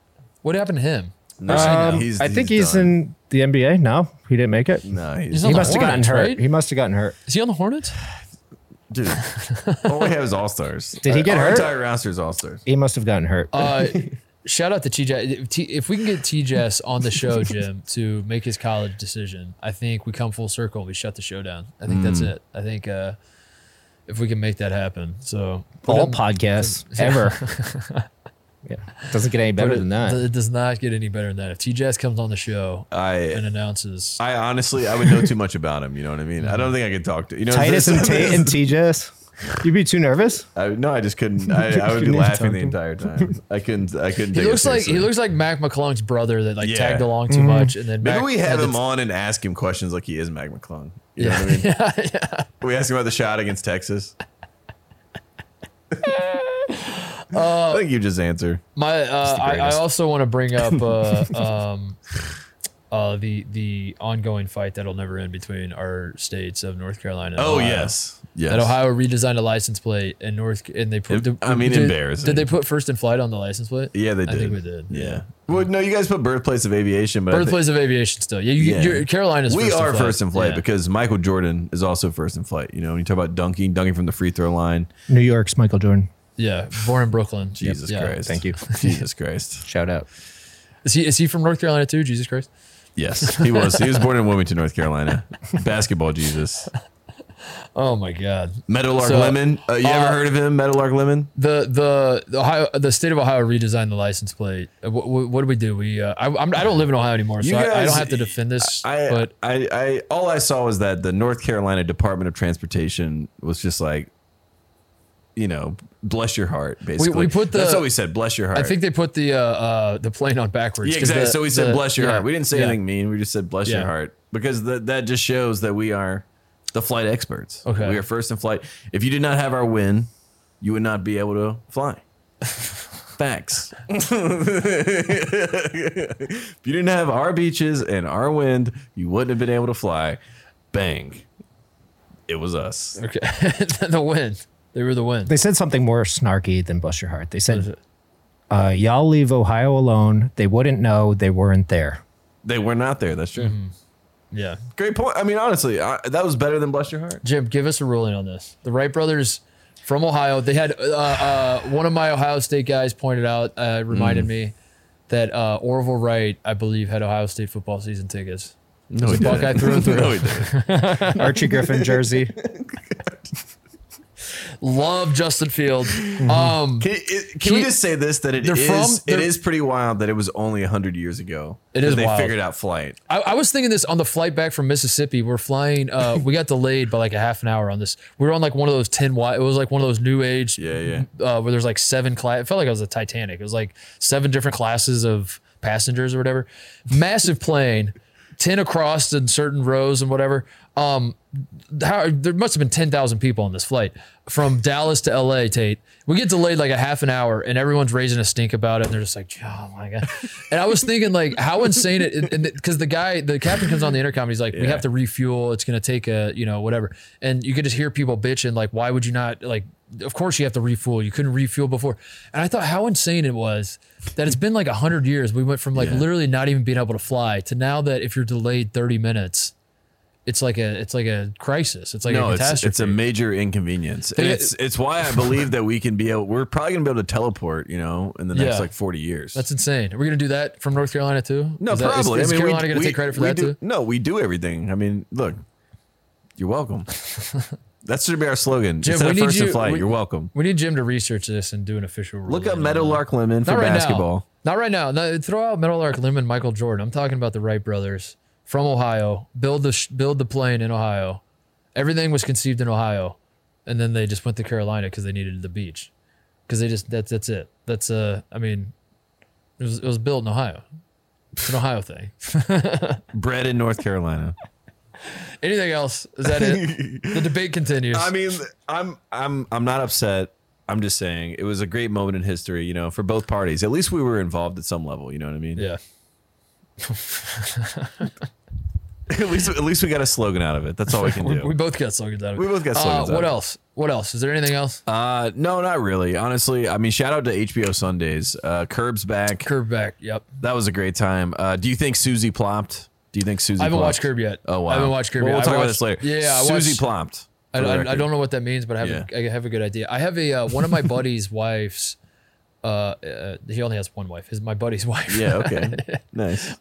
[SPEAKER 2] What happened to him?
[SPEAKER 1] No,
[SPEAKER 4] Um,
[SPEAKER 1] he's-
[SPEAKER 4] I think he's,
[SPEAKER 1] done.
[SPEAKER 4] in the NBA. No, he didn't make it.
[SPEAKER 1] No, he's
[SPEAKER 2] He's
[SPEAKER 4] He
[SPEAKER 2] on the
[SPEAKER 4] must have gotten
[SPEAKER 2] Hornets,
[SPEAKER 4] hurt.
[SPEAKER 2] right?
[SPEAKER 4] He must have gotten hurt.
[SPEAKER 2] Is he on the Hornets?
[SPEAKER 1] dude. All we have is all stars.
[SPEAKER 4] Did he get
[SPEAKER 1] Our
[SPEAKER 4] hurt?
[SPEAKER 1] Entire roster is all stars.
[SPEAKER 4] He must have gotten hurt.
[SPEAKER 2] Uh, shout out to TJ. If, T- if we can get TJS on the show, Jim, to make his college decision, I think we come full circle and we shut the show down. I think
[SPEAKER 4] Mm.
[SPEAKER 2] that's it. I think uh, if we can make that happen. So put
[SPEAKER 4] All
[SPEAKER 2] him-
[SPEAKER 4] podcasts ever. yeah. Doesn't get any
[SPEAKER 2] put
[SPEAKER 4] better
[SPEAKER 2] it-
[SPEAKER 4] than that. Uh,
[SPEAKER 2] It does not get any better than that. If TJS comes on the show and
[SPEAKER 1] I.
[SPEAKER 2] announces
[SPEAKER 1] I honestly, I would know too much about him. You know what I mean? I don't think I could talk to you know
[SPEAKER 4] Titus
[SPEAKER 1] this-
[SPEAKER 4] and, T- and TJS. You'd be too nervous.
[SPEAKER 1] I, no, I just couldn't. I, I would be
[SPEAKER 4] Couldn't even
[SPEAKER 1] laughing the
[SPEAKER 4] talk to him.
[SPEAKER 1] entire time. I couldn't. I couldn't.
[SPEAKER 2] He
[SPEAKER 1] take it
[SPEAKER 2] looks like
[SPEAKER 1] seriously.
[SPEAKER 2] he looks like Mac McClung's brother that like
[SPEAKER 1] Yeah.
[SPEAKER 2] tagged along too much, and then
[SPEAKER 1] Mm-hmm. Maybe
[SPEAKER 2] Mac
[SPEAKER 1] we have
[SPEAKER 2] had
[SPEAKER 1] him
[SPEAKER 2] to-
[SPEAKER 1] on and ask him questions like he is Mac McClung. You know what I mean? We ask him about the shot against Texas. I think you just answer.
[SPEAKER 2] My, uh,
[SPEAKER 1] the
[SPEAKER 2] I, I
[SPEAKER 1] greatest.
[SPEAKER 2] also want to bring up uh, um, uh, the the ongoing fight that'll never end between our states of North Carolina. And
[SPEAKER 1] Oh
[SPEAKER 2] Ohio.
[SPEAKER 1] yes, yes.
[SPEAKER 2] That Ohio redesigned a license plate, and North and they put.
[SPEAKER 1] It- I mean,
[SPEAKER 2] did,
[SPEAKER 1] embarrassing.
[SPEAKER 2] Did they put first in flight on the license plate?
[SPEAKER 1] Yeah, they did.
[SPEAKER 2] I think we did.
[SPEAKER 1] Yeah. Well, no, you guys put birthplace of aviation, but I
[SPEAKER 2] Birthplace of aviation still. Yeah, you,
[SPEAKER 1] Yeah.
[SPEAKER 2] You're, Carolina's.
[SPEAKER 1] think we
[SPEAKER 2] first
[SPEAKER 1] are
[SPEAKER 2] in flight.
[SPEAKER 1] first in flight
[SPEAKER 2] Yeah.
[SPEAKER 1] because Michael Jordan is also first in flight. You know, when you talk about dunking, dunking from the free throw line.
[SPEAKER 4] New York's Michael Jordan.
[SPEAKER 2] yeah, born in Brooklyn.
[SPEAKER 1] Jesus
[SPEAKER 2] Yep, yeah.
[SPEAKER 1] Christ!
[SPEAKER 4] Thank you.
[SPEAKER 1] Jesus Christ!
[SPEAKER 4] Shout out.
[SPEAKER 2] Is he is he from North Carolina too? Jesus Christ.
[SPEAKER 1] Yes, he was. He was born in Wilmington, North Carolina. Basketball Jesus.
[SPEAKER 2] Oh my God.
[SPEAKER 1] Meadowlark
[SPEAKER 2] So,
[SPEAKER 1] Lemon. Uh, you
[SPEAKER 2] uh,
[SPEAKER 1] ever heard of him, Meadowlark Lemon?
[SPEAKER 2] the the the, Ohio, the state of Ohio redesigned the license plate. What, what, what do we do? We uh, I I'm, I don't live in Ohio anymore, so
[SPEAKER 1] You
[SPEAKER 2] I, I
[SPEAKER 1] guys-
[SPEAKER 2] don't have to defend this.
[SPEAKER 1] I,
[SPEAKER 2] but
[SPEAKER 1] I, I, all I saw was that the North Carolina Department of Transportation was just like, you know, bless your heart. Basically,
[SPEAKER 2] put the-
[SPEAKER 1] that's what we said. Bless your heart.
[SPEAKER 2] I think they put the uh, uh the plane on backwards.
[SPEAKER 1] yeah,
[SPEAKER 2] 'cause
[SPEAKER 1] exactly.
[SPEAKER 2] the-
[SPEAKER 1] so we said
[SPEAKER 2] the-
[SPEAKER 1] bless your
[SPEAKER 2] yeah,
[SPEAKER 1] heart. We didn't say
[SPEAKER 2] yeah.
[SPEAKER 1] anything mean. We just said bless your
[SPEAKER 2] Yeah.
[SPEAKER 1] heart because that that just shows that we are the flight experts.
[SPEAKER 2] Okay.
[SPEAKER 1] we are first in flight. If you did not have our win, you would not be able to fly. Facts. if you didn't have our beaches and our wind, you wouldn't have been able to fly. Bang. It was us.
[SPEAKER 2] Okay, the win. They were the win.
[SPEAKER 4] They said something more snarky than bless your heart. They said, uh, "Y'all leave Ohio alone. They wouldn't know. They weren't there."
[SPEAKER 1] They were not there. That's true.
[SPEAKER 2] Mm-hmm. yeah,
[SPEAKER 1] Great point. I mean, honestly, I, that was better than bless your heart.
[SPEAKER 2] Jim, give us a ruling on this. The Wright brothers from Ohio. They had uh, uh one of my Ohio State guys pointed out uh,
[SPEAKER 1] Mm.
[SPEAKER 2] reminded me that uh, Orville Wright, I believe, had Ohio State football season tickets.
[SPEAKER 1] No, he
[SPEAKER 2] Buckeye
[SPEAKER 1] didn't.
[SPEAKER 2] through and through.
[SPEAKER 1] No, he didn't.
[SPEAKER 4] Archie Griffin jersey.
[SPEAKER 2] Love Justin Field. Um.
[SPEAKER 1] Can, it, can we
[SPEAKER 2] He-
[SPEAKER 1] just say this that it
[SPEAKER 2] They're
[SPEAKER 1] is
[SPEAKER 2] from-
[SPEAKER 1] it
[SPEAKER 2] they're-
[SPEAKER 1] is pretty wild that it was only hundred years ago.
[SPEAKER 2] It is
[SPEAKER 1] that they
[SPEAKER 2] wild.
[SPEAKER 1] figured out flight.
[SPEAKER 2] I, I was thinking this on the flight back from Mississippi. We're flying. Uh, we got delayed by like a half an hour on this. We were on like one of those ten. Wi- it was like one of those new age.
[SPEAKER 1] Yeah, yeah.
[SPEAKER 2] Uh, where there's like seven class. It felt like I was a Titanic. It was like seven different classes of passengers or whatever. Massive plane. ten across in certain rows and whatever. Um, how, there must have been ten thousand people on this flight from Dallas to L.A. Tate. We get delayed like a half an hour, and everyone's raising a stink about it. And they're just like, "Oh my god!" And I was thinking, like, how insane it because the guy, the captain, comes on the intercom. He's like, "We have to refuel. It's going to take a you know whatever." And you could just hear people bitching, like, "Why would you not like?" Of course, you have to refuel. You couldn't refuel before, and I thought how insane it was that it's been like hundred years. We went from like literally not even being able to fly to now that if you're delayed thirty minutes, it's like a it's like a crisis. It's like
[SPEAKER 1] no,
[SPEAKER 2] a
[SPEAKER 1] it's,
[SPEAKER 2] catastrophe.
[SPEAKER 1] it's a major inconvenience, and
[SPEAKER 2] They-
[SPEAKER 1] it's it's why I believe that we can be able. We're probably gonna be able to teleport, you know, in the next
[SPEAKER 2] Yeah.
[SPEAKER 1] like forty years.
[SPEAKER 2] That's insane. Are we gonna do that from North Carolina too?
[SPEAKER 1] no,
[SPEAKER 2] Is that- is-
[SPEAKER 1] probably.
[SPEAKER 2] Is,
[SPEAKER 1] I mean, we-
[SPEAKER 2] Carolina gonna
[SPEAKER 1] we-
[SPEAKER 2] take credit for
[SPEAKER 1] we
[SPEAKER 2] that
[SPEAKER 1] do,
[SPEAKER 2] too?
[SPEAKER 1] No, we do everything. I mean, look, you're welcome. that should be our slogan.
[SPEAKER 2] Jim,
[SPEAKER 1] Instead
[SPEAKER 2] we
[SPEAKER 1] of
[SPEAKER 2] need
[SPEAKER 1] first
[SPEAKER 2] you-
[SPEAKER 1] to flight,
[SPEAKER 2] we-
[SPEAKER 1] you're welcome.
[SPEAKER 2] We need Jim to research this and do an official. rule
[SPEAKER 1] Look up
[SPEAKER 2] on that.
[SPEAKER 1] Meadowlark Lemon for
[SPEAKER 2] Not right
[SPEAKER 1] basketball.
[SPEAKER 2] now. Not right now. No, throw out Metal Arc Lim and Michael Jordan. I'm talking about the Wright brothers from Ohio. Build the sh- build the plane in Ohio. Everything was conceived in Ohio, and then they just went to Carolina because they needed the beach. Because they just that's that's it. That's uh I mean, it was it was built in Ohio. It's an Ohio thing.
[SPEAKER 1] Bread in North Carolina.
[SPEAKER 2] Anything else? Is that it? the debate continues.
[SPEAKER 1] I mean, I'm I'm I'm not upset. I'm just saying it was a great moment in history, you know, for both parties. At least we were involved at some level, you know what I mean?
[SPEAKER 2] yeah.
[SPEAKER 1] at least at least we got a slogan out of it. That's all we can do.
[SPEAKER 2] We both got slogans out of it.
[SPEAKER 1] We both got
[SPEAKER 2] Uh,
[SPEAKER 1] slogans out
[SPEAKER 2] what
[SPEAKER 1] of it.
[SPEAKER 2] else? What else? Is there anything else?
[SPEAKER 1] uh no, not really. Honestly, I mean, shout out to HBO Sundays. Uh Curb's back.
[SPEAKER 2] Curb back. Yep.
[SPEAKER 1] That was a great time. Uh do you think Susie plopped? Do you think Susie
[SPEAKER 2] I haven't
[SPEAKER 1] plopped?
[SPEAKER 2] watched Curb yet.
[SPEAKER 1] Oh wow.
[SPEAKER 2] I haven't watched Curb
[SPEAKER 1] Well,
[SPEAKER 2] yet.
[SPEAKER 1] we'll
[SPEAKER 2] I
[SPEAKER 1] talk about
[SPEAKER 2] watched-
[SPEAKER 1] this later.
[SPEAKER 2] Yeah, I
[SPEAKER 1] Susie
[SPEAKER 2] watched-
[SPEAKER 1] plopped.
[SPEAKER 2] I,
[SPEAKER 1] for the
[SPEAKER 2] I, I
[SPEAKER 1] record.
[SPEAKER 2] don't know what that means, but I have, a, I have a good idea. I have a uh, one of my buddy's wives. Uh, uh, he only has one wife. His my buddy's wife.
[SPEAKER 1] Yeah, okay. nice.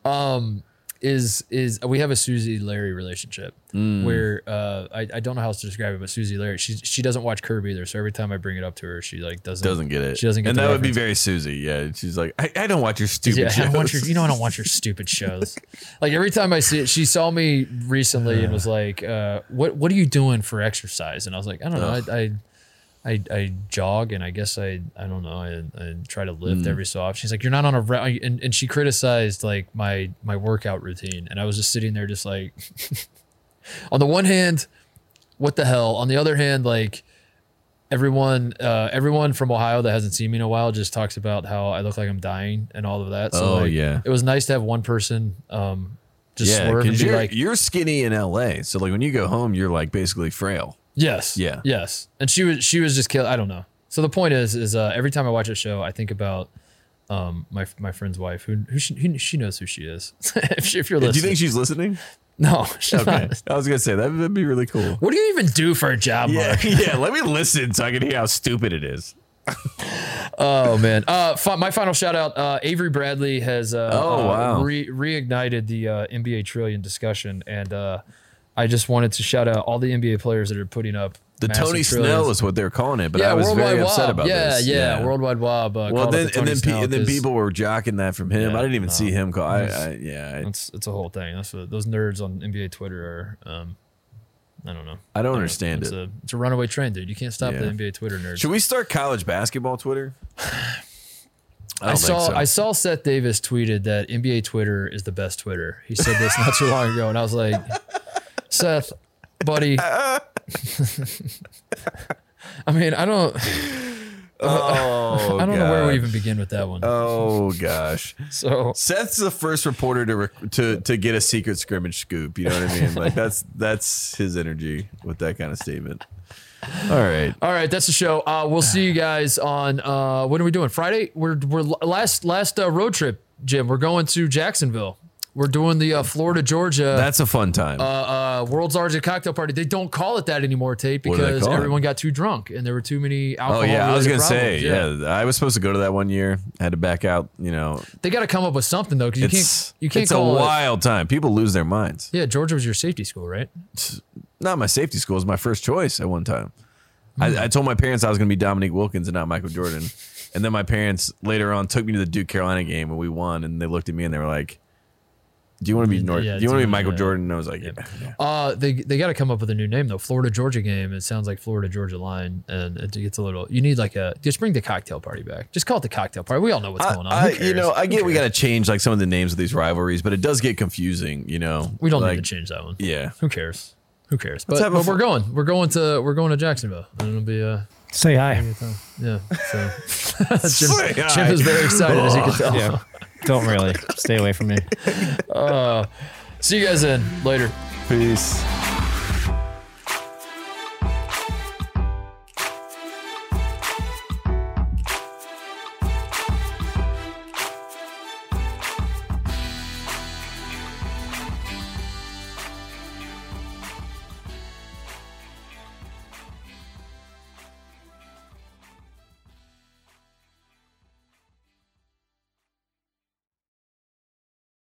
[SPEAKER 2] is is we have a Susie Larry relationship
[SPEAKER 1] Mm.
[SPEAKER 2] where uh, I, I don't know how else to describe it, but Susie Larry she she doesn't watch Curb either. So every time I bring it up to her, she like doesn't
[SPEAKER 1] Doesn't get it.
[SPEAKER 2] She doesn't get
[SPEAKER 1] And
[SPEAKER 2] the
[SPEAKER 1] that would be
[SPEAKER 2] reference.
[SPEAKER 1] very Susie. Yeah. She's like, I, I don't watch your stupid
[SPEAKER 2] Yeah, I
[SPEAKER 1] shows.
[SPEAKER 2] don't want your, you know, I don't want your stupid shows. like every time I see it, she saw me recently and was like, uh, "What What are you doing for exercise?" And I was like, "I don't know. I, I, I, I jog, and I guess I, I don't know. I, I try to lift every so often." She's like, "You're not on a," ra-" and and she criticized like my my workout routine, and I was just sitting there, just like, on the one hand, what the hell? On the other hand, like everyone uh, everyone from Ohio that hasn't seen me in a while just talks about how I look like I'm dying and all of that. So
[SPEAKER 1] Oh,
[SPEAKER 2] like,
[SPEAKER 1] yeah.
[SPEAKER 2] it was nice to have one person um, just
[SPEAKER 1] Yeah,
[SPEAKER 2] swerve and
[SPEAKER 1] 'cause
[SPEAKER 2] be
[SPEAKER 1] you're,
[SPEAKER 2] like,
[SPEAKER 1] you're skinny in LA, so like when you go home, you're like basically frail.
[SPEAKER 2] yes,
[SPEAKER 1] Yeah.
[SPEAKER 2] yes. And she was she was just kill. I don't know. So the point is, is uh, every time I watch a show, I think about um, my my friend's wife, who who she, who she knows who she is. if, she, if you're
[SPEAKER 1] Do you
[SPEAKER 2] listening,
[SPEAKER 1] think she's listening?
[SPEAKER 2] no, she's
[SPEAKER 1] Okay,
[SPEAKER 2] not.
[SPEAKER 1] I was gonna say that would be really cool.
[SPEAKER 2] What do you even do for a job? Mark?
[SPEAKER 1] Yeah, yeah. Let me listen so I can hear how stupid it is.
[SPEAKER 2] Oh man! Uh, fi- my final shout out: uh, Avery Bradley has uh,
[SPEAKER 1] Oh,
[SPEAKER 2] uh,
[SPEAKER 1] wow.
[SPEAKER 2] re- reignited the uh, NBA trillion discussion, and uh, I just wanted to shout out all the NBA players that are putting up
[SPEAKER 1] The
[SPEAKER 2] massive
[SPEAKER 1] Tony
[SPEAKER 2] trillions.
[SPEAKER 1] Snell is what they're calling it, but
[SPEAKER 2] yeah,
[SPEAKER 1] I was
[SPEAKER 2] worldwide
[SPEAKER 1] very upset
[SPEAKER 2] wob.
[SPEAKER 1] about
[SPEAKER 2] yeah,
[SPEAKER 1] this.
[SPEAKER 2] Yeah, worldwide wob. Uh,
[SPEAKER 1] Well,
[SPEAKER 2] called
[SPEAKER 1] then
[SPEAKER 2] it the
[SPEAKER 1] and
[SPEAKER 2] Tony
[SPEAKER 1] then pe-
[SPEAKER 2] Snell
[SPEAKER 1] and then
[SPEAKER 2] 'cause
[SPEAKER 1] people were jocking that from him.
[SPEAKER 2] Yeah,
[SPEAKER 1] I didn't even
[SPEAKER 2] no.
[SPEAKER 1] see him call. I, I
[SPEAKER 2] It's-
[SPEAKER 1] yeah,
[SPEAKER 2] It's it's a whole thing. That's what those nerds on NBA Twitter are. Um, I don't know.
[SPEAKER 1] I, I don't understand
[SPEAKER 2] It's
[SPEAKER 1] it.
[SPEAKER 2] a it's a runaway train, dude. You can't stop the
[SPEAKER 1] Yeah.
[SPEAKER 2] NBA Twitter nerds.
[SPEAKER 1] Should we start college basketball Twitter? I,
[SPEAKER 2] I
[SPEAKER 1] don't think
[SPEAKER 2] saw
[SPEAKER 1] so.
[SPEAKER 2] I saw Seth Davis tweeted that NBA Twitter is the best Twitter. He said this not too long ago, and I was like, Seth, buddy. I mean, I don't
[SPEAKER 1] Oh,
[SPEAKER 2] I don't know where we
[SPEAKER 1] God.
[SPEAKER 2] even begin with that one.
[SPEAKER 1] Oh gosh.
[SPEAKER 2] so
[SPEAKER 1] Seth's the first reporter to rec- to to get a secret scrimmage scoop. You know what I mean? Like that's that's his energy with that kind of statement. All right.
[SPEAKER 2] all right, that's the show. Uh, we'll see you guys on uh, what are we doing? Friday? We're we're last last uh, road trip, Jim. We're going to Jacksonville. We're doing the uh, Florida Georgia.
[SPEAKER 1] That's a fun time.
[SPEAKER 2] uh, World's Largest Cocktail Party. They don't call it that anymore, Tate,
[SPEAKER 1] What do they
[SPEAKER 2] because
[SPEAKER 1] call it?
[SPEAKER 2] everyone got too drunk and there were too many alcohol.
[SPEAKER 1] oh yeah, I was gonna
[SPEAKER 2] related
[SPEAKER 1] say
[SPEAKER 2] problems.
[SPEAKER 1] yeah. I was supposed to go to that one year. Had to back out. You know,
[SPEAKER 2] They got to come up with something though, because you
[SPEAKER 1] it's
[SPEAKER 2] can't you can't
[SPEAKER 1] it's a
[SPEAKER 2] call it.
[SPEAKER 1] wild time. People lose their minds.
[SPEAKER 2] Yeah, Georgia was your safety school, right?
[SPEAKER 1] Not my safety school was my first choice at one time. I, I told my parents I was gonna be Dominique Wilkins and not Michael Jordan, and then my parents later on took me to the Duke Carolina game and we won, and they looked at me and they were like. Do you want to be
[SPEAKER 2] Yeah,
[SPEAKER 1] North?
[SPEAKER 2] yeah,
[SPEAKER 1] do you want to be
[SPEAKER 2] it's-
[SPEAKER 1] Michael
[SPEAKER 2] yeah.
[SPEAKER 1] Jordan? And I was like, yeah.
[SPEAKER 2] Uh, they they got to come up with a new name though. Florida Georgia game. It sounds like Florida Georgia line, and it gets a little. You need like a just bring the cocktail party back. Just call it the cocktail party. We all know what's
[SPEAKER 1] I,
[SPEAKER 2] going on.
[SPEAKER 1] I,
[SPEAKER 2] Who
[SPEAKER 1] you know,
[SPEAKER 2] cares?
[SPEAKER 1] I get we got to change like some of the names of these rivalries, but it does get confusing. You know,
[SPEAKER 2] we don't
[SPEAKER 1] like,
[SPEAKER 2] need to change that one.
[SPEAKER 1] Yeah,
[SPEAKER 2] Who cares? Who cares? But,
[SPEAKER 1] have a
[SPEAKER 2] but
[SPEAKER 1] fu-
[SPEAKER 2] we're going. We're going to we're going to Jacksonville, and it'll be uh
[SPEAKER 4] Say hi.
[SPEAKER 2] yeah. So Jim,
[SPEAKER 1] Say
[SPEAKER 2] Jim
[SPEAKER 1] hi.
[SPEAKER 2] is very excited as you can tell.
[SPEAKER 4] Yeah. Don't really. Stay away from me.
[SPEAKER 2] See you guys then later.
[SPEAKER 1] peace.